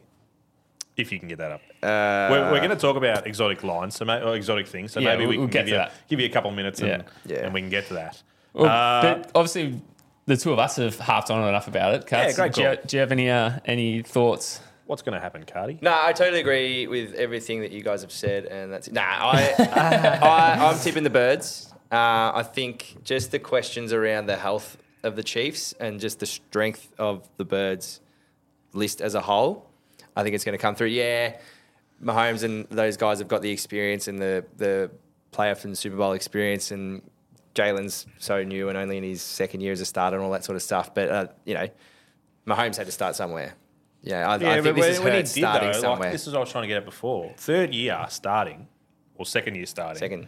Speaker 3: If you can get that up. we're we're going to talk about exotic lines, so ma- or exotic things. So
Speaker 5: Yeah,
Speaker 3: maybe we
Speaker 5: we'll- we'll
Speaker 3: can give,
Speaker 5: get to
Speaker 3: you,
Speaker 5: that.
Speaker 3: give you a couple minutes and,
Speaker 4: Yeah. Yeah.
Speaker 3: and we can get to that.
Speaker 5: Well,
Speaker 3: Uh,
Speaker 5: but obviously, the two of us have harped on enough about it. Cuts,
Speaker 3: Yeah, great
Speaker 5: do, you,
Speaker 3: call.
Speaker 5: do you have any uh, any thoughts?
Speaker 3: what's going to happen, Cardi?
Speaker 4: No, I totally agree with everything that you guys have said, and that's nah. I,
Speaker 3: (laughs)
Speaker 4: I I'm tipping the birds. Uh, I think just the questions around the health of the Chiefs and just the strength of the birds list as a whole. I think it's going to come through. Yeah, Mahomes and those guys have got the experience and the the playoff and Super Bowl experience, and Jalen's so new and only in his second year as a starter and all that sort of stuff. But uh, you know, Mahomes had to start somewhere. Yeah, I,
Speaker 3: Yeah,
Speaker 4: I think
Speaker 3: but
Speaker 4: this is
Speaker 3: when
Speaker 4: hurt
Speaker 3: it did,
Speaker 4: starting
Speaker 3: though,
Speaker 4: somewhere.
Speaker 3: Like, this is what I was trying to get at before. Third year starting, or second year starting.
Speaker 4: Second.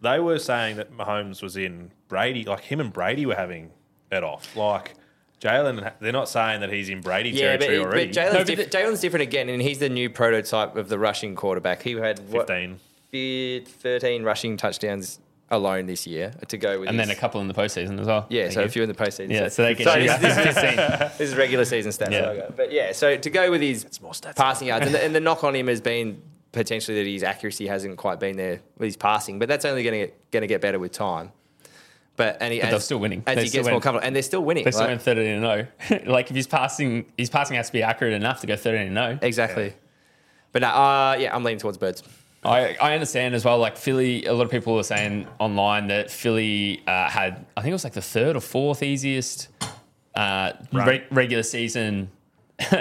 Speaker 3: They were saying that Mahomes was in Brady, like him and Brady were having it off. Like Jalen, they're not saying that he's in Brady
Speaker 4: Yeah, but,
Speaker 3: territory
Speaker 4: it- but
Speaker 3: already.
Speaker 4: Jalen's,
Speaker 5: No,
Speaker 4: diff-
Speaker 5: but
Speaker 4: Jalen's different again, and he's the new prototype of the rushing quarterback. He had what,
Speaker 3: Fifteen.
Speaker 4: fi- 13 rushing touchdowns alone this year to go with
Speaker 5: and then a
Speaker 4: his-
Speaker 5: couple in the postseason as well.
Speaker 4: Yeah,
Speaker 5: Thank
Speaker 4: so
Speaker 5: you.
Speaker 4: a few in the postseason.
Speaker 5: yeah,
Speaker 4: so-
Speaker 5: so they get
Speaker 4: Sorry,
Speaker 5: you (laughs)
Speaker 4: this, this-
Speaker 5: 15.
Speaker 4: this is regular season stats.
Speaker 5: Yeah.
Speaker 4: that I got. But yeah, so to go with his passing yards,
Speaker 5: (laughs)
Speaker 4: and the, and the knock on him has been potentially that his accuracy hasn't quite been there with his passing, but that's only going to going to get better with time. But and he, as,
Speaker 5: they're still winning.
Speaker 4: as
Speaker 5: They
Speaker 4: he
Speaker 5: still
Speaker 4: gets
Speaker 5: win.
Speaker 4: more comfortable, and they're still winning.
Speaker 5: They still
Speaker 4: like-
Speaker 5: went 13 and 0. (laughs) like if he's passing, his passing has to be accurate enough to go 13 and oh. 0.
Speaker 4: exactly. But no, uh, yeah, I'm leaning towards birds.
Speaker 5: I, I understand as well. Like Philly, a lot of people were saying online that Philly uh, had, I think it was like the third or fourth easiest uh, re- regular season. (laughs)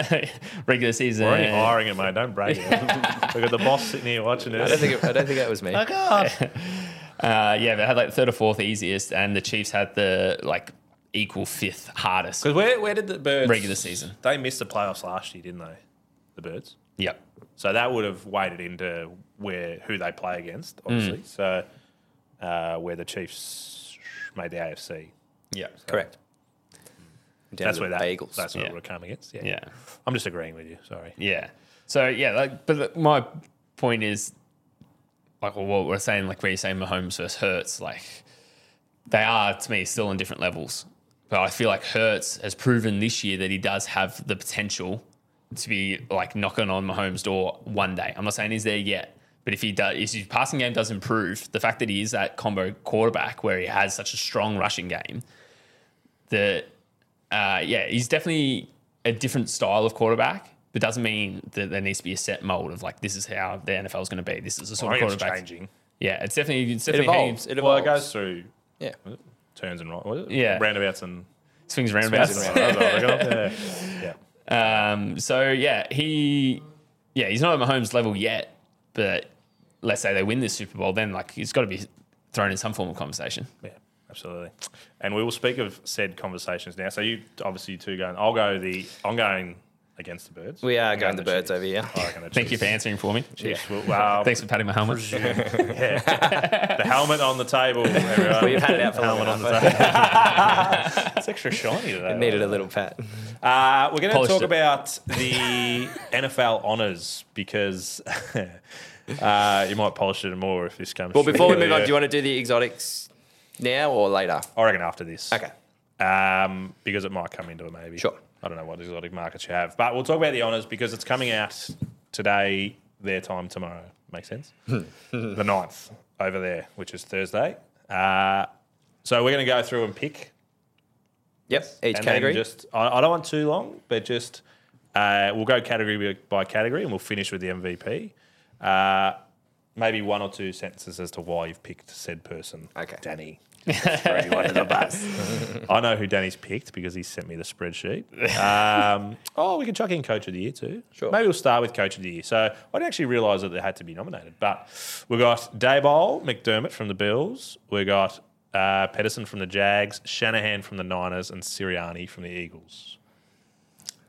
Speaker 5: regular season.
Speaker 3: We're only hiring him, mate. Don't break (laughs) it. We've got the boss sitting here watching
Speaker 4: I don't
Speaker 3: it.
Speaker 4: think it, I don't think that was me.
Speaker 5: Uh, yeah, they had like third or fourth easiest, and the Chiefs had the like equal fifth hardest.
Speaker 3: Because where, where did the birds
Speaker 5: Regular season.
Speaker 3: They missed the playoffs last year, didn't they? The birds.
Speaker 5: Yep.
Speaker 3: So that would have weighted into where who they play against,
Speaker 5: Hmm.
Speaker 3: obviously. So uh, where the Chiefs made the AFC.
Speaker 5: Yeah.
Speaker 4: Correct. Down
Speaker 3: That's
Speaker 4: to
Speaker 3: where
Speaker 4: the
Speaker 3: that,
Speaker 4: bagels.
Speaker 3: That's what
Speaker 5: Yeah.
Speaker 3: we're coming against. Yeah.
Speaker 5: Yeah.
Speaker 3: I'm just agreeing with you. Sorry.
Speaker 5: Yeah. So yeah, like, but the- my point is, like, well, what we're saying, like, where you're saying Mahomes versus Hurts, like, they are to me still on different levels. But I feel like Hurts has proven this year that he does have the potential to be like knocking on Mahomes' door one day. I'm not saying he's there yet, but if he does, if his passing game does improve, the fact that he is that combo quarterback where he has such a strong rushing game, that uh, yeah, he's definitely a different style of quarterback, but doesn't mean that there needs to be a set mold of like this is how the NFL is going to be. This is the
Speaker 3: I
Speaker 5: sort of
Speaker 3: think it's
Speaker 5: quarterback.
Speaker 3: changing.
Speaker 5: Yeah, it's definitely it's
Speaker 4: It
Speaker 5: definitely how you
Speaker 4: evolves. It
Speaker 3: Well,
Speaker 4: evolves.
Speaker 3: it goes through
Speaker 4: yeah.
Speaker 3: turns and right. Was it?
Speaker 5: Yeah.
Speaker 3: Roundabouts and.
Speaker 5: swings and roundabouts. (laughs)
Speaker 3: yeah. yeah.
Speaker 5: Um, so yeah, he yeah he's not at Mahomes level yet, but let's say they win this Super Bowl, then like he's got to be thrown in some form of conversation.
Speaker 3: Yeah. Absolutely. And we will speak of said conversations now. So you obviously you two going. I'll go the. I'm going against the birds.
Speaker 4: We are
Speaker 3: I'm
Speaker 4: going the birds
Speaker 3: Chiefs.
Speaker 4: over (laughs) here.
Speaker 3: I reckon the
Speaker 5: Thank you for answering for me.
Speaker 3: Chiefs will- well, uh,
Speaker 5: Thanks for patting my helmet.
Speaker 3: the helmet on the table. Everyone.
Speaker 4: We've had it out for long
Speaker 3: helmet on the
Speaker 4: enough.
Speaker 3: table.
Speaker 5: (laughs)
Speaker 3: it's extra shiny today.
Speaker 4: (laughs) Needed a little pat.
Speaker 3: Uh, we're going to
Speaker 5: Polished
Speaker 3: talk
Speaker 5: it.
Speaker 3: about the NFL honors because (laughs) uh, you might polish it more if this comes.
Speaker 4: Well, before we move on, do you want to do the exotics now or later?
Speaker 3: I reckon after this.
Speaker 4: Okay.
Speaker 3: Um, because it might come into it maybe.
Speaker 4: Sure.
Speaker 3: I don't know what exotic markets you have, but we'll talk about the honors because it's coming out today, their time tomorrow. Makes
Speaker 4: (laughs)
Speaker 3: sense?
Speaker 4: Hmm.
Speaker 3: the 9th over there, which is Thursday. Uh, so we're going to go through and pick
Speaker 4: Yep. Each
Speaker 3: and
Speaker 4: category.
Speaker 3: Then just I, I don't want too long, but just uh, we'll go category by- by category, and we'll finish with the MVP. Uh, maybe one or two sentences as to why you've picked said person.
Speaker 4: Okay.
Speaker 3: Danny. Throw you under the bus. (laughs) I know who Danny's picked because he sent me the spreadsheet. Um,
Speaker 4: (laughs)
Speaker 3: oh, we can chuck in Coach of the Year too.
Speaker 4: Sure.
Speaker 3: Maybe we'll start with Coach of the Year. So I didn't actually realise that they had to be nominated, but we got Dayball McDermott from the Bills. We got uh, Pedersen from the Jags, Shanahan from the Niners, and Sirianni from the Eagles.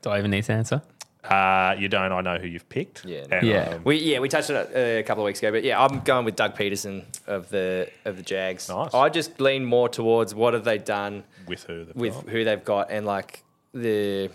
Speaker 5: Do I even need to answer?
Speaker 3: Uh, you don't. I know who you've picked.
Speaker 4: Yeah, no.
Speaker 3: And,
Speaker 5: Yeah.
Speaker 3: um,
Speaker 4: we yeah we touched on it uh, a couple of weeks ago, but yeah, I'm going with Doug Peterson of the of the Jags.
Speaker 3: Nice.
Speaker 4: I just lean more towards what have they done
Speaker 3: with who? they've
Speaker 4: with
Speaker 3: got.
Speaker 4: who they've got and like the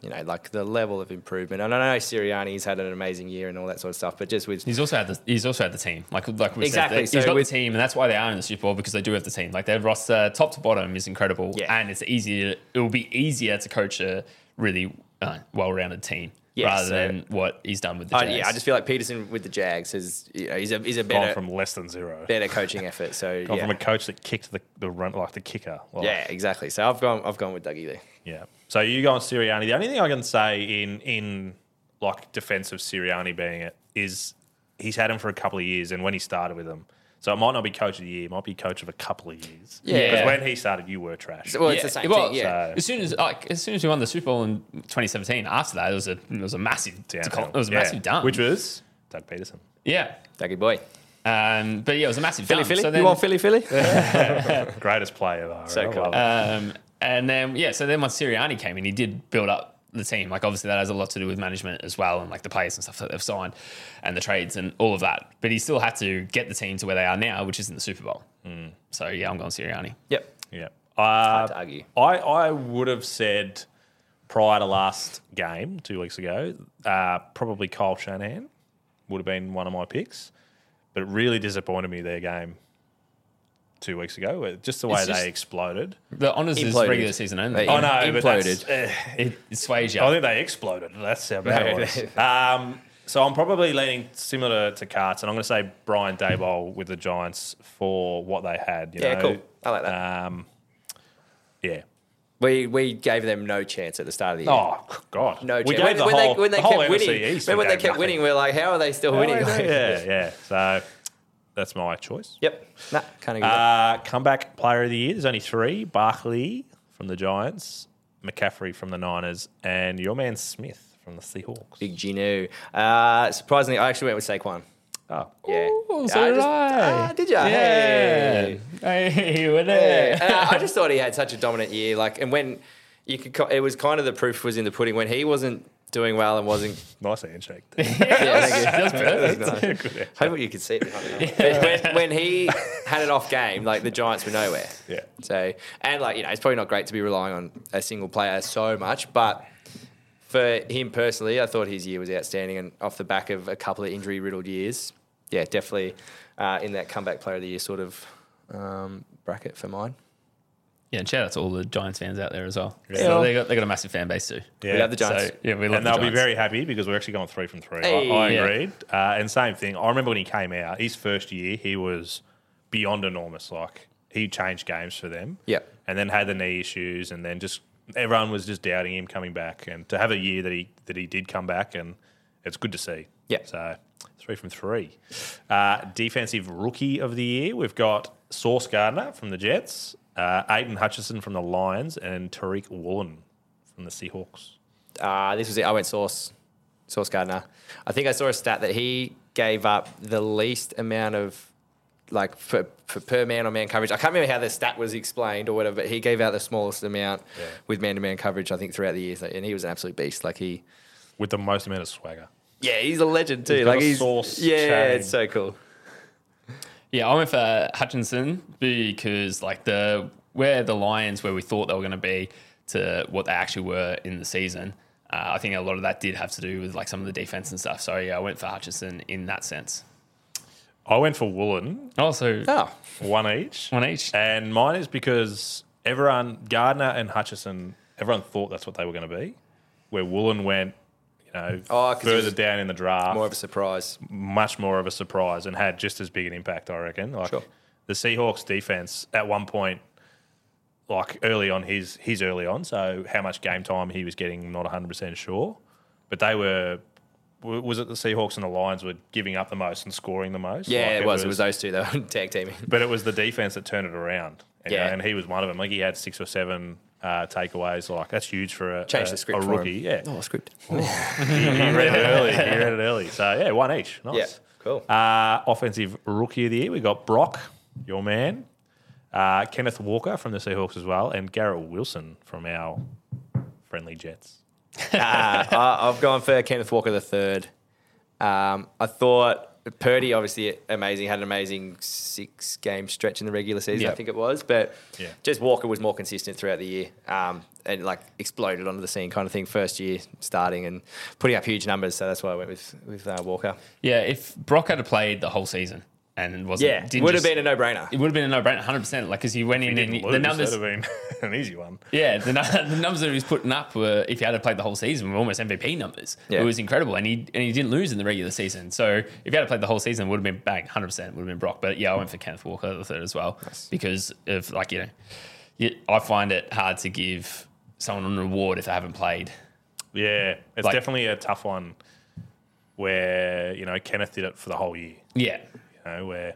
Speaker 4: you know like the level of improvement. And I know Sirianni's had an amazing year and all that sort of stuff, but just with
Speaker 5: He's also had the he's also had the team. Like like we
Speaker 4: Exactly.
Speaker 5: said, they- he's
Speaker 4: So
Speaker 5: got
Speaker 4: with-
Speaker 5: the team, and that's why they are in the Super Bowl because they do have the team. Like their roster, top to bottom, is incredible,
Speaker 4: Yeah.
Speaker 5: and it's easier. It will be easier to coach a really uh, well-rounded team
Speaker 4: Yeah,
Speaker 5: rather
Speaker 4: so-
Speaker 5: than what he's done with the
Speaker 4: I,
Speaker 5: Jags.
Speaker 4: Uh, yeah, I just feel like Peterson with the Jags is you know, he's a he's a
Speaker 3: Gone
Speaker 4: better
Speaker 3: from less than zero.
Speaker 4: better coaching effort. So
Speaker 3: (laughs) Gone
Speaker 4: yeah.
Speaker 3: from a coach that kicked the, the run like the kicker. Like,
Speaker 4: yeah, exactly. So I've gone I've gone with Dougie there.
Speaker 3: Yeah. So you go on Sirianni. The only thing I can say in in like defense of Sirianni being it is he's had him for a couple of years, and when he started with him, so it might not be coach of the year, it might be coach of a couple of years.
Speaker 4: Yeah.
Speaker 3: Because when he started, you were trash.
Speaker 4: Well, it's the
Speaker 5: Yeah,
Speaker 4: same
Speaker 5: well,
Speaker 4: thing. Yeah.
Speaker 3: so-
Speaker 5: As soon as like as soon as we won the Super Bowl in 2017, after that it was a it was a massive
Speaker 3: Downhill.
Speaker 5: decline, it was a
Speaker 3: Yeah.
Speaker 5: massive dump.
Speaker 3: which was Doug Peterson.
Speaker 5: yeah,
Speaker 4: Dougie boy.
Speaker 5: um, but yeah, it was a massive
Speaker 4: Philly
Speaker 5: dump.
Speaker 4: Philly?
Speaker 5: So
Speaker 4: you
Speaker 5: then-
Speaker 4: want
Speaker 3: (laughs)
Speaker 4: Philly Philly?
Speaker 3: Greatest player ever.
Speaker 4: So cool.
Speaker 5: Uh, Um, and then yeah, so then once Sirianni came in, he did build up the team. Like obviously that has a lot to do with management as well, and like the players and stuff that they've signed, and the trades and all of that. But he still had to get the team to where they are now, which is in the Super Bowl.
Speaker 3: Hmm.
Speaker 5: So yeah, I'm going Sirianni.
Speaker 4: Yep.
Speaker 3: Yeah. Uh,
Speaker 4: to argue.
Speaker 3: I, I would have said prior to last game, two weeks ago, uh, probably Kyle Shanahan would have been one of my picks. But it really disappointed me their game two weeks ago. uh, Just the way
Speaker 5: It's just-
Speaker 3: they exploded.
Speaker 5: The honors is
Speaker 4: Imploded.
Speaker 5: regular season only.
Speaker 4: They-
Speaker 3: I know, but that's,
Speaker 4: Imploded.
Speaker 3: eh, it,
Speaker 5: It sways you.
Speaker 3: I think they exploded. That's how bad it was. Um, so I'm probably leaning similar to Carts, and I'm going to say Brian Dayball with the Giants for what they had. You
Speaker 4: Yeah,
Speaker 3: know?
Speaker 4: cool. I like that.
Speaker 3: Um, yeah.
Speaker 4: we we gave them no chance at the start of the year.
Speaker 3: Oh God!
Speaker 4: no
Speaker 3: we
Speaker 4: chance.
Speaker 3: gave the
Speaker 4: when
Speaker 3: whole
Speaker 4: they, when they
Speaker 3: the whole NFC
Speaker 4: kept winning,
Speaker 3: East.
Speaker 4: remember
Speaker 3: we
Speaker 4: when they
Speaker 3: gave
Speaker 4: kept
Speaker 3: nothing.
Speaker 4: winning, we are like, how are they still winning? (laughs) Like,
Speaker 3: Yeah, yeah. So that's my choice.
Speaker 4: Yep. Nah, can't agree. with that.
Speaker 3: Uh, comeback player of the year. There's only three: Barkley from the Giants, McCaffrey from the Niners, and your man Smith from the Seahawks.
Speaker 4: Big Gino. Uh, surprisingly, I actually went with Saquon.
Speaker 3: Oh,
Speaker 4: Yeah.
Speaker 5: Ooh,
Speaker 4: I
Speaker 5: so did
Speaker 4: just-
Speaker 5: I.
Speaker 4: Ah, did you?
Speaker 5: Yeah. Hey, we're there.
Speaker 4: Yeah. I just thought he had such a dominant year. Like, and when you could, co- it was kind of the proof was in the pudding when he wasn't doing well and wasn't.
Speaker 3: nice handshake.
Speaker 4: (laughs) Yeah, thank you.
Speaker 5: That's
Speaker 4: (laughs)
Speaker 5: perfect.
Speaker 4: Hope you could see it. behind (laughs) me. But when, when he had an off game, like the Giants were nowhere.
Speaker 3: Yeah.
Speaker 4: So and like you know, it's probably not great to be relying on a single player so much, but for him personally, I thought his year was outstanding, and off the back of a couple of injury riddled years, yeah, definitely uh, in that comeback player of the year sort of um, bracket for mine.
Speaker 5: Yeah, and shout out to all the Giants fans out there as well.
Speaker 4: Yeah.
Speaker 5: So they got they got a massive fan base too.
Speaker 3: Yeah.
Speaker 4: We love the Giants.
Speaker 5: So yeah, we love
Speaker 3: and
Speaker 5: the
Speaker 3: they'll be
Speaker 5: Giants.
Speaker 3: very happy because we're actually going three from three.
Speaker 4: Hey.
Speaker 3: I, I
Speaker 5: Yeah.
Speaker 3: agreed. Uh, and same thing. I remember when he came out, his first year, he was beyond enormous. Like he changed games for them.
Speaker 4: Yep.
Speaker 3: And then had the knee issues, and then just everyone was just doubting him coming back. And to have a year that he that he did come back, and it's good to see.
Speaker 4: Yep.
Speaker 3: So three from three. Uh, defensive rookie of the year, we've got Source Gardner from the Jets, uh, Aiden Hutchinson from the Lions, and Tariq Woolen from the Seahawks.
Speaker 4: Uh, this was it. I went Sauce, Sauce Gardner. I think I saw a stat that he gave up the least amount of, like, for, for per man on man coverage. I can't remember how the stat was explained or whatever, but he gave out the smallest amount with man to man coverage, I think, throughout the years. And he was an absolute beast. Like, he,
Speaker 3: with the most amount of swagger.
Speaker 4: yeah, he's a legend too.
Speaker 3: He's got
Speaker 4: like,
Speaker 3: a
Speaker 4: he's,
Speaker 3: Sauce
Speaker 4: yeah,
Speaker 3: chain.
Speaker 4: it's so cool.
Speaker 5: Yeah, I went for Hutchinson because like the where the Lions where we thought they were going to be to what they actually were in the season. Uh, I think a lot of that did have to do with like some of the defense and stuff. So yeah, I went for Hutchinson in that sense.
Speaker 3: I went for woolen,
Speaker 5: Also,
Speaker 4: Oh,
Speaker 3: one each.
Speaker 5: one each.
Speaker 3: And mine is because everyone, Gardner and Hutchison, everyone thought that's what they were going to be. Where woolen went, you know,
Speaker 4: Oh, 'cause he
Speaker 3: further
Speaker 4: was
Speaker 3: down in the draft,
Speaker 4: more of a surprise.
Speaker 3: much more of a surprise and had just as big an impact, I reckon. Like
Speaker 4: Sure.
Speaker 3: the Seahawks defense at one point, like early on, his his early on, so how much game time he was getting, not 100% sure. But they were, w- was it the Seahawks and the Lions were giving up the most and scoring the most?
Speaker 4: Yeah,
Speaker 3: Like,
Speaker 4: it was. It was those two, though, (laughs) tag teaming.
Speaker 3: But it was the defense that turned it around. you
Speaker 4: Yeah.
Speaker 3: know, and he was one of them. Like he had six or seven uh, takeaways. Like that's huge for a,
Speaker 4: Change
Speaker 3: a,
Speaker 4: the script
Speaker 3: a
Speaker 4: for him.
Speaker 3: rookie. Yeah,
Speaker 4: Oh, script.
Speaker 3: he read it early. He read it
Speaker 4: (laughs)
Speaker 3: early. So yeah, one each. Nice.
Speaker 4: Yeah, cool.
Speaker 3: Uh, offensive rookie of the year, we got Brock, your man, uh, Kenneth Walker from the Seahawks as well, and Garrett Wilson from our friendly Jets.
Speaker 4: Uh, I, I've gone for Kenneth Walker the third. Um, I thought Purdy obviously amazing had an amazing six game stretch in the regular season, I
Speaker 5: Yeah.
Speaker 4: think it was, but
Speaker 3: Yeah.
Speaker 4: just Walker was more consistent throughout the year um, and like exploded onto the scene kind of thing. First year starting and putting up huge numbers, so that's why I went with with uh, Walker.
Speaker 5: Yeah, if Brock had played the whole season and wasn't,
Speaker 4: Yeah,
Speaker 5: didn't
Speaker 4: would have
Speaker 5: just-
Speaker 4: been a no brainer.
Speaker 5: It would have been a no-brainer, hundred percent. Like, because he went in
Speaker 3: He
Speaker 5: and
Speaker 3: didn't
Speaker 5: he-
Speaker 3: lose.
Speaker 5: the numbers,
Speaker 3: That'd have been (laughs) an easy one.
Speaker 5: yeah, the, nu- (laughs) the numbers that he was putting up were, if he had played the whole season, were almost MVP numbers.
Speaker 4: Yeah.
Speaker 5: It was incredible, and he and he didn't lose in the regular season. So if he had played the whole season, it would have been bang, hundred percent, would have been Brock. But yeah, I went for Kenneth Walker the third as well because of like you know, you, I find it hard to give someone an award if they haven't played.
Speaker 3: Yeah, it's
Speaker 5: Like-
Speaker 3: definitely a tough one. Where you know Kenneth did it for the whole year.
Speaker 5: Yeah,
Speaker 3: You know where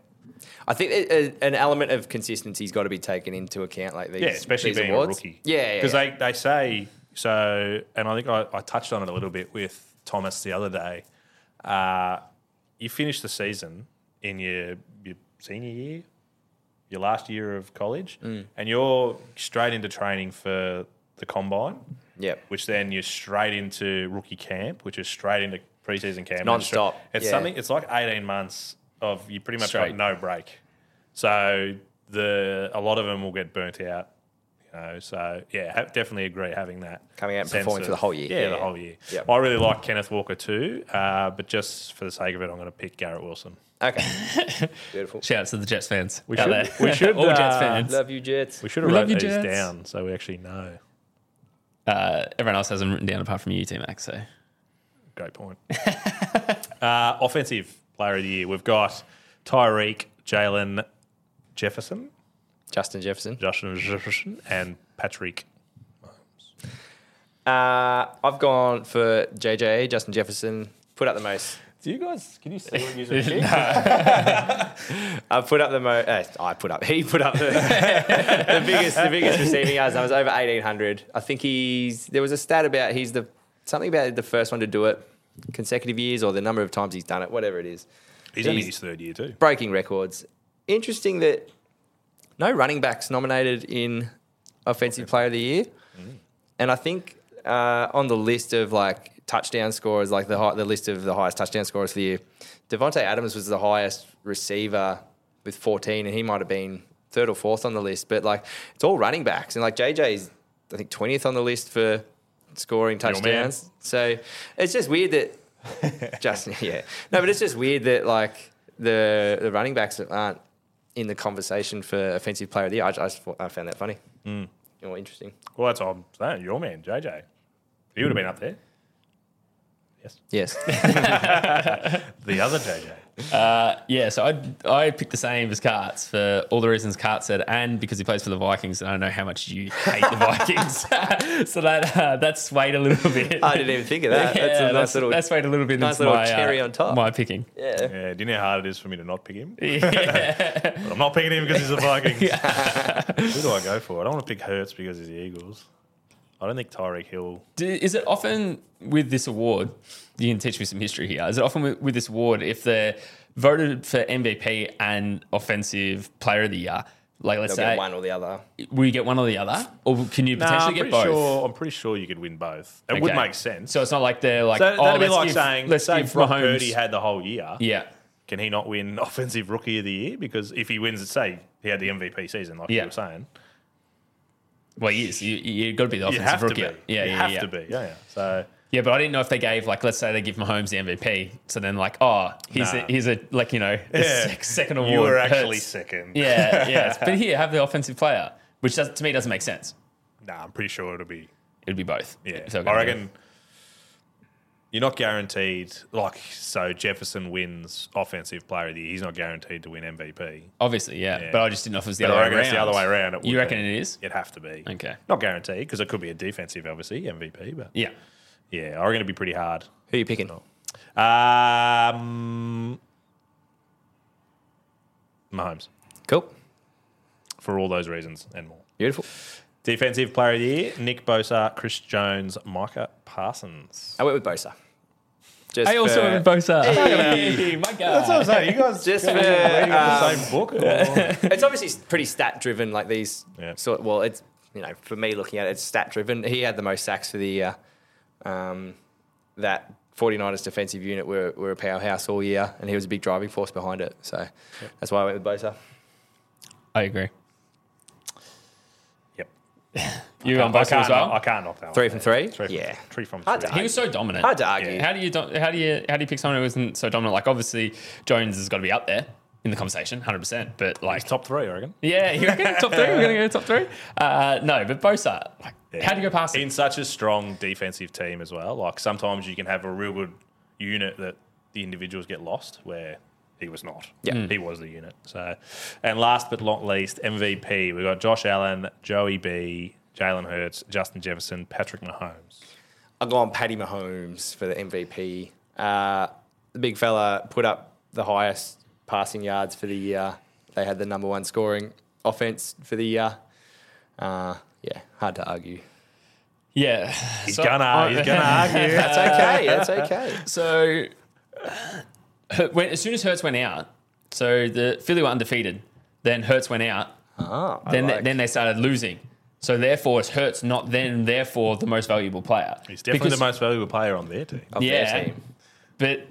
Speaker 4: I think it, it, an element of consistency's got to be taken into account, like these,
Speaker 3: Yeah, especially
Speaker 4: these
Speaker 3: being a
Speaker 4: awards.
Speaker 3: rookie.
Speaker 4: Yeah, yeah,
Speaker 3: because
Speaker 4: yeah.
Speaker 3: they, they say so, and I think I, I touched on it a little bit with Thomas the other day. Uh, you finish the season in your your senior year, your
Speaker 4: Mm.
Speaker 3: last year of college, and you're straight into training for the combine.
Speaker 4: Yep.
Speaker 3: Which then you're straight into rookie camp, which is straight into preseason camp.
Speaker 4: nonstop,
Speaker 3: It's
Speaker 4: yeah.
Speaker 3: something. It's like 18 months of you pretty much
Speaker 5: Straight.
Speaker 3: got no break. So the a lot of them will get burnt out. You know, so yeah, ha- definitely agree having that
Speaker 4: Coming out and
Speaker 3: sense
Speaker 4: performing
Speaker 3: of-
Speaker 4: for the whole year.
Speaker 3: Yeah, the
Speaker 4: Yeah.
Speaker 3: whole year.
Speaker 4: Yep.
Speaker 3: I really like Kenneth Walker too, uh, but just for the sake of it, I'm going to pick Garrett Wilson.
Speaker 4: Okay.
Speaker 3: (laughs)
Speaker 4: Beautiful.
Speaker 5: Shout out to the Jets fans.
Speaker 3: We
Speaker 5: out
Speaker 3: should-
Speaker 5: there.
Speaker 3: we should,
Speaker 5: (laughs) all Jets
Speaker 3: uh,
Speaker 5: fans.
Speaker 4: Love you, Jets.
Speaker 3: We should have
Speaker 5: We
Speaker 3: wrote
Speaker 5: love you,
Speaker 3: these
Speaker 5: Jets.
Speaker 3: down so we actually know.
Speaker 5: Uh, everyone else has them written down apart from you, T Mac. So
Speaker 3: Great point. (laughs) uh, offensive player of the year. We've got Tyreek, Jalen Jefferson,
Speaker 4: Justin Jefferson.
Speaker 3: Justin Jefferson, and Patrick.
Speaker 4: Uh, I've gone for JJ, Justin Jefferson. Put up the most.
Speaker 3: Do you guys, can you
Speaker 4: (laughs)
Speaker 3: see when you're
Speaker 4: I put up the most. Uh, I put up. (laughs) He put up the, the biggest, the biggest receiving yards. That was over eighteen hundred. I think he's. There was a stat about he's the something about the first one to do it consecutive years or the number of times he's done it, whatever it is.
Speaker 3: He's only
Speaker 4: He's-
Speaker 3: his third year, too.
Speaker 4: breaking records. Interesting that no running backs nominated in Offensive Player of the Year, and I think uh, on the list of like touchdown scorers, like the high, the list of the highest touchdown scorers for the year, Devonte Adams was the highest receiver with 14, and he might have been third or fourth on the list. But like it's all running backs, and like JJ's I think 20th on the list for scoring
Speaker 3: man.
Speaker 4: touchdowns. So it's just weird that Justin, yeah. No, but it's just weird that like the the running backs that aren't in the conversation for offensive player of the year. I, ju- I, just thought, I found that funny. Or interesting.
Speaker 3: Well, that's all I'm saying. Your man, JJ. He would have been up there. Yes.
Speaker 4: Yes.
Speaker 5: (laughs)
Speaker 3: The other (laughs) JJ.
Speaker 5: yeah, so I I picked the same as Carts for all the reasons Cart said, and because he plays for the Vikings, and I know how much you hate
Speaker 4: (laughs)
Speaker 5: the Vikings, (laughs) so that uh, that swayed a little bit.
Speaker 4: I didn't even think of that. that's a nice little.
Speaker 5: That swayed a little bit.
Speaker 4: nice
Speaker 5: into
Speaker 4: little
Speaker 5: my, uh,
Speaker 4: cherry on top.
Speaker 5: My picking. (laughs)
Speaker 4: yeah.
Speaker 3: Yeah, do you know how hard it is for me to not pick him? But I'm not picking him because he's a (laughs) Vikings. Who do I go for? I don't want to pick Hurts because he's the Eagles. I don't think Tyreek Hill
Speaker 5: Do, is it often with this award? You can teach me some history here. Is it often with, with this award if they're voted for MVP and Offensive Player of the Year? Like, let's
Speaker 4: They'll get
Speaker 5: say
Speaker 4: one or the other.
Speaker 5: we get one or the other, or can you
Speaker 3: Nah,
Speaker 5: potentially
Speaker 3: I'm
Speaker 5: get
Speaker 3: pretty
Speaker 5: both?
Speaker 3: Sure, I'm pretty sure you could win both. It would
Speaker 5: Okay.
Speaker 3: make sense.
Speaker 5: So it's not like they're like,
Speaker 3: So
Speaker 5: oh,
Speaker 3: that'd be
Speaker 5: let's
Speaker 3: like
Speaker 5: give,
Speaker 3: saying,
Speaker 5: let's
Speaker 3: say
Speaker 5: give
Speaker 3: Brock
Speaker 5: Mahomes.
Speaker 3: Purdy had the whole year.
Speaker 5: yeah,
Speaker 3: Can he not win (laughs) Offensive Rookie of the Year? Because if he wins, say he had the MVP season, like
Speaker 5: Yeah.
Speaker 3: you were saying,
Speaker 5: well, he is. You, you got to be the
Speaker 3: you
Speaker 5: offensive
Speaker 3: have to
Speaker 5: rookie.
Speaker 3: be.
Speaker 5: Yeah,
Speaker 3: you
Speaker 5: yeah,
Speaker 3: have
Speaker 5: yeah.
Speaker 3: to be. Yeah, yeah. So
Speaker 5: Yeah, but I didn't know if they gave like, let's say they give Mahomes the MVP. So then like, oh, he's
Speaker 3: Nah.
Speaker 5: a, he's a like you know the
Speaker 3: Yeah.
Speaker 5: sec- second award.
Speaker 3: you were actually
Speaker 5: Hurts.
Speaker 3: second. (laughs)
Speaker 5: Yeah, yeah. but here have the offensive player, which does, to me doesn't make sense.
Speaker 3: Nah, I'm pretty sure it'll be.
Speaker 5: It'd be both.
Speaker 3: Yeah,
Speaker 5: If they were
Speaker 3: I
Speaker 5: gonna do
Speaker 3: reckon. You're not guaranteed, like so. Jefferson wins Offensive Player of the Year. He's not guaranteed to win MVP.
Speaker 5: it. Obviously, yeah,
Speaker 3: Yeah.
Speaker 5: But I just didn't know if it was the
Speaker 3: But
Speaker 5: other
Speaker 3: I
Speaker 5: way
Speaker 3: reckon
Speaker 5: around.
Speaker 3: it's the other way around. It
Speaker 5: You
Speaker 3: would
Speaker 5: reckon
Speaker 3: be.
Speaker 5: it is?
Speaker 3: It'd have to be.
Speaker 5: Okay.
Speaker 3: Not guaranteed because it could be a defensive, obviously MVP. But
Speaker 5: Yeah.
Speaker 3: yeah, I reckon it'd be pretty hard.
Speaker 4: Who are you picking?
Speaker 3: Um, Mahomes
Speaker 4: Cool.
Speaker 3: for all those reasons and more.
Speaker 4: Beautiful.
Speaker 3: Defensive player of the year: Nick Bosa, Chris Jones, Micah Parsons.
Speaker 4: I went with Bosa. Just
Speaker 5: I also
Speaker 4: for-
Speaker 3: (laughs)
Speaker 5: went Bosa.
Speaker 4: Hey.
Speaker 5: (laughs) my God.
Speaker 3: saying. You guys
Speaker 4: Just for, um,
Speaker 3: same book. or-
Speaker 4: it's obviously pretty stat driven. Like these,
Speaker 3: Yeah.
Speaker 4: sort. Well, it's you know for me looking at it, it's stat driven. He had the most sacks for the year. Um, that 49ers defensive unit were, were a powerhouse all year, and he was a big driving force behind it. So that's why I went with Bosa.
Speaker 5: I agree.
Speaker 3: yep.
Speaker 5: You on
Speaker 3: I
Speaker 5: Bosa
Speaker 3: can't,
Speaker 5: as well.
Speaker 3: I can't knock that one.
Speaker 4: Three from three.
Speaker 3: Three from,
Speaker 4: yeah,
Speaker 3: Three from
Speaker 4: Hard
Speaker 3: three.
Speaker 4: to
Speaker 5: He was so dominant.
Speaker 4: hard to argue.
Speaker 5: How do you do, how do you how do you pick someone who isn't so dominant? Like obviously Jones has got to be up there in the conversation, hundred percent. But like,
Speaker 3: He's (laughs) top three, I reckon.
Speaker 5: yeah, you reckon top three? We're gonna go top three? Uh, no, but Bosa. Like, how do you go past him?
Speaker 3: in such a strong defensive team as well. Like sometimes you can have a real good unit that the individuals get lost where he was not.
Speaker 4: Yeah.
Speaker 5: Hmm.
Speaker 4: Mm.
Speaker 3: He was the unit. So and last but not least, MVP. We've got Josh Allen, Joey B, Jalen Hurts, Justin Jefferson, Patrick Mahomes.
Speaker 4: I'll go on Patty Mahomes for the MVP. Uh, the big fella put up the highest passing yards for the year. They had the number one scoring offense for the year. Uh, yeah, hard to argue.
Speaker 5: Yeah, he's
Speaker 3: gonna he's
Speaker 5: (laughs)
Speaker 3: gonna argue.
Speaker 4: That's okay. That's okay.
Speaker 5: So Hur- when, as soon as Hertz went out, so the Philly were undefeated. Then Hertz went out.
Speaker 4: Ah, (laughs) I
Speaker 5: Then
Speaker 4: like-
Speaker 5: then they started losing. So therefore, it hurts not then. Therefore, the most valuable player.
Speaker 3: He's definitely
Speaker 5: Because-
Speaker 3: the most valuable player on their team.
Speaker 4: of
Speaker 5: yeah,
Speaker 4: their team.
Speaker 5: But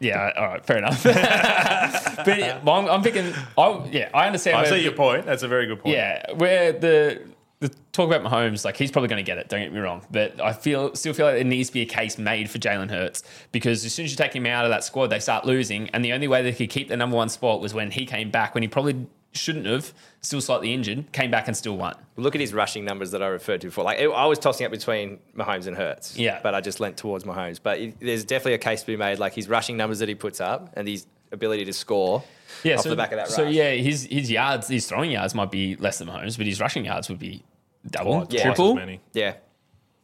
Speaker 5: yeah, all right, fair enough. (laughs) but yeah, well, I'm, I'm picking. I yeah, I understand.
Speaker 3: I
Speaker 5: where-
Speaker 3: see your point. That's a very good point.
Speaker 5: yeah, where the the talk about Mahomes, like he's probably going to get it. Don't get me wrong, but I feel still feel like there needs to be a case made for Jalen Hurts because as soon as you take him out of that squad, they start losing, and the only way they could keep the number one spot was when he came back when he probably shouldn't have, still slightly injured, came back and still won.
Speaker 4: Look at his rushing numbers that I referred to before. Like I was tossing up between Mahomes and Hurts.
Speaker 5: Yeah.
Speaker 4: but I just leant towards Mahomes. But it, there's definitely a case to be made. Like his rushing numbers that he puts up and his ability to score.
Speaker 5: Yeah,
Speaker 4: off
Speaker 5: so,
Speaker 4: the back of that.
Speaker 5: So
Speaker 4: rush.
Speaker 5: yeah, his his yards, his throwing yards might be less than Mahomes, but his rushing yards would be double,
Speaker 3: Twice
Speaker 4: Yeah.
Speaker 3: as
Speaker 5: triple.
Speaker 3: many.
Speaker 4: yeah.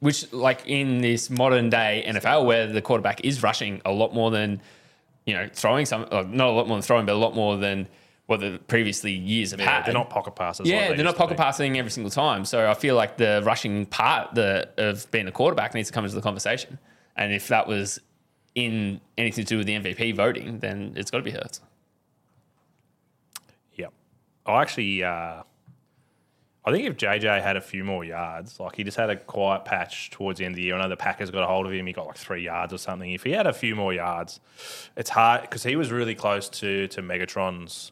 Speaker 5: which like in this modern day NFL where the quarterback is rushing a lot more than you know throwing some uh, not a lot more than throwing but a lot more than what the previously years have
Speaker 3: Yeah,
Speaker 5: had.
Speaker 3: they're not pocket passes.
Speaker 5: yeah,
Speaker 3: like they
Speaker 5: they're not
Speaker 3: used to
Speaker 5: pocket
Speaker 3: be.
Speaker 5: passing every single time. So I feel like the rushing part the, of being a quarterback needs to come into the conversation. And if that was in anything to do with the MVP voting, then it's got to be Hurts.
Speaker 3: Yeah. I actually, uh, I think if JJ had a few more yards, like he just had a quiet patch towards the end of the year. I know the Packers got a hold of him. He got like three yards or something. If he had a few more yards, it's hard because he was really close to to Megatron's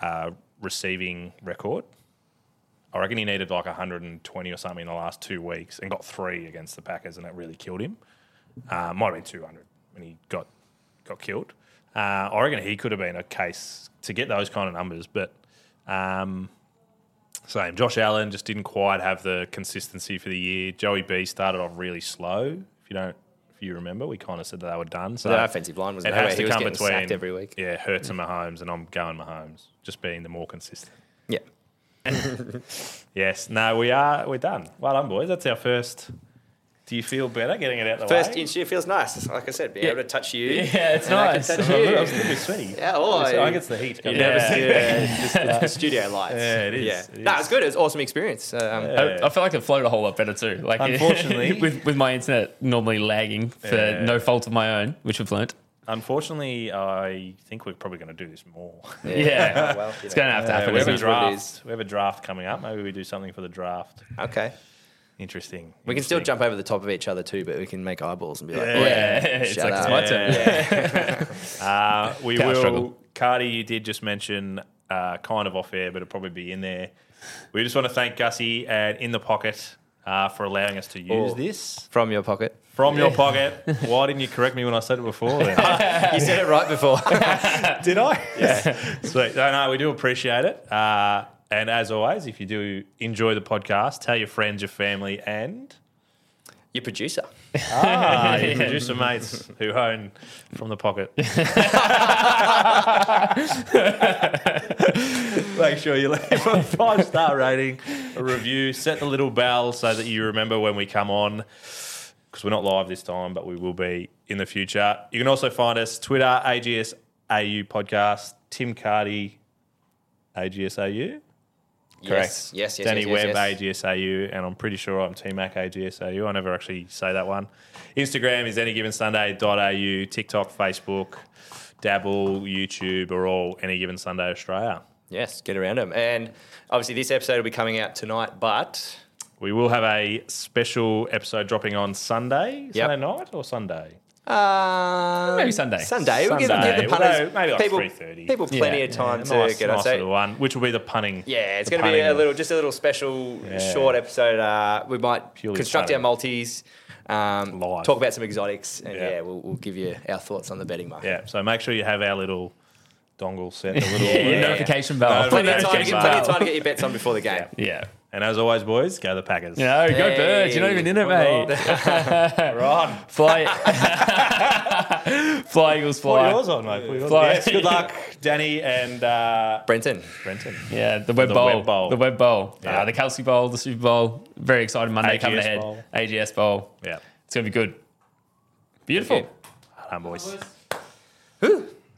Speaker 3: uh, receiving record. I reckon he needed like 120 or something in the last two weeks and got three against the Packers, and that really killed him. Uh, might have been 200 when he got got killed. Uh, I reckon he could have been a case to get those kind of numbers, but um, same. Josh Allen just didn't quite have the consistency for the year. Joey B started off really slow. If you don't, if you remember, we kind of said that they were done. So
Speaker 4: The offensive line was
Speaker 3: it
Speaker 4: nowhere.
Speaker 3: has to
Speaker 4: He was
Speaker 3: come
Speaker 4: getting
Speaker 3: between
Speaker 4: sacked every week. Mm.
Speaker 3: Yeah, Hurts and Mahomes, and I'm going Mahomes, just being the more consistent.
Speaker 4: Yeah.
Speaker 3: Yes. No, we are. We're done. Well done, boys. That's our first. Do you feel better getting it out the
Speaker 4: First
Speaker 3: way?
Speaker 4: inch, it feels nice. Like I said, being able to touch you.
Speaker 5: Yeah, it's
Speaker 4: And I can
Speaker 5: nice.
Speaker 4: touch
Speaker 3: Oh,
Speaker 4: you.
Speaker 3: look, I was thinking sweaty.
Speaker 4: Yeah, oh,
Speaker 3: I
Speaker 4: yeah.
Speaker 3: think it's the heat. coming
Speaker 5: Yeah.
Speaker 3: out.
Speaker 4: Never seen that. It's just the- the studio lights.
Speaker 3: Yeah, it is.
Speaker 4: Yeah,
Speaker 3: It
Speaker 4: no,
Speaker 3: is.
Speaker 4: it's good. It was an awesome experience. Um, (laughs)
Speaker 5: I, I feel like it floated a whole lot better too. Like (laughs)
Speaker 3: Unfortunately-
Speaker 5: with with my internet normally lagging for
Speaker 3: Yeah.
Speaker 5: no fault of my own, which we've learnt.
Speaker 3: Unfortunately, I think we're probably going to do this more. (laughs)
Speaker 5: Yeah,
Speaker 4: oh, well, you
Speaker 5: it's
Speaker 4: know.
Speaker 5: gonna have to
Speaker 3: Uh,
Speaker 5: happen.
Speaker 3: we have a
Speaker 4: is
Speaker 5: isn't it?
Speaker 4: what it
Speaker 3: draft.
Speaker 4: is.
Speaker 3: We have a draft coming up. Maybe we do something for the draft.
Speaker 4: Okay,
Speaker 3: Interesting.
Speaker 4: we can still jump over the top of each other too, but we can make eyeballs and be like,
Speaker 3: Yeah.
Speaker 5: Yeah, (laughs) it's
Speaker 4: Shut
Speaker 5: like it's
Speaker 4: up.
Speaker 5: my turn.
Speaker 3: (laughs) Uh, we
Speaker 5: Power
Speaker 3: will.
Speaker 5: struggle.
Speaker 3: Cardi, you did just mention uh, kind of off air, but it'll probably be in there. We just want to thank Gussie and In the Pocket uh, for allowing us to use
Speaker 4: Oh.
Speaker 3: this
Speaker 4: from your pocket.
Speaker 3: from your (laughs) pocket. Why didn't you correct me when I said it before? (laughs) Then?
Speaker 4: You (laughs) said it right before.
Speaker 3: Uh, did I? (laughs) Yeah. Sweet. No, no, we do appreciate it. Uh, and as always, if you do enjoy the podcast, tell your friends, your family, and
Speaker 4: (laughs) your producer.
Speaker 3: Ah, your producer mates who own from the pocket. Make sure you leave a five star rating, a review, set the little bell so that you remember when we come on. Because we're not live this time, but we will be in the future. You can also find us Twitter, AGSAU Podcast, Tim Cardy, AGSAU.
Speaker 4: Yes, yes, yes.
Speaker 3: Danny
Speaker 4: yes, yes,
Speaker 3: Webb,
Speaker 4: yes.
Speaker 3: AGSAU, and I'm pretty sure I'm TMAC AGSAU. I never actually say that one. Instagram is anygivensunday.au, TikTok, Facebook, Dabble, YouTube are all Any Given Sunday Australia.
Speaker 4: Yes, get around him. And obviously, this episode will be coming out tonight, but
Speaker 3: We will have a special episode dropping on Sunday, Sunday night or Sunday?
Speaker 4: um,
Speaker 5: Maybe Sunday.
Speaker 4: Sunday. We'll give,
Speaker 3: Sunday.
Speaker 4: give the punters
Speaker 3: Maybe like
Speaker 4: people,
Speaker 3: 3:30.
Speaker 4: people plenty
Speaker 5: Yeah.
Speaker 4: of time
Speaker 3: A
Speaker 4: to
Speaker 3: nice,
Speaker 4: get
Speaker 3: nice
Speaker 4: on. So
Speaker 3: little one, which will be the punning.
Speaker 4: Yeah, it's
Speaker 3: the
Speaker 4: going to be a
Speaker 3: punning.
Speaker 4: little, just a little special,
Speaker 3: Yeah.
Speaker 4: short episode. Uh, we might
Speaker 3: Purely
Speaker 4: construct
Speaker 3: funny.
Speaker 4: our multis, um,
Speaker 3: Live.
Speaker 4: talk about some exotics, and
Speaker 3: Yeah.
Speaker 4: yeah, we'll, we'll give you our thoughts on the betting market.
Speaker 3: Yeah, so make sure you have our little dongle
Speaker 4: (laughs)
Speaker 3: set, the little
Speaker 5: Yeah,
Speaker 4: Yeah.
Speaker 5: notification bell.
Speaker 4: Plenty, of
Speaker 3: Notification
Speaker 4: time to get,
Speaker 3: bell.
Speaker 4: plenty of time to get your bets on before the game.
Speaker 5: Yeah.
Speaker 3: And as always, boys, go the Packers.
Speaker 5: You know, go
Speaker 4: Hey.
Speaker 5: birds. You're not even in it, mate.
Speaker 3: We're on.
Speaker 5: Fly. fly Eagles
Speaker 3: Put
Speaker 5: fly.
Speaker 3: yours on, mate. Put yours
Speaker 5: Fly.
Speaker 3: on. Yes, good luck, Danny and uh,
Speaker 4: Brenton,
Speaker 3: Brenton.
Speaker 5: Yeah, the Web
Speaker 3: The
Speaker 5: Bowl.
Speaker 3: Web Bowl.
Speaker 5: The Web Bowl.
Speaker 3: Yeah.
Speaker 5: Uh, the Kelsey Bowl, the Super Bowl. Very exciting Monday coming
Speaker 3: AGS
Speaker 5: ahead.
Speaker 3: Bowl.
Speaker 5: AGS Bowl.
Speaker 3: Yeah.
Speaker 5: It's going to be good. Beautiful.
Speaker 4: you.
Speaker 3: Hi, boys.